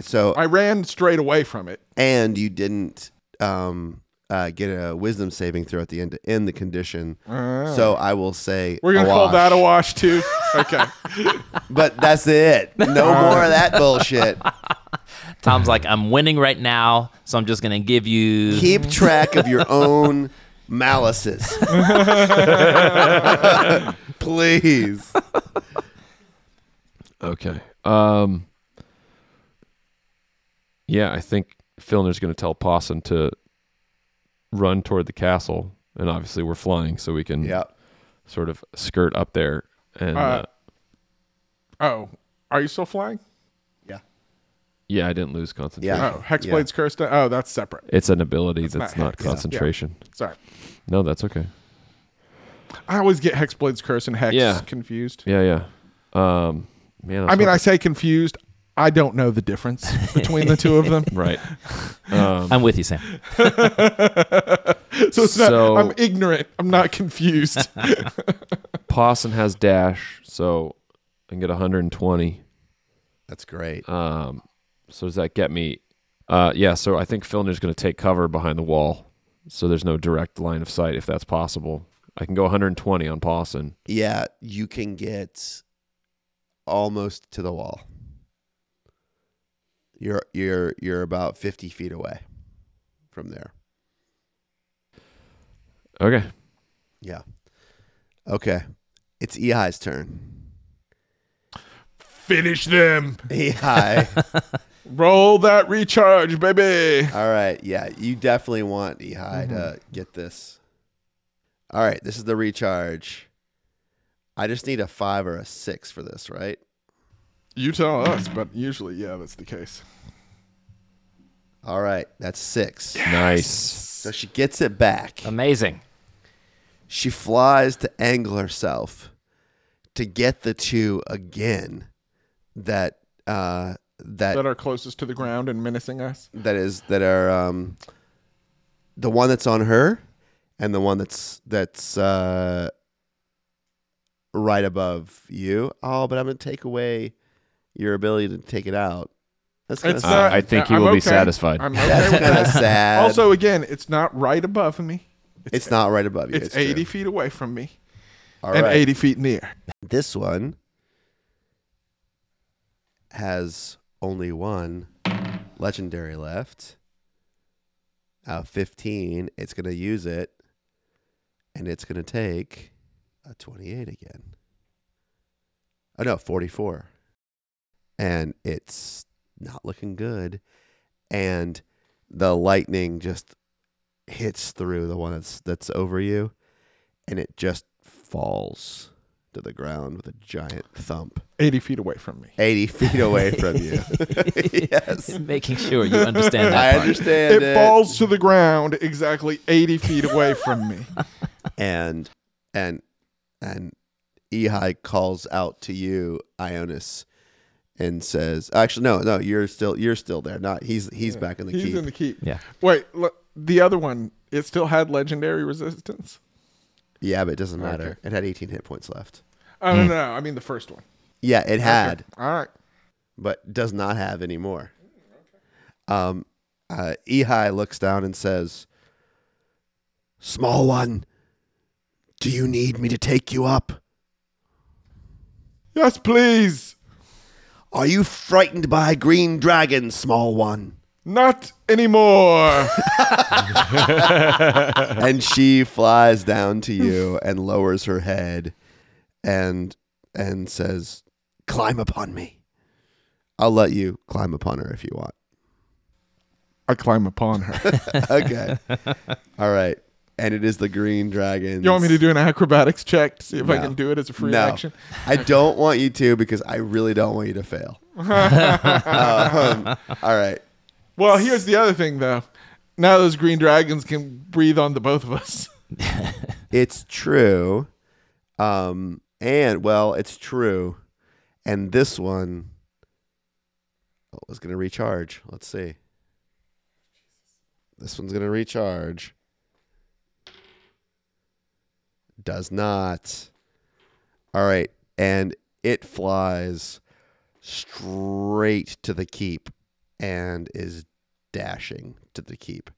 [SPEAKER 3] So
[SPEAKER 4] I ran straight away from it.
[SPEAKER 3] and you didn't um, uh, get a wisdom saving throw at the end to end the condition. So I will say
[SPEAKER 4] Uh. We're gonna call
[SPEAKER 3] awash.
[SPEAKER 4] that a wash too. Okay.
[SPEAKER 3] But that's it. No more of that bullshit.
[SPEAKER 2] Tom's like, I'm winning right now, so I'm just gonna give you.
[SPEAKER 3] keep track of your own malices. Please.
[SPEAKER 1] Okay. Um. Yeah, I think Filner's going to tell Pawson to run toward the castle, and obviously we're flying, so we can
[SPEAKER 3] Yep.
[SPEAKER 1] sort of skirt up there. And uh,
[SPEAKER 4] Uh, oh. Are you still flying?
[SPEAKER 1] yeah, I didn't lose concentration.
[SPEAKER 3] Yeah.
[SPEAKER 4] Oh, Hexblade's cursed. Oh, that's separate.
[SPEAKER 1] It's an ability that's,
[SPEAKER 4] not
[SPEAKER 1] not
[SPEAKER 4] hex, yeah.
[SPEAKER 1] concentration.
[SPEAKER 4] Sorry.
[SPEAKER 1] No, that's okay.
[SPEAKER 4] I always get Hexblade's curse and Hex
[SPEAKER 1] Yeah.
[SPEAKER 4] confused.
[SPEAKER 1] Yeah, yeah. Um, man, was
[SPEAKER 4] I mean,
[SPEAKER 1] hoping-
[SPEAKER 4] I say confused. I don't know the difference between the two of them.
[SPEAKER 1] right. Uh,
[SPEAKER 2] I'm with you, Sam.
[SPEAKER 4] So it's not,
[SPEAKER 1] So-
[SPEAKER 4] I'm ignorant. I'm not confused.
[SPEAKER 1] Pawson has dash, so I can get 120.
[SPEAKER 3] That's great.
[SPEAKER 1] Um, So does that get me? Uh, yeah. So I think Filner's going to take cover behind the wall, so there's no direct line of sight if that's possible. I can go 120 on Pawson.
[SPEAKER 3] yeah, you can get almost to the wall. You're you're you're about 50 feet away from there.
[SPEAKER 1] Okay.
[SPEAKER 3] Yeah. Okay. It's Ehi's turn.
[SPEAKER 4] Finish them.
[SPEAKER 3] E Ehi.
[SPEAKER 4] Roll that recharge, baby.
[SPEAKER 3] All right. Yeah. You definitely want Ehi to get this. All right. This is the recharge. I just need a five or a six for this, right?
[SPEAKER 4] You tell us, but usually, yeah, that's the case.
[SPEAKER 3] All right. That's six.
[SPEAKER 1] Nice.
[SPEAKER 3] So she gets it back.
[SPEAKER 2] Amazing.
[SPEAKER 3] She flies to angle herself to get the two again that uh that
[SPEAKER 4] That are closest to the ground and menacing us.
[SPEAKER 3] that is that are um the one that's on her and the one that's that's uh right above you. Oh, but I'm gonna take away your ability to take it out. That's kind of
[SPEAKER 4] It's
[SPEAKER 1] Uh,
[SPEAKER 4] not-
[SPEAKER 1] I think you
[SPEAKER 4] I'm
[SPEAKER 1] will be
[SPEAKER 4] okay.
[SPEAKER 1] satisfied.
[SPEAKER 4] I'm okay
[SPEAKER 3] that's
[SPEAKER 4] with
[SPEAKER 3] kind of
[SPEAKER 4] that.
[SPEAKER 3] sad.
[SPEAKER 4] Also, again, it's not right above me.
[SPEAKER 3] it's not right above you.
[SPEAKER 4] It's,
[SPEAKER 3] true.
[SPEAKER 4] 80 feet away from me
[SPEAKER 3] All
[SPEAKER 4] and
[SPEAKER 3] right.
[SPEAKER 4] 80 feet in the air.
[SPEAKER 3] This one has only one legendary left. Out of 15, it's going to use it and it's going to take a 28 again. Oh no, 44. And it's not looking good and the lightning just hits through the one that's that's over you and it just falls to the ground with a giant thump
[SPEAKER 4] 80 feet away from me.
[SPEAKER 3] 80 feet away from you. yes.
[SPEAKER 2] Making sure you understand
[SPEAKER 3] I
[SPEAKER 2] that part.
[SPEAKER 3] understand
[SPEAKER 4] It
[SPEAKER 3] it,
[SPEAKER 4] falls to the ground exactly 80 feet away from me.
[SPEAKER 3] and and and Ehi calls out to you, Ionis, and says, "Actually, no, no, you're still you're still there. Not he's he's back in the
[SPEAKER 4] He's
[SPEAKER 3] keep.
[SPEAKER 4] in the keep.
[SPEAKER 2] Yeah.
[SPEAKER 4] Wait, look, the other one, it still had legendary resistance?
[SPEAKER 3] yeah, but it doesn't matter. It had 18 hit points left.
[SPEAKER 4] Oh, no, no, no. I mean the first one.
[SPEAKER 3] Yeah, it had,
[SPEAKER 4] All right.
[SPEAKER 3] but does not have anymore. Um, uh, Ehi looks down and says,
[SPEAKER 6] Small one, do you need me to take you up?
[SPEAKER 4] Yes, please.
[SPEAKER 6] Are you frightened by green dragons, small one?
[SPEAKER 4] Not anymore.
[SPEAKER 3] and she flies down to you and lowers her head and and says
[SPEAKER 6] Climb upon me.
[SPEAKER 3] i'll let you climb upon her if you want
[SPEAKER 4] I climb upon her.
[SPEAKER 3] okay all right and it is the green dragon
[SPEAKER 4] You want me to do an acrobatics check to see if I
[SPEAKER 3] No.
[SPEAKER 4] can do it as a free
[SPEAKER 3] no
[SPEAKER 4] action?
[SPEAKER 3] i don't want you to because i really don't want you to fail Um, all right
[SPEAKER 4] Well, here's the other thing, though. Now those green dragons can breathe on the both of us.
[SPEAKER 3] it's true um and well it's true and this one oh, was gonna recharge let's see this one's gonna recharge does not all right and it flies straight to the keep and is dashing to the keep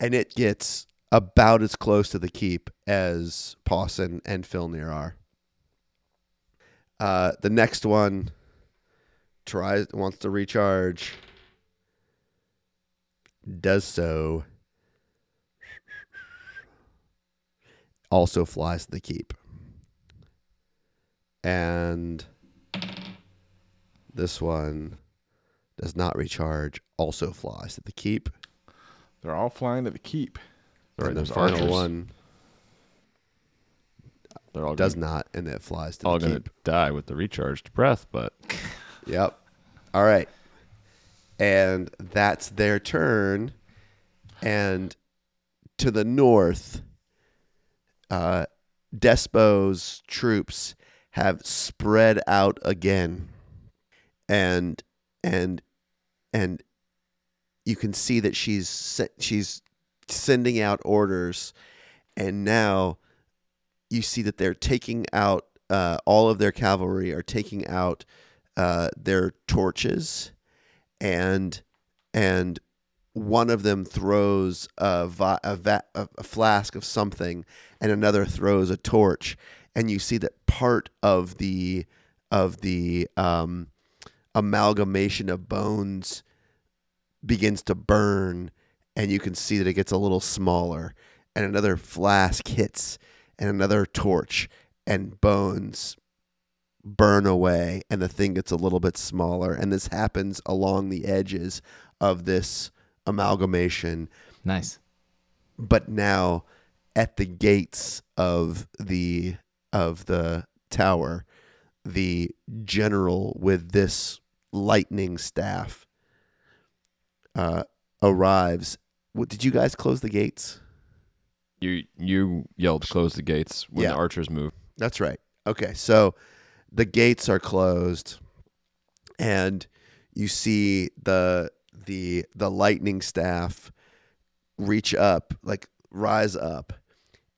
[SPEAKER 3] and it gets about as close to the keep as Pawson and Filnir are. Uh, the next one tries wants to recharge, does so, also flies to the keep, and this one does not recharge, also flies to the keep.
[SPEAKER 4] They're all flying to the keep.
[SPEAKER 1] Right,
[SPEAKER 3] and the
[SPEAKER 1] those
[SPEAKER 3] final
[SPEAKER 1] archers.
[SPEAKER 3] one
[SPEAKER 1] They're all
[SPEAKER 3] does
[SPEAKER 1] gonna,
[SPEAKER 3] not, and it flies to
[SPEAKER 1] all
[SPEAKER 3] the
[SPEAKER 1] gonna
[SPEAKER 3] keep.
[SPEAKER 1] die with the recharged breath, but
[SPEAKER 3] Yep. All right. And that's their turn. And to the north, uh, Despo's troops have spread out again, and and and you can see that she's se- she's sending out orders, and now you see that they're taking out uh, all of their cavalry are taking out uh, their torches and and one of them throws a, va- a, va- a a flask of something and another throws a torch and you see that part of the of the um, amalgamation of bones begins to burn and you can see that it gets a little smaller and another flask hits and another torch and bones burn away and the thing gets a little bit smaller and this happens along the edges of this amalgamation
[SPEAKER 2] Nice.
[SPEAKER 3] but now at the gates of the of the tower the general with this lightning staff uh arrives what, did you guys close the gates
[SPEAKER 1] You you yelled close the gates when
[SPEAKER 3] Yeah.
[SPEAKER 1] the archers moved.
[SPEAKER 3] That's right. Okay, so the gates are closed, and you see the the the lightning staff reach up, like rise up,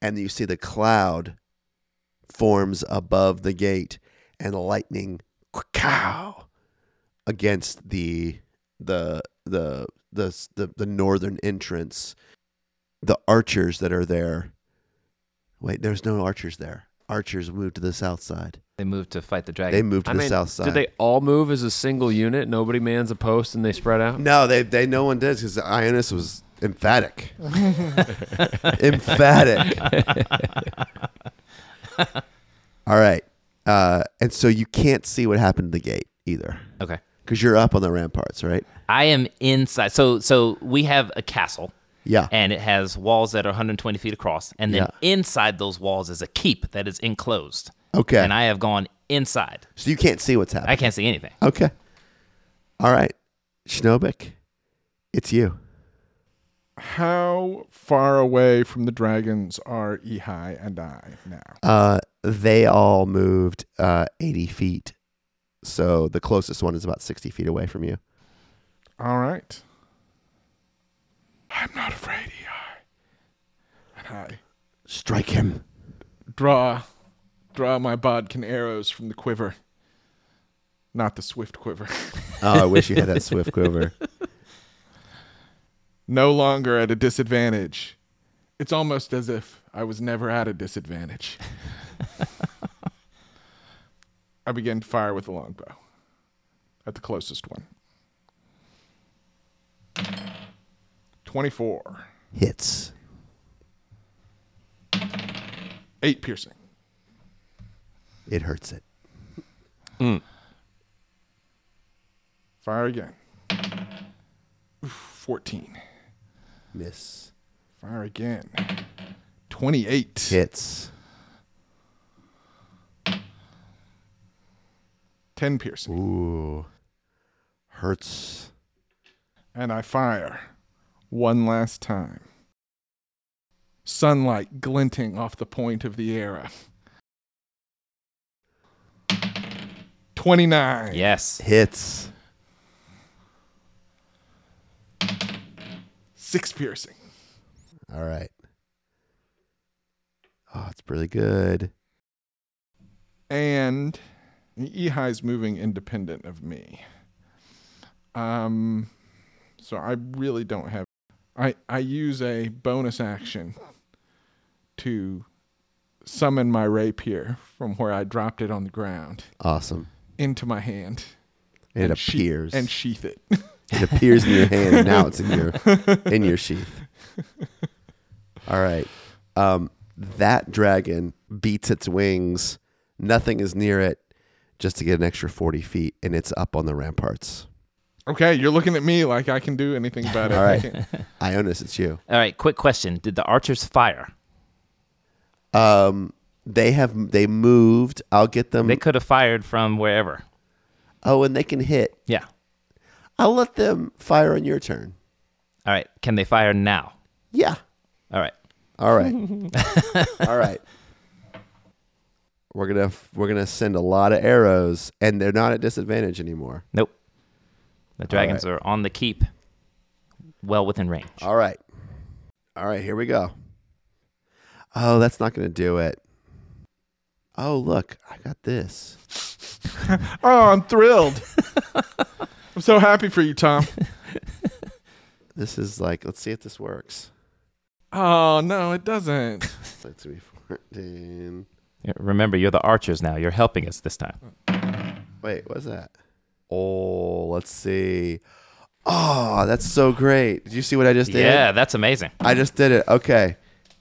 [SPEAKER 3] and you see the cloud forms above the gate, and the lightning cow against the the the the the, the northern entrance. The archers that are there Wait, there's no archers there. Archers moved to the south side.
[SPEAKER 2] They moved to fight the
[SPEAKER 3] They
[SPEAKER 2] dragon.
[SPEAKER 3] moved to the south side.
[SPEAKER 1] Did they all move as a single unit? Nobody mans a post and they spread out.
[SPEAKER 3] No, they they no one did because Ionis was emphatic. emphatic. All right, uh, and so you can't see what happened to the gate either
[SPEAKER 2] okay.
[SPEAKER 3] because you're up on the ramparts, right?
[SPEAKER 2] I am inside. So so we have a castle.
[SPEAKER 3] Yeah.
[SPEAKER 2] And it has walls that are 120 feet across, and then inside those walls is a keep that is enclosed.
[SPEAKER 3] Okay.
[SPEAKER 2] And I have gone inside.
[SPEAKER 3] so you can't see what's
[SPEAKER 2] I
[SPEAKER 3] happening.
[SPEAKER 2] can't see anything.
[SPEAKER 3] okay. All right, Schnobik, it's you.
[SPEAKER 4] How far away from the dragons are Ehi and I now?
[SPEAKER 3] Uh, they all moved uh, 80 feet. So the closest one is about 60 feet away from you.
[SPEAKER 4] All right. I'm not afraid, Ehi. And I
[SPEAKER 6] Strike him.
[SPEAKER 4] draw draw my bodkin arrows from the quiver. Not the swift quiver.
[SPEAKER 3] Oh, I wish you had that swift quiver.
[SPEAKER 4] no longer at a disadvantage. It's almost as if I was never at a disadvantage. I begin to fire with the longbow at the closest one. 24.
[SPEAKER 3] Hits.
[SPEAKER 4] 8 piercing.
[SPEAKER 3] It hurts it.
[SPEAKER 4] Fire again. Oof, 14.
[SPEAKER 3] Miss.
[SPEAKER 4] Fire again. 28.
[SPEAKER 3] Hits.
[SPEAKER 4] 10 piercing.
[SPEAKER 3] Ooh. Hurts.
[SPEAKER 4] and I fire one last time. Sunlight glinting off the point of the arrow. 29.
[SPEAKER 2] Yes.
[SPEAKER 3] Hits.
[SPEAKER 4] Six piercing.
[SPEAKER 3] All right. Oh, it's pretty good.
[SPEAKER 4] And Ehi's moving independent of me. Um, so I really don't have. I, I use a bonus action to summon my rapier from where I dropped it on the ground
[SPEAKER 3] Awesome.
[SPEAKER 4] into my hand.
[SPEAKER 3] And it
[SPEAKER 4] and she-
[SPEAKER 3] appears.
[SPEAKER 4] and sheath it.
[SPEAKER 3] it appears in your hand. and Now it's in your in your sheath. All right. Um, that dragon beats its wings. Nothing is near it, just to get an extra forty feet, and it's up on the ramparts.
[SPEAKER 4] Okay, you're looking at me like I can do anything about it.
[SPEAKER 3] All
[SPEAKER 4] I
[SPEAKER 3] right.
[SPEAKER 4] can't-
[SPEAKER 3] Ionis, it's you.
[SPEAKER 2] All right. Quick question: Did the archers fire?
[SPEAKER 3] Mm-hmm. Um, they have they moved. I'll get them.
[SPEAKER 2] They could have fired from wherever.
[SPEAKER 3] oh, and they can hit.
[SPEAKER 2] Yeah.
[SPEAKER 3] I'll let them fire on your turn.
[SPEAKER 2] All right. Can they fire now?
[SPEAKER 3] Yeah.
[SPEAKER 2] All right.
[SPEAKER 3] All right. All right. We're gonna we're gonna send a lot of arrows, and they're not at disadvantage anymore.
[SPEAKER 2] Nope. The dragons are on the keep, well within range.
[SPEAKER 3] All right. All right, here we go. Oh, that's not going to do it. Oh, look, I got this.
[SPEAKER 4] Oh, I'm thrilled. I'm so happy for you, Tom.
[SPEAKER 3] This is like, let's see if this works.
[SPEAKER 4] Oh, no, it doesn't.
[SPEAKER 3] Let's see, 14.
[SPEAKER 2] Yeah, Remember, you're the archers now. You're helping us this time.
[SPEAKER 3] Wait, what's that? Oh, let's see. Oh, that's so great. Did you see what I just did?
[SPEAKER 2] Yeah, that's amazing.
[SPEAKER 3] I just did it. Okay.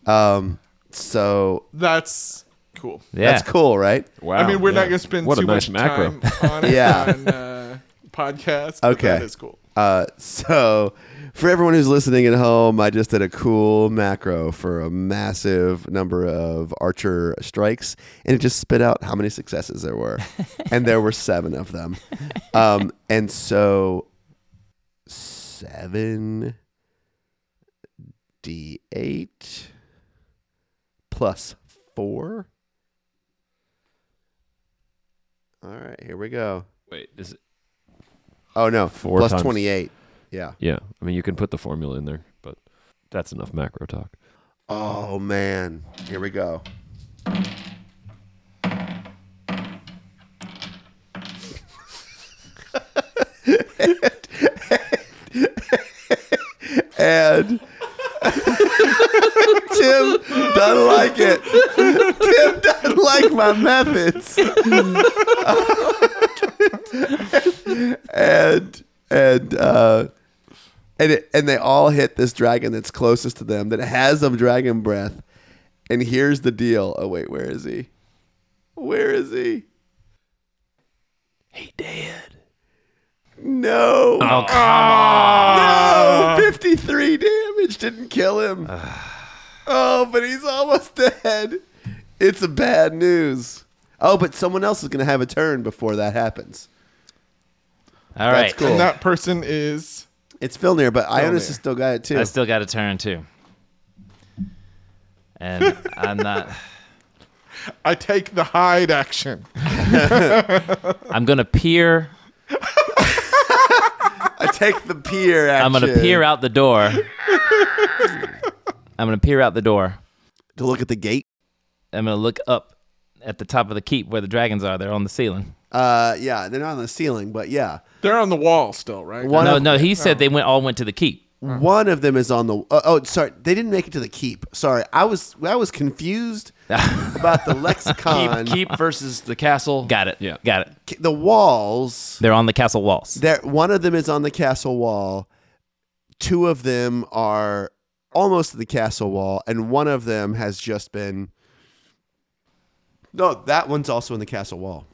[SPEAKER 3] Um, so
[SPEAKER 4] That's cool.
[SPEAKER 2] Yeah.
[SPEAKER 3] that's cool, right?
[SPEAKER 1] Wow.
[SPEAKER 4] I mean, we're not
[SPEAKER 1] yeah.
[SPEAKER 4] going to spend
[SPEAKER 1] what
[SPEAKER 4] too
[SPEAKER 1] a nice
[SPEAKER 4] much
[SPEAKER 1] macro.
[SPEAKER 4] time on it
[SPEAKER 3] Yeah.
[SPEAKER 4] on uh, podcast. but
[SPEAKER 3] Okay.
[SPEAKER 4] that is cool.
[SPEAKER 3] Uh, so for everyone who's listening at home, I just did a cool macro for a massive number of archer strikes, and it just spit out how many successes there were, and there were seven of them. Um, and so seven d eight plus four. All right, here we go.
[SPEAKER 1] Wait, is it?
[SPEAKER 3] Oh no,
[SPEAKER 1] Four
[SPEAKER 3] plus
[SPEAKER 1] times.
[SPEAKER 3] twenty eight. Yeah.
[SPEAKER 1] Yeah, I mean, you can put the formula in there, but that's enough macro talk.
[SPEAKER 3] Oh man, here we go. and Tim doesn't like it. Tim doesn't like my methods. and and uh and it, and they all hit this dragon that's closest to them that has them dragon breath. And here's the deal. Oh wait, where is he? Where is he? He dead. No.
[SPEAKER 2] oh, come on. Uh,
[SPEAKER 3] No, 53 Oh, damage didn't kill him. oh, but he's almost dead. It's a bad news. Oh, but someone else is going to have a turn before that happens.
[SPEAKER 2] All right.
[SPEAKER 3] cool.
[SPEAKER 4] And that person is
[SPEAKER 3] It's Filnir, but Ionis
[SPEAKER 4] Filnir.
[SPEAKER 3] has still got it too.
[SPEAKER 2] I still got a turn too. And I'm not
[SPEAKER 4] I take the hide action.
[SPEAKER 2] I'm gonna peer
[SPEAKER 3] I take the pier action.
[SPEAKER 2] I'm gonna peer out the door. I'm gonna peer out the door.
[SPEAKER 3] to look at the gate.
[SPEAKER 2] I'm gonna look up at the top of the keep where the dragons are. They're on the ceiling.
[SPEAKER 3] Uh, yeah, they're not on the ceiling, but yeah,
[SPEAKER 4] They're on the wall still, right?
[SPEAKER 3] One
[SPEAKER 2] no,
[SPEAKER 3] of- Oh.
[SPEAKER 2] no, he said they went all went to the keep.
[SPEAKER 3] one of them is on the. Oh, oh, sorry, they didn't make it to the keep. Sorry, I was I was confused about the lexicon.
[SPEAKER 1] Keep versus the castle.
[SPEAKER 2] Got it.
[SPEAKER 1] Yeah.
[SPEAKER 2] Got it.
[SPEAKER 3] The walls.
[SPEAKER 2] They're on the castle walls.
[SPEAKER 3] There, one of them is on the castle wall. Two of them are almost to the castle wall, and one of them has just been. No, that one's also in the castle wall.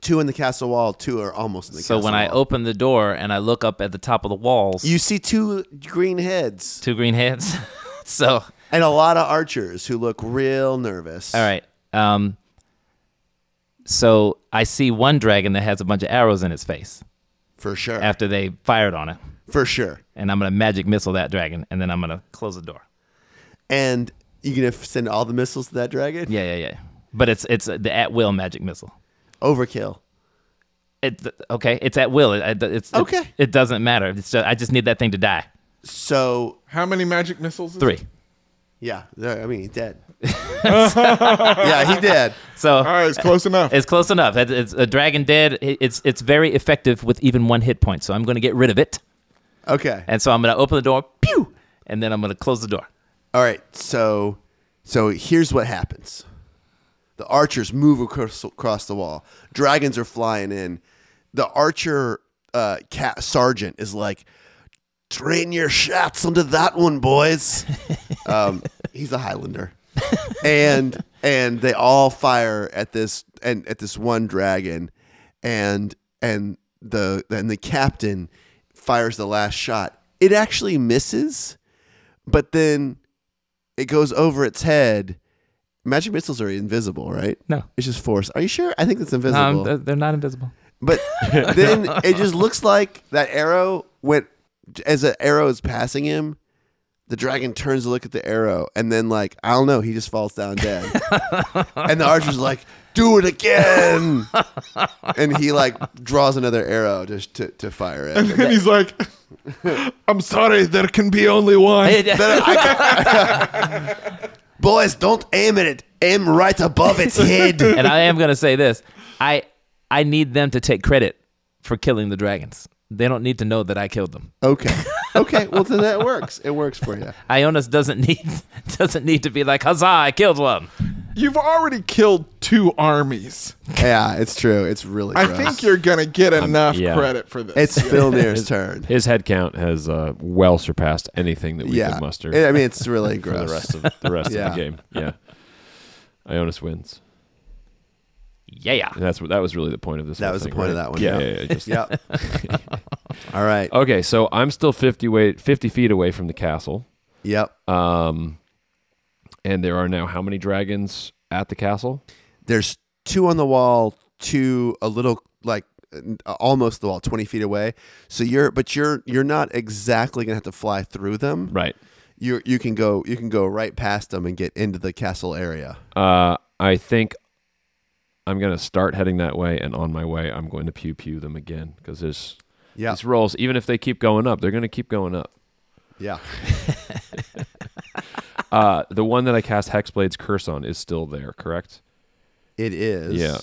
[SPEAKER 3] Two in the castle wall. Two are almost in the
[SPEAKER 2] so
[SPEAKER 3] castle
[SPEAKER 2] when I
[SPEAKER 3] wall.
[SPEAKER 2] open the door and I look up at the top of the walls,
[SPEAKER 3] you see two green heads
[SPEAKER 2] two green heads. so
[SPEAKER 3] and a lot of archers who look real nervous.
[SPEAKER 2] all right. Um, so I see one dragon that has a bunch of arrows in its face
[SPEAKER 3] for sure,
[SPEAKER 2] after they fired on it,
[SPEAKER 3] for sure.
[SPEAKER 2] and I'm gonna magic missile that dragon, and then I'm gonna close the door.
[SPEAKER 3] And you gonna f- send all the missiles to that dragon?
[SPEAKER 2] Yeah, yeah, yeah. But it's it's the at will magic missile.
[SPEAKER 3] Overkill.
[SPEAKER 2] It, okay, it's at will. It, it's it- It,
[SPEAKER 3] Okay.
[SPEAKER 2] doesn't matter. It's just, I just need that thing to die.
[SPEAKER 3] So
[SPEAKER 4] How many magic missiles? Is
[SPEAKER 2] Three.
[SPEAKER 3] yeah, there- I mean he's dead. yeah, he dead.
[SPEAKER 2] So
[SPEAKER 4] All right, it's close enough.
[SPEAKER 2] it's close enough. It, it's a dragon dead. It, it's it's very effective with even one hit point. So I'm going to get rid of it.
[SPEAKER 3] Okay.
[SPEAKER 2] And so I'm going to open the door. Pew. And then I'm going to close the door.
[SPEAKER 3] All right, so so here's what happens. The archers move across, across the wall. Dragons are flying in. The archer uh, cat sergeant is like, "Train your shots onto that one, boys." um, he's a Highlander, and and they all fire at this and at this one dragon, and and the and the captain fires the last shot. It actually misses, but then it goes over its head. Magic missiles are invisible, right?
[SPEAKER 2] No.
[SPEAKER 3] It's just force. Are you sure? I think it's
[SPEAKER 2] No,
[SPEAKER 3] invisible.
[SPEAKER 2] they're, they're not invisible.
[SPEAKER 3] But then it just looks like that arrow went as the arrow is passing him. The dragon turns to look at the arrow, and then like I don't know, he just falls down dead. and the archer's like, "Do it again!" and he like draws another arrow just to, to fire at. him.
[SPEAKER 4] and he's like, I'm sorry, there can be only one.
[SPEAKER 3] Then I- Boys, don't aim at it. Aim right above its head.
[SPEAKER 2] and I am going to say this. I I need them to take credit for killing the dragons. They don't need to know that I killed them.
[SPEAKER 3] Okay. Okay. Well, then that works. It works for you.
[SPEAKER 2] Ionas doesn't need doesn't need to be like, huzzah, I killed one.
[SPEAKER 4] You've already killed two armies.
[SPEAKER 3] yeah, it's true. It's really.
[SPEAKER 4] I
[SPEAKER 3] gross.
[SPEAKER 4] think you're gonna get enough
[SPEAKER 1] Um, yeah.
[SPEAKER 4] credit for this.
[SPEAKER 3] It's Filnir's turn.
[SPEAKER 1] His head count has uh, well surpassed anything that we
[SPEAKER 3] Yeah,
[SPEAKER 1] could muster
[SPEAKER 3] I mean, it's really
[SPEAKER 1] for the
[SPEAKER 3] gross.
[SPEAKER 1] rest of the rest
[SPEAKER 3] Yeah.
[SPEAKER 1] of the game. Yeah, Ionis wins.
[SPEAKER 2] Yeah.
[SPEAKER 1] And that's what that was really the point of this.
[SPEAKER 3] That
[SPEAKER 1] whole
[SPEAKER 3] was the
[SPEAKER 1] thing,
[SPEAKER 3] point of
[SPEAKER 1] right?
[SPEAKER 3] that one,
[SPEAKER 1] Yeah.
[SPEAKER 3] yeah.
[SPEAKER 1] yeah, yeah, just-
[SPEAKER 3] Yep. All right.
[SPEAKER 1] okay, so I'm still 50 wait 50 feet away from the castle.
[SPEAKER 3] Yep.
[SPEAKER 1] Um, and there are now how many dragons at the castle?
[SPEAKER 3] There's two on the wall, two a little like uh, almost the wall, twenty feet away. So you're, but you're you're not exactly gonna have to fly through them.
[SPEAKER 1] Right.
[SPEAKER 3] You you can go you can go right past them and get into the castle area.
[SPEAKER 1] Uh, I think I'm gonna start heading that way, and on my way, I'm going to pew pew them again because there's
[SPEAKER 3] Yeah.
[SPEAKER 1] these rolls. Even if they keep going up, they're gonna keep going up.
[SPEAKER 3] Yeah.
[SPEAKER 1] Uh, the one that I cast Hexblade's curse on is still there, correct?
[SPEAKER 3] It is.
[SPEAKER 1] Yeah.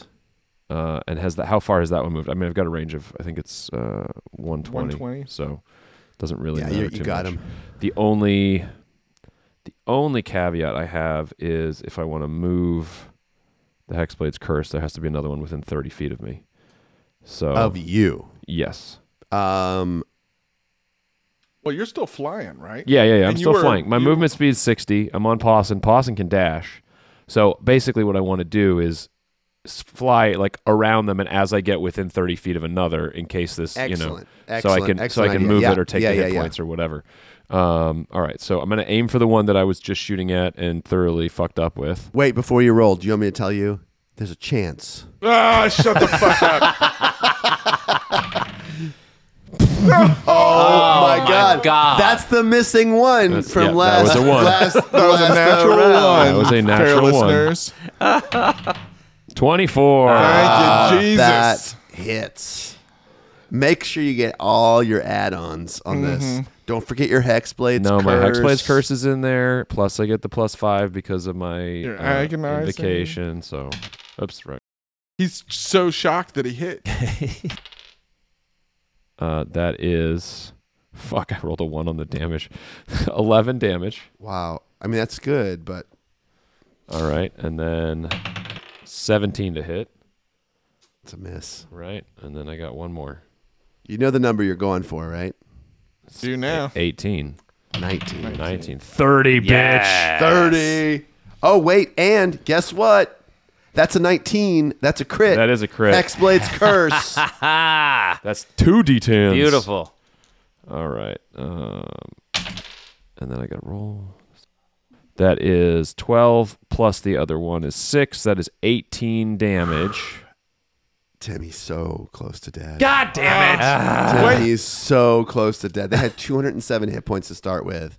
[SPEAKER 1] Uh, and has that? How far has that one moved? I mean, I've got a range of I think it's uh, 120,
[SPEAKER 4] 120.
[SPEAKER 1] So doesn't really
[SPEAKER 3] Yeah,
[SPEAKER 1] matter
[SPEAKER 3] you,
[SPEAKER 1] too
[SPEAKER 3] you got
[SPEAKER 1] much.
[SPEAKER 3] him.
[SPEAKER 1] The only the only caveat I have is if I want to move the Hexblade's curse, there has to be another one within 30 feet of me. So
[SPEAKER 3] Of you.
[SPEAKER 1] yes,
[SPEAKER 3] Um.
[SPEAKER 4] well, you're still flying, right?
[SPEAKER 1] yeah, yeah, yeah. I'm
[SPEAKER 4] And you
[SPEAKER 1] still
[SPEAKER 4] were-
[SPEAKER 1] flying. My
[SPEAKER 4] you-
[SPEAKER 1] movement speed is 60. I'm on Pawson. Pawson can dash. So basically, what I want to do is s- fly like around them, and as I get within 30 feet of another, in case this, you know,
[SPEAKER 3] Excellent.
[SPEAKER 1] so I
[SPEAKER 3] Excellent.
[SPEAKER 1] can so I
[SPEAKER 3] Excellent
[SPEAKER 1] can
[SPEAKER 3] idea.
[SPEAKER 1] move
[SPEAKER 3] Yeah.
[SPEAKER 1] it or take
[SPEAKER 3] Yeah,
[SPEAKER 1] the hit
[SPEAKER 3] yeah, yeah.
[SPEAKER 1] points or whatever. Um, all right, so I'm gonna aim for the one that I was just shooting at and thoroughly fucked up with.
[SPEAKER 3] Wait, before you roll, do you want me to tell you? There's a chance.
[SPEAKER 4] Ah, shut the fuck up.
[SPEAKER 3] Oh, my, god.
[SPEAKER 2] God.
[SPEAKER 3] That's the missing one
[SPEAKER 1] That's-
[SPEAKER 3] from
[SPEAKER 1] yeah, that
[SPEAKER 3] last.
[SPEAKER 1] was a one.
[SPEAKER 3] Last, that
[SPEAKER 4] That was a natural one.
[SPEAKER 1] That was a
[SPEAKER 4] fair
[SPEAKER 1] natural one.
[SPEAKER 4] listeners.
[SPEAKER 1] 24.
[SPEAKER 4] Thank
[SPEAKER 3] Ah,
[SPEAKER 1] Ah,
[SPEAKER 4] you, Jesus.
[SPEAKER 3] That hits. Make sure you get all your add-ons on this. Don't forget your hex blades.
[SPEAKER 1] Mm-hmm. no,
[SPEAKER 3] curse.
[SPEAKER 1] my Hexblade's curse is in there. Plus, I get the plus five because of my
[SPEAKER 4] You're
[SPEAKER 1] uh,
[SPEAKER 4] agonizing.
[SPEAKER 1] indication. So, oops, right.
[SPEAKER 4] He's so shocked that he hit.
[SPEAKER 1] Uh, that is. Fuck, I rolled a one on the damage. 11 damage.
[SPEAKER 3] Wow. I mean that's good, but
[SPEAKER 1] All right. And then 17 to hit.
[SPEAKER 3] it's a miss.
[SPEAKER 1] Right. And then I got one more.
[SPEAKER 3] You know the number you're going for, right?
[SPEAKER 4] Do now.
[SPEAKER 1] 18.
[SPEAKER 3] 19.
[SPEAKER 1] 19. 30, bitch.
[SPEAKER 3] 30. Oh wait, and guess what? That's a 19. That's a crit.
[SPEAKER 1] That is a crit.
[SPEAKER 3] Hex blades curse.
[SPEAKER 2] Ah,
[SPEAKER 1] That's two D10s.
[SPEAKER 2] beautiful.
[SPEAKER 1] All right. Um, and then I got to roll. That is 12 plus the other one is 6. That is 18 damage.
[SPEAKER 3] Timmy's so close to dead.
[SPEAKER 2] God damn it.
[SPEAKER 3] Timmy's Uh, so close to dead. They had 207 hit points to start with.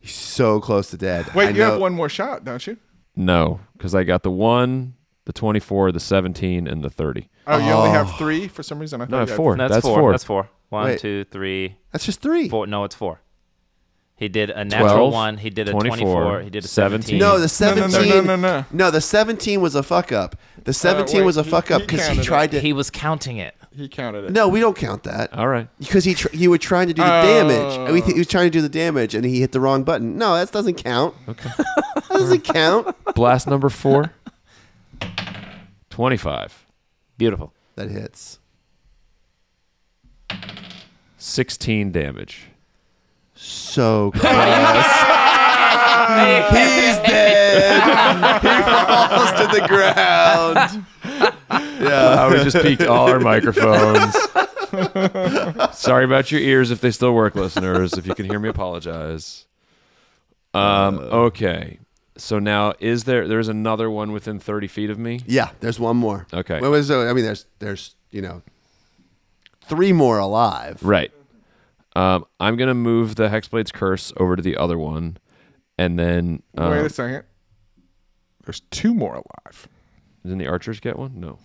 [SPEAKER 3] He's so close to dead.
[SPEAKER 4] Wait,
[SPEAKER 3] I
[SPEAKER 4] you
[SPEAKER 3] know-
[SPEAKER 4] have one more shot, don't you?
[SPEAKER 1] No, because I got the 1, the 24, the 17, and the 30.
[SPEAKER 4] Oh, you only have three for some reason. I thought
[SPEAKER 1] No,
[SPEAKER 4] you
[SPEAKER 1] I have
[SPEAKER 4] had
[SPEAKER 1] four.
[SPEAKER 2] That's,
[SPEAKER 1] That's
[SPEAKER 2] four.
[SPEAKER 1] four.
[SPEAKER 2] That's four. One,
[SPEAKER 3] Wait.
[SPEAKER 2] two, three,
[SPEAKER 3] That's just three.
[SPEAKER 2] four. No, it's four. He did a natural
[SPEAKER 1] 12,
[SPEAKER 2] one. He did a
[SPEAKER 1] 24,
[SPEAKER 2] 24. He did a
[SPEAKER 1] 17.
[SPEAKER 2] 17.
[SPEAKER 3] No, the
[SPEAKER 4] No, no, no,
[SPEAKER 3] 17.
[SPEAKER 4] no, no, no. Uh,
[SPEAKER 3] the 17 was a fuck up. The 17
[SPEAKER 4] wait,
[SPEAKER 3] was a
[SPEAKER 4] he-
[SPEAKER 3] fuck up
[SPEAKER 4] he
[SPEAKER 3] because he,
[SPEAKER 4] counted
[SPEAKER 3] tried to.
[SPEAKER 2] He was counting it.
[SPEAKER 4] He counted it.
[SPEAKER 3] no, we don't count that.
[SPEAKER 1] All right.
[SPEAKER 3] Because he tr- he was trying to do the damage. And we th- he
[SPEAKER 4] Oh.
[SPEAKER 3] was trying to do the damage and he hit the wrong button. No, that doesn't count. Okay. that doesn't count.
[SPEAKER 1] Blast number 4. 25.
[SPEAKER 2] Beautiful.
[SPEAKER 3] That hits.
[SPEAKER 1] 16 damage.
[SPEAKER 3] So close. He's dead. he falls to the ground.
[SPEAKER 1] Uh, we just peaked all our microphones. Sorry about your ears if they still work, listeners. If you can hear me, apologize. Um, okay. So now, is there? There's another one within 30 feet of me.
[SPEAKER 3] Yeah, there's one more.
[SPEAKER 1] Okay.
[SPEAKER 3] What was the, I mean, there's there's you know three more alive.
[SPEAKER 1] Right. Um, I'm gonna move the Hexblade's curse over to the other one, and then
[SPEAKER 4] Wait
[SPEAKER 1] um,
[SPEAKER 4] a second. There's two more alive.
[SPEAKER 1] didn't the archers get one? No,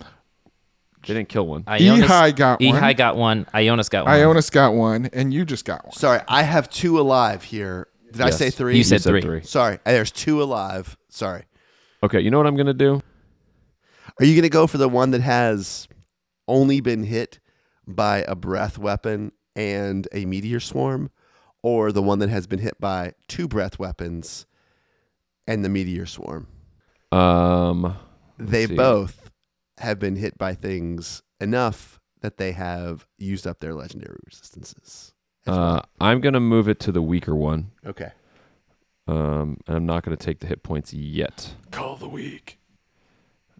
[SPEAKER 1] they didn't kill one.
[SPEAKER 2] Ionis,
[SPEAKER 4] Ehi got one.
[SPEAKER 2] Ehi got one. Ionis got one.
[SPEAKER 4] Ionis got one, and you just got one.
[SPEAKER 3] Sorry, I have two alive here. Did I
[SPEAKER 1] Yes.
[SPEAKER 3] say three?
[SPEAKER 2] You said three.
[SPEAKER 3] Sorry, uh, there's two alive. Sorry.
[SPEAKER 1] Okay. You know what I'm gonna do?
[SPEAKER 3] Are you gonna go for the one that has only been hit by a breath weapon and a meteor swarm, or the one that has been hit by two breath weapons and the meteor swarm?
[SPEAKER 1] Um,
[SPEAKER 3] They
[SPEAKER 1] see.
[SPEAKER 3] both have been hit by things enough that they have used up their legendary resistances. as
[SPEAKER 1] uh, I'm gonna move it to the weaker one.
[SPEAKER 3] well. Okay.
[SPEAKER 1] Um, and I'm not gonna take the hit points yet.
[SPEAKER 4] Call the weak.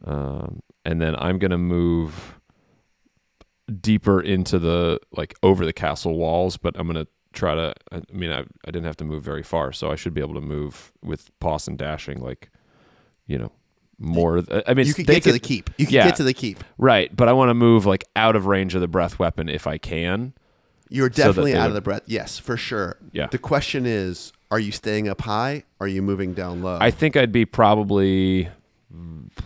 [SPEAKER 1] Um, and then I'm gonna move deeper into the like over the castle walls, but I'm gonna try to. I I mean, I I didn't have to move very far, so I should be able to move with pause and dashing, like you know, more. I mean,
[SPEAKER 3] You
[SPEAKER 1] it's-
[SPEAKER 3] could
[SPEAKER 1] they
[SPEAKER 3] get to the keep. You could
[SPEAKER 1] yeah.
[SPEAKER 3] get to the keep.
[SPEAKER 1] right, but I want to move like out of range of the breath weapon if I can.
[SPEAKER 3] You're
[SPEAKER 1] that
[SPEAKER 3] definitely
[SPEAKER 1] they
[SPEAKER 3] out
[SPEAKER 1] would-
[SPEAKER 3] of the breath. Yes, for sure.
[SPEAKER 1] Yeah.
[SPEAKER 3] The question is, are you staying up high? Are you moving down low?
[SPEAKER 1] I think I'd be probably. I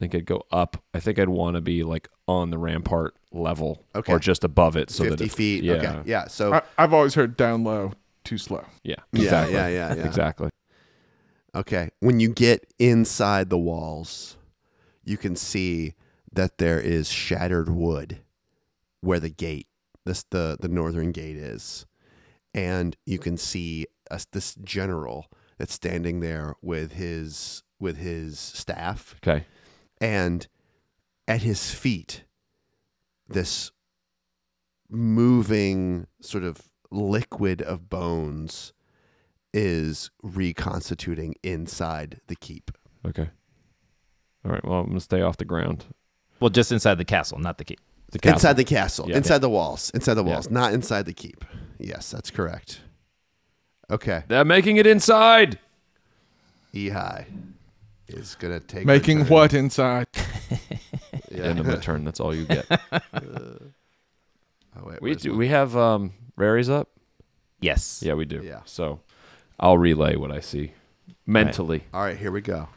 [SPEAKER 1] think I'd go up. I think I'd want to be like on the rampart level,
[SPEAKER 3] Okay.
[SPEAKER 1] or just above it, so that
[SPEAKER 3] fifty
[SPEAKER 1] if-
[SPEAKER 3] feet.
[SPEAKER 1] Yeah,
[SPEAKER 3] Okay. Yeah. So
[SPEAKER 4] I, I've always heard down low, too slow.
[SPEAKER 1] yeah,
[SPEAKER 3] yeah,
[SPEAKER 1] exactly.
[SPEAKER 3] yeah, yeah, yeah.
[SPEAKER 1] exactly.
[SPEAKER 3] Okay. When you get inside the walls, you can see that there is shattered wood where the gate, this the the northern gate is, and you can see us this general that's standing there with his with his staff,
[SPEAKER 1] Okay,
[SPEAKER 3] and at his feet, this moving sort of liquid of bones is reconstituting inside the keep.
[SPEAKER 1] okay. All right. Well, I'm gonna stay off the ground.
[SPEAKER 2] Well, just inside the castle, not the keep.
[SPEAKER 1] The castle.
[SPEAKER 3] Inside the castle,
[SPEAKER 1] Yeah.
[SPEAKER 3] inside the walls, inside the
[SPEAKER 1] Yeah.
[SPEAKER 3] walls, not inside the keep. Yes, that's correct. Okay,
[SPEAKER 1] They're making it inside.
[SPEAKER 3] Ehi is gonna take her
[SPEAKER 4] Making
[SPEAKER 3] turn.
[SPEAKER 4] what inside?
[SPEAKER 3] Yeah.
[SPEAKER 1] End of my turn. That's all you get.
[SPEAKER 3] Oh, wait,
[SPEAKER 1] we
[SPEAKER 3] where's
[SPEAKER 1] do.
[SPEAKER 3] my-
[SPEAKER 1] We have um raries up.
[SPEAKER 2] Yes.
[SPEAKER 1] Yeah, we do.
[SPEAKER 3] Yeah.
[SPEAKER 1] So, I'll relay what I see mentally.
[SPEAKER 3] All right, here we go.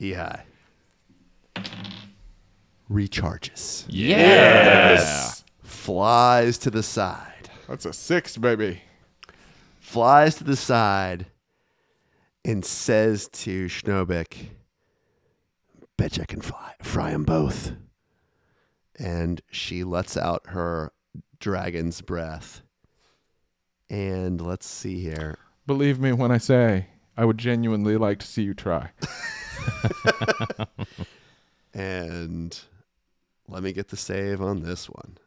[SPEAKER 3] Ehi recharges, flies to the side,
[SPEAKER 4] That's a six, baby.
[SPEAKER 3] flies to the side, and says to Schnobik, "Bet you I can fly, fry 'em both." And she lets out her dragon's breath. And let's see here.
[SPEAKER 4] Believe me when I say I would genuinely like to see you try.
[SPEAKER 3] And let me get the save on this one.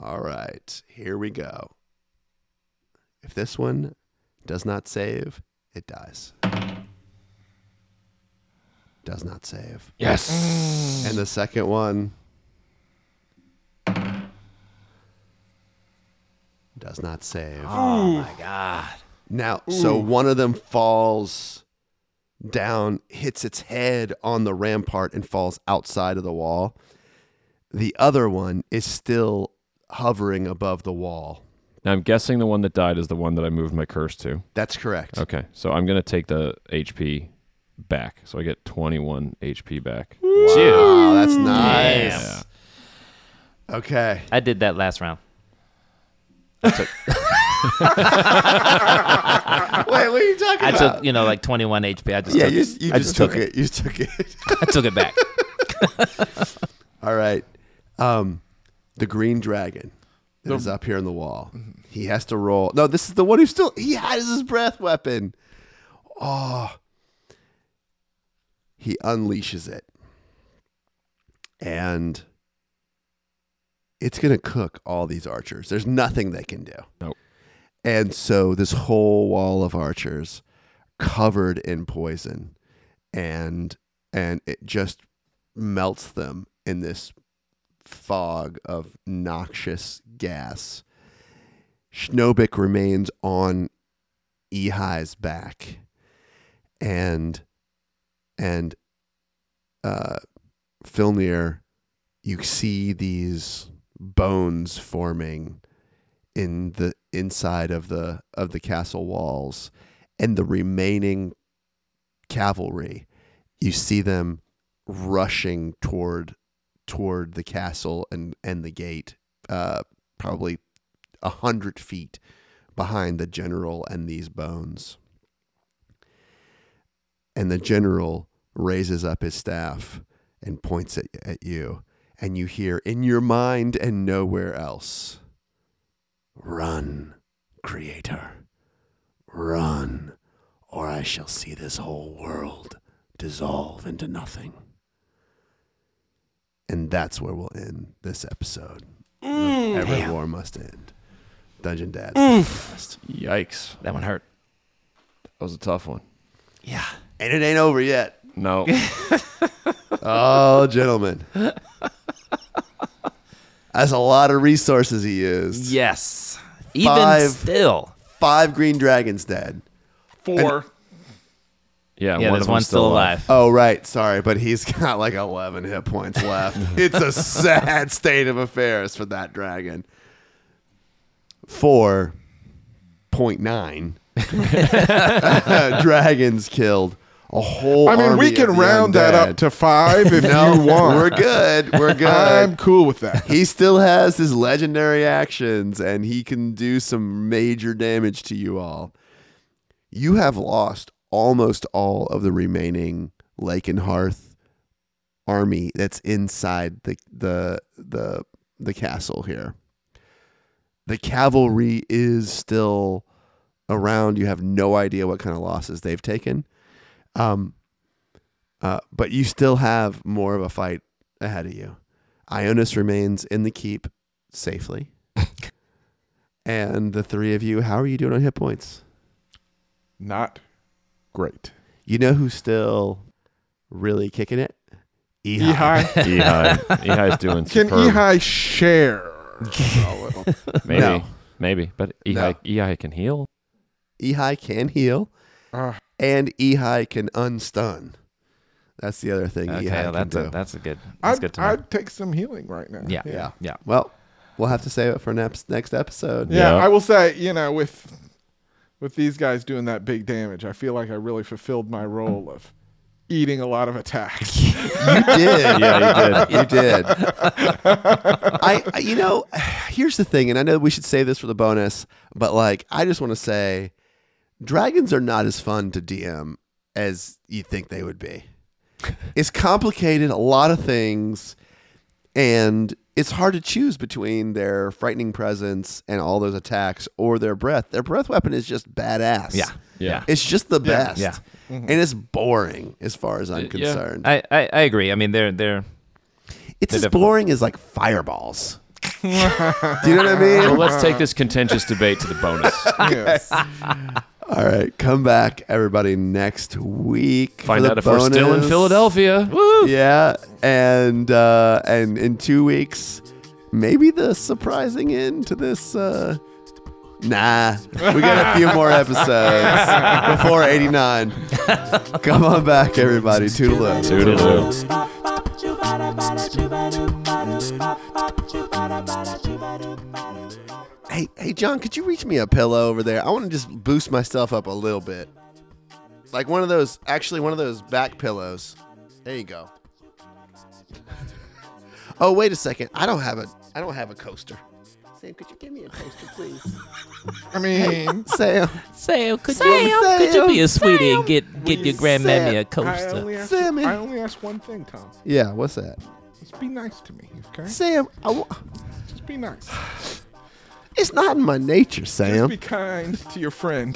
[SPEAKER 3] All right, here we go. If this one does not save, it dies. Does not save.
[SPEAKER 1] Yes.
[SPEAKER 3] And the second one does not save.
[SPEAKER 2] My God.
[SPEAKER 3] Now, so one of them falls down, hits its head on the rampart, and falls outside of the wall. The other one is still hovering above the wall.
[SPEAKER 1] Now I'm guessing the one that died is the one that I moved my curse to.
[SPEAKER 3] That's correct.
[SPEAKER 1] Okay, so I'm gonna take the HP back, so I get 21 HP back.
[SPEAKER 3] Wow, Oh, that's nice.
[SPEAKER 2] Damn.
[SPEAKER 3] Okay.
[SPEAKER 2] I did that last round.
[SPEAKER 3] Wait, what are you talking
[SPEAKER 2] I
[SPEAKER 3] about?
[SPEAKER 2] took, you know, like 21 HP. I just,
[SPEAKER 3] yeah,
[SPEAKER 2] took,
[SPEAKER 3] you, you
[SPEAKER 2] I
[SPEAKER 3] just took it. You took it.
[SPEAKER 2] I took it back.
[SPEAKER 3] All right. Um, the green dragon that is up here on the wall. He has to roll. No, this is the one who still he has his breath weapon. Oh. He unleashes it. And it's gonna cook all these archers. There's nothing they can do.
[SPEAKER 1] Nope.
[SPEAKER 3] And so this whole wall of archers covered in poison and and it just melts them in this fog of noxious gas. Schnobik remains on Ehi's back, and and uh, Filnir, you see these bones forming in the inside of the of the castle walls, and the remaining cavalry. You see them rushing toward toward the castle and and the gate, uh, probably a hundred feet behind the general and these bones. And the general raises up his staff and points at, at you, and you hear in your mind and nowhere else, "Run, Creator, run,
[SPEAKER 6] or I shall see this whole world dissolve into nothing.
[SPEAKER 3] And that's where we'll end this episode. of Every war must end. Dungeon Dad.
[SPEAKER 1] Yikes.
[SPEAKER 2] That one hurt.
[SPEAKER 1] That was a tough one.
[SPEAKER 2] Yeah.
[SPEAKER 3] And it ain't over yet.
[SPEAKER 1] No.
[SPEAKER 3] Oh, gentlemen. That's a lot of resources he used.
[SPEAKER 2] Yes. Even
[SPEAKER 3] Five.
[SPEAKER 2] still.
[SPEAKER 3] Five green dragons, Dad.
[SPEAKER 4] Four.
[SPEAKER 1] Yeah,
[SPEAKER 2] Yeah,
[SPEAKER 1] one
[SPEAKER 2] there's
[SPEAKER 1] of
[SPEAKER 2] one still alive.
[SPEAKER 3] Oh, right. Sorry, but he's got like 11 hit points left. it's a sad state of affairs for that dragon. 4.9 dragons killed. A whole
[SPEAKER 4] I mean, we
[SPEAKER 3] army of
[SPEAKER 4] can
[SPEAKER 3] the
[SPEAKER 4] round that
[SPEAKER 3] undead.
[SPEAKER 4] up to five if you want.
[SPEAKER 3] We're good. We're good.
[SPEAKER 4] I'm cool with that.
[SPEAKER 3] he still has his legendary actions and he can do some major damage to you all. You have lost almost all of the remaining Lake and Hearth army that's inside the the the the castle here. The cavalry is still around. You have no idea what kind of losses they've taken. Um uh, but you still have more of a fight ahead of you. Ionis remains in the keep safely. and the three of you, how are you doing on hit points?
[SPEAKER 4] Not great.
[SPEAKER 3] You know who's still really kicking it? Ehi.
[SPEAKER 4] Ehi,
[SPEAKER 1] Ehi. Ehi's doing
[SPEAKER 4] can
[SPEAKER 1] superb.
[SPEAKER 4] Ehi share?
[SPEAKER 1] Maybe.
[SPEAKER 3] No.
[SPEAKER 1] Maybe. But Ehi,
[SPEAKER 3] No.
[SPEAKER 1] Ehi can heal.
[SPEAKER 3] Ehi can heal,
[SPEAKER 4] Uh,
[SPEAKER 2] Ah.
[SPEAKER 3] and Ehi can unstun. That's the other thing
[SPEAKER 2] Okay,
[SPEAKER 3] Ehi
[SPEAKER 2] well,
[SPEAKER 3] can
[SPEAKER 2] that's
[SPEAKER 3] do.
[SPEAKER 2] a that's a good that's good
[SPEAKER 4] I'd,
[SPEAKER 2] to know.
[SPEAKER 4] I'd take some healing right now.
[SPEAKER 2] yeah.
[SPEAKER 3] Oh, yeah.
[SPEAKER 2] Yeah.
[SPEAKER 3] Well, we'll have to save it for next next episode.
[SPEAKER 4] Yeah,
[SPEAKER 1] Yeah.
[SPEAKER 4] I will say, you know, with with these guys doing that big damage, I feel like I really fulfilled my role of eating a lot of attacks.
[SPEAKER 3] You did.
[SPEAKER 1] Yeah,
[SPEAKER 3] you did. I, I, you know, here's the thing, and I know we should save this for the bonus, but like, I just want to say, dragons are not as fun to DM as you think they would be. It's complicated, a lot of things, and it's hard to choose between their frightening presence and all those attacks or their breath. Their breath weapon is just badass.
[SPEAKER 2] Yeah.
[SPEAKER 1] Yeah.
[SPEAKER 3] It's just the best.
[SPEAKER 2] Yeah.
[SPEAKER 3] And it's boring as far as I'm
[SPEAKER 1] yeah.
[SPEAKER 3] concerned.
[SPEAKER 2] I, I, I agree. I mean they're they're
[SPEAKER 3] It's as
[SPEAKER 2] difficult.
[SPEAKER 3] boring as like fireballs. Do you know what I mean?
[SPEAKER 1] Well, let's take this contentious debate to the bonus.
[SPEAKER 4] Yes.
[SPEAKER 3] All right, come back, everybody, next week.
[SPEAKER 1] Find
[SPEAKER 3] for the
[SPEAKER 1] out if we're still in
[SPEAKER 3] bonus.
[SPEAKER 1] Philadelphia. Woo!
[SPEAKER 3] Yeah, and uh, and in two weeks, maybe the surprising end to this. Uh, nah, we got a few more episodes before '89. Come on back, everybody. Toodaloo.
[SPEAKER 1] Toodaloo.
[SPEAKER 3] Hey, hey, John, could you reach me a pillow over there? I want to just boost myself up a little bit. Like one of those, actually, one of those back pillows. There you go. Oh, wait a second. I don't have a, I don't have a coaster. Sam, could you give me a coaster, please?
[SPEAKER 4] I mean,
[SPEAKER 3] Sam,
[SPEAKER 7] Sam, could you
[SPEAKER 3] Sam,
[SPEAKER 7] could you be a
[SPEAKER 3] Sam,
[SPEAKER 7] sweetie and get get your grandmammy
[SPEAKER 3] Sam.
[SPEAKER 7] a
[SPEAKER 4] I
[SPEAKER 7] coaster?
[SPEAKER 4] only, ask,
[SPEAKER 3] Sammy.
[SPEAKER 4] I only ask one thing, Tom.
[SPEAKER 3] yeah. What's that?
[SPEAKER 4] Just be nice to me, okay?
[SPEAKER 3] Sam, I w-
[SPEAKER 4] Just be nice.
[SPEAKER 3] it's not in my nature,
[SPEAKER 4] Just
[SPEAKER 3] Sam.
[SPEAKER 4] be kind to your friend.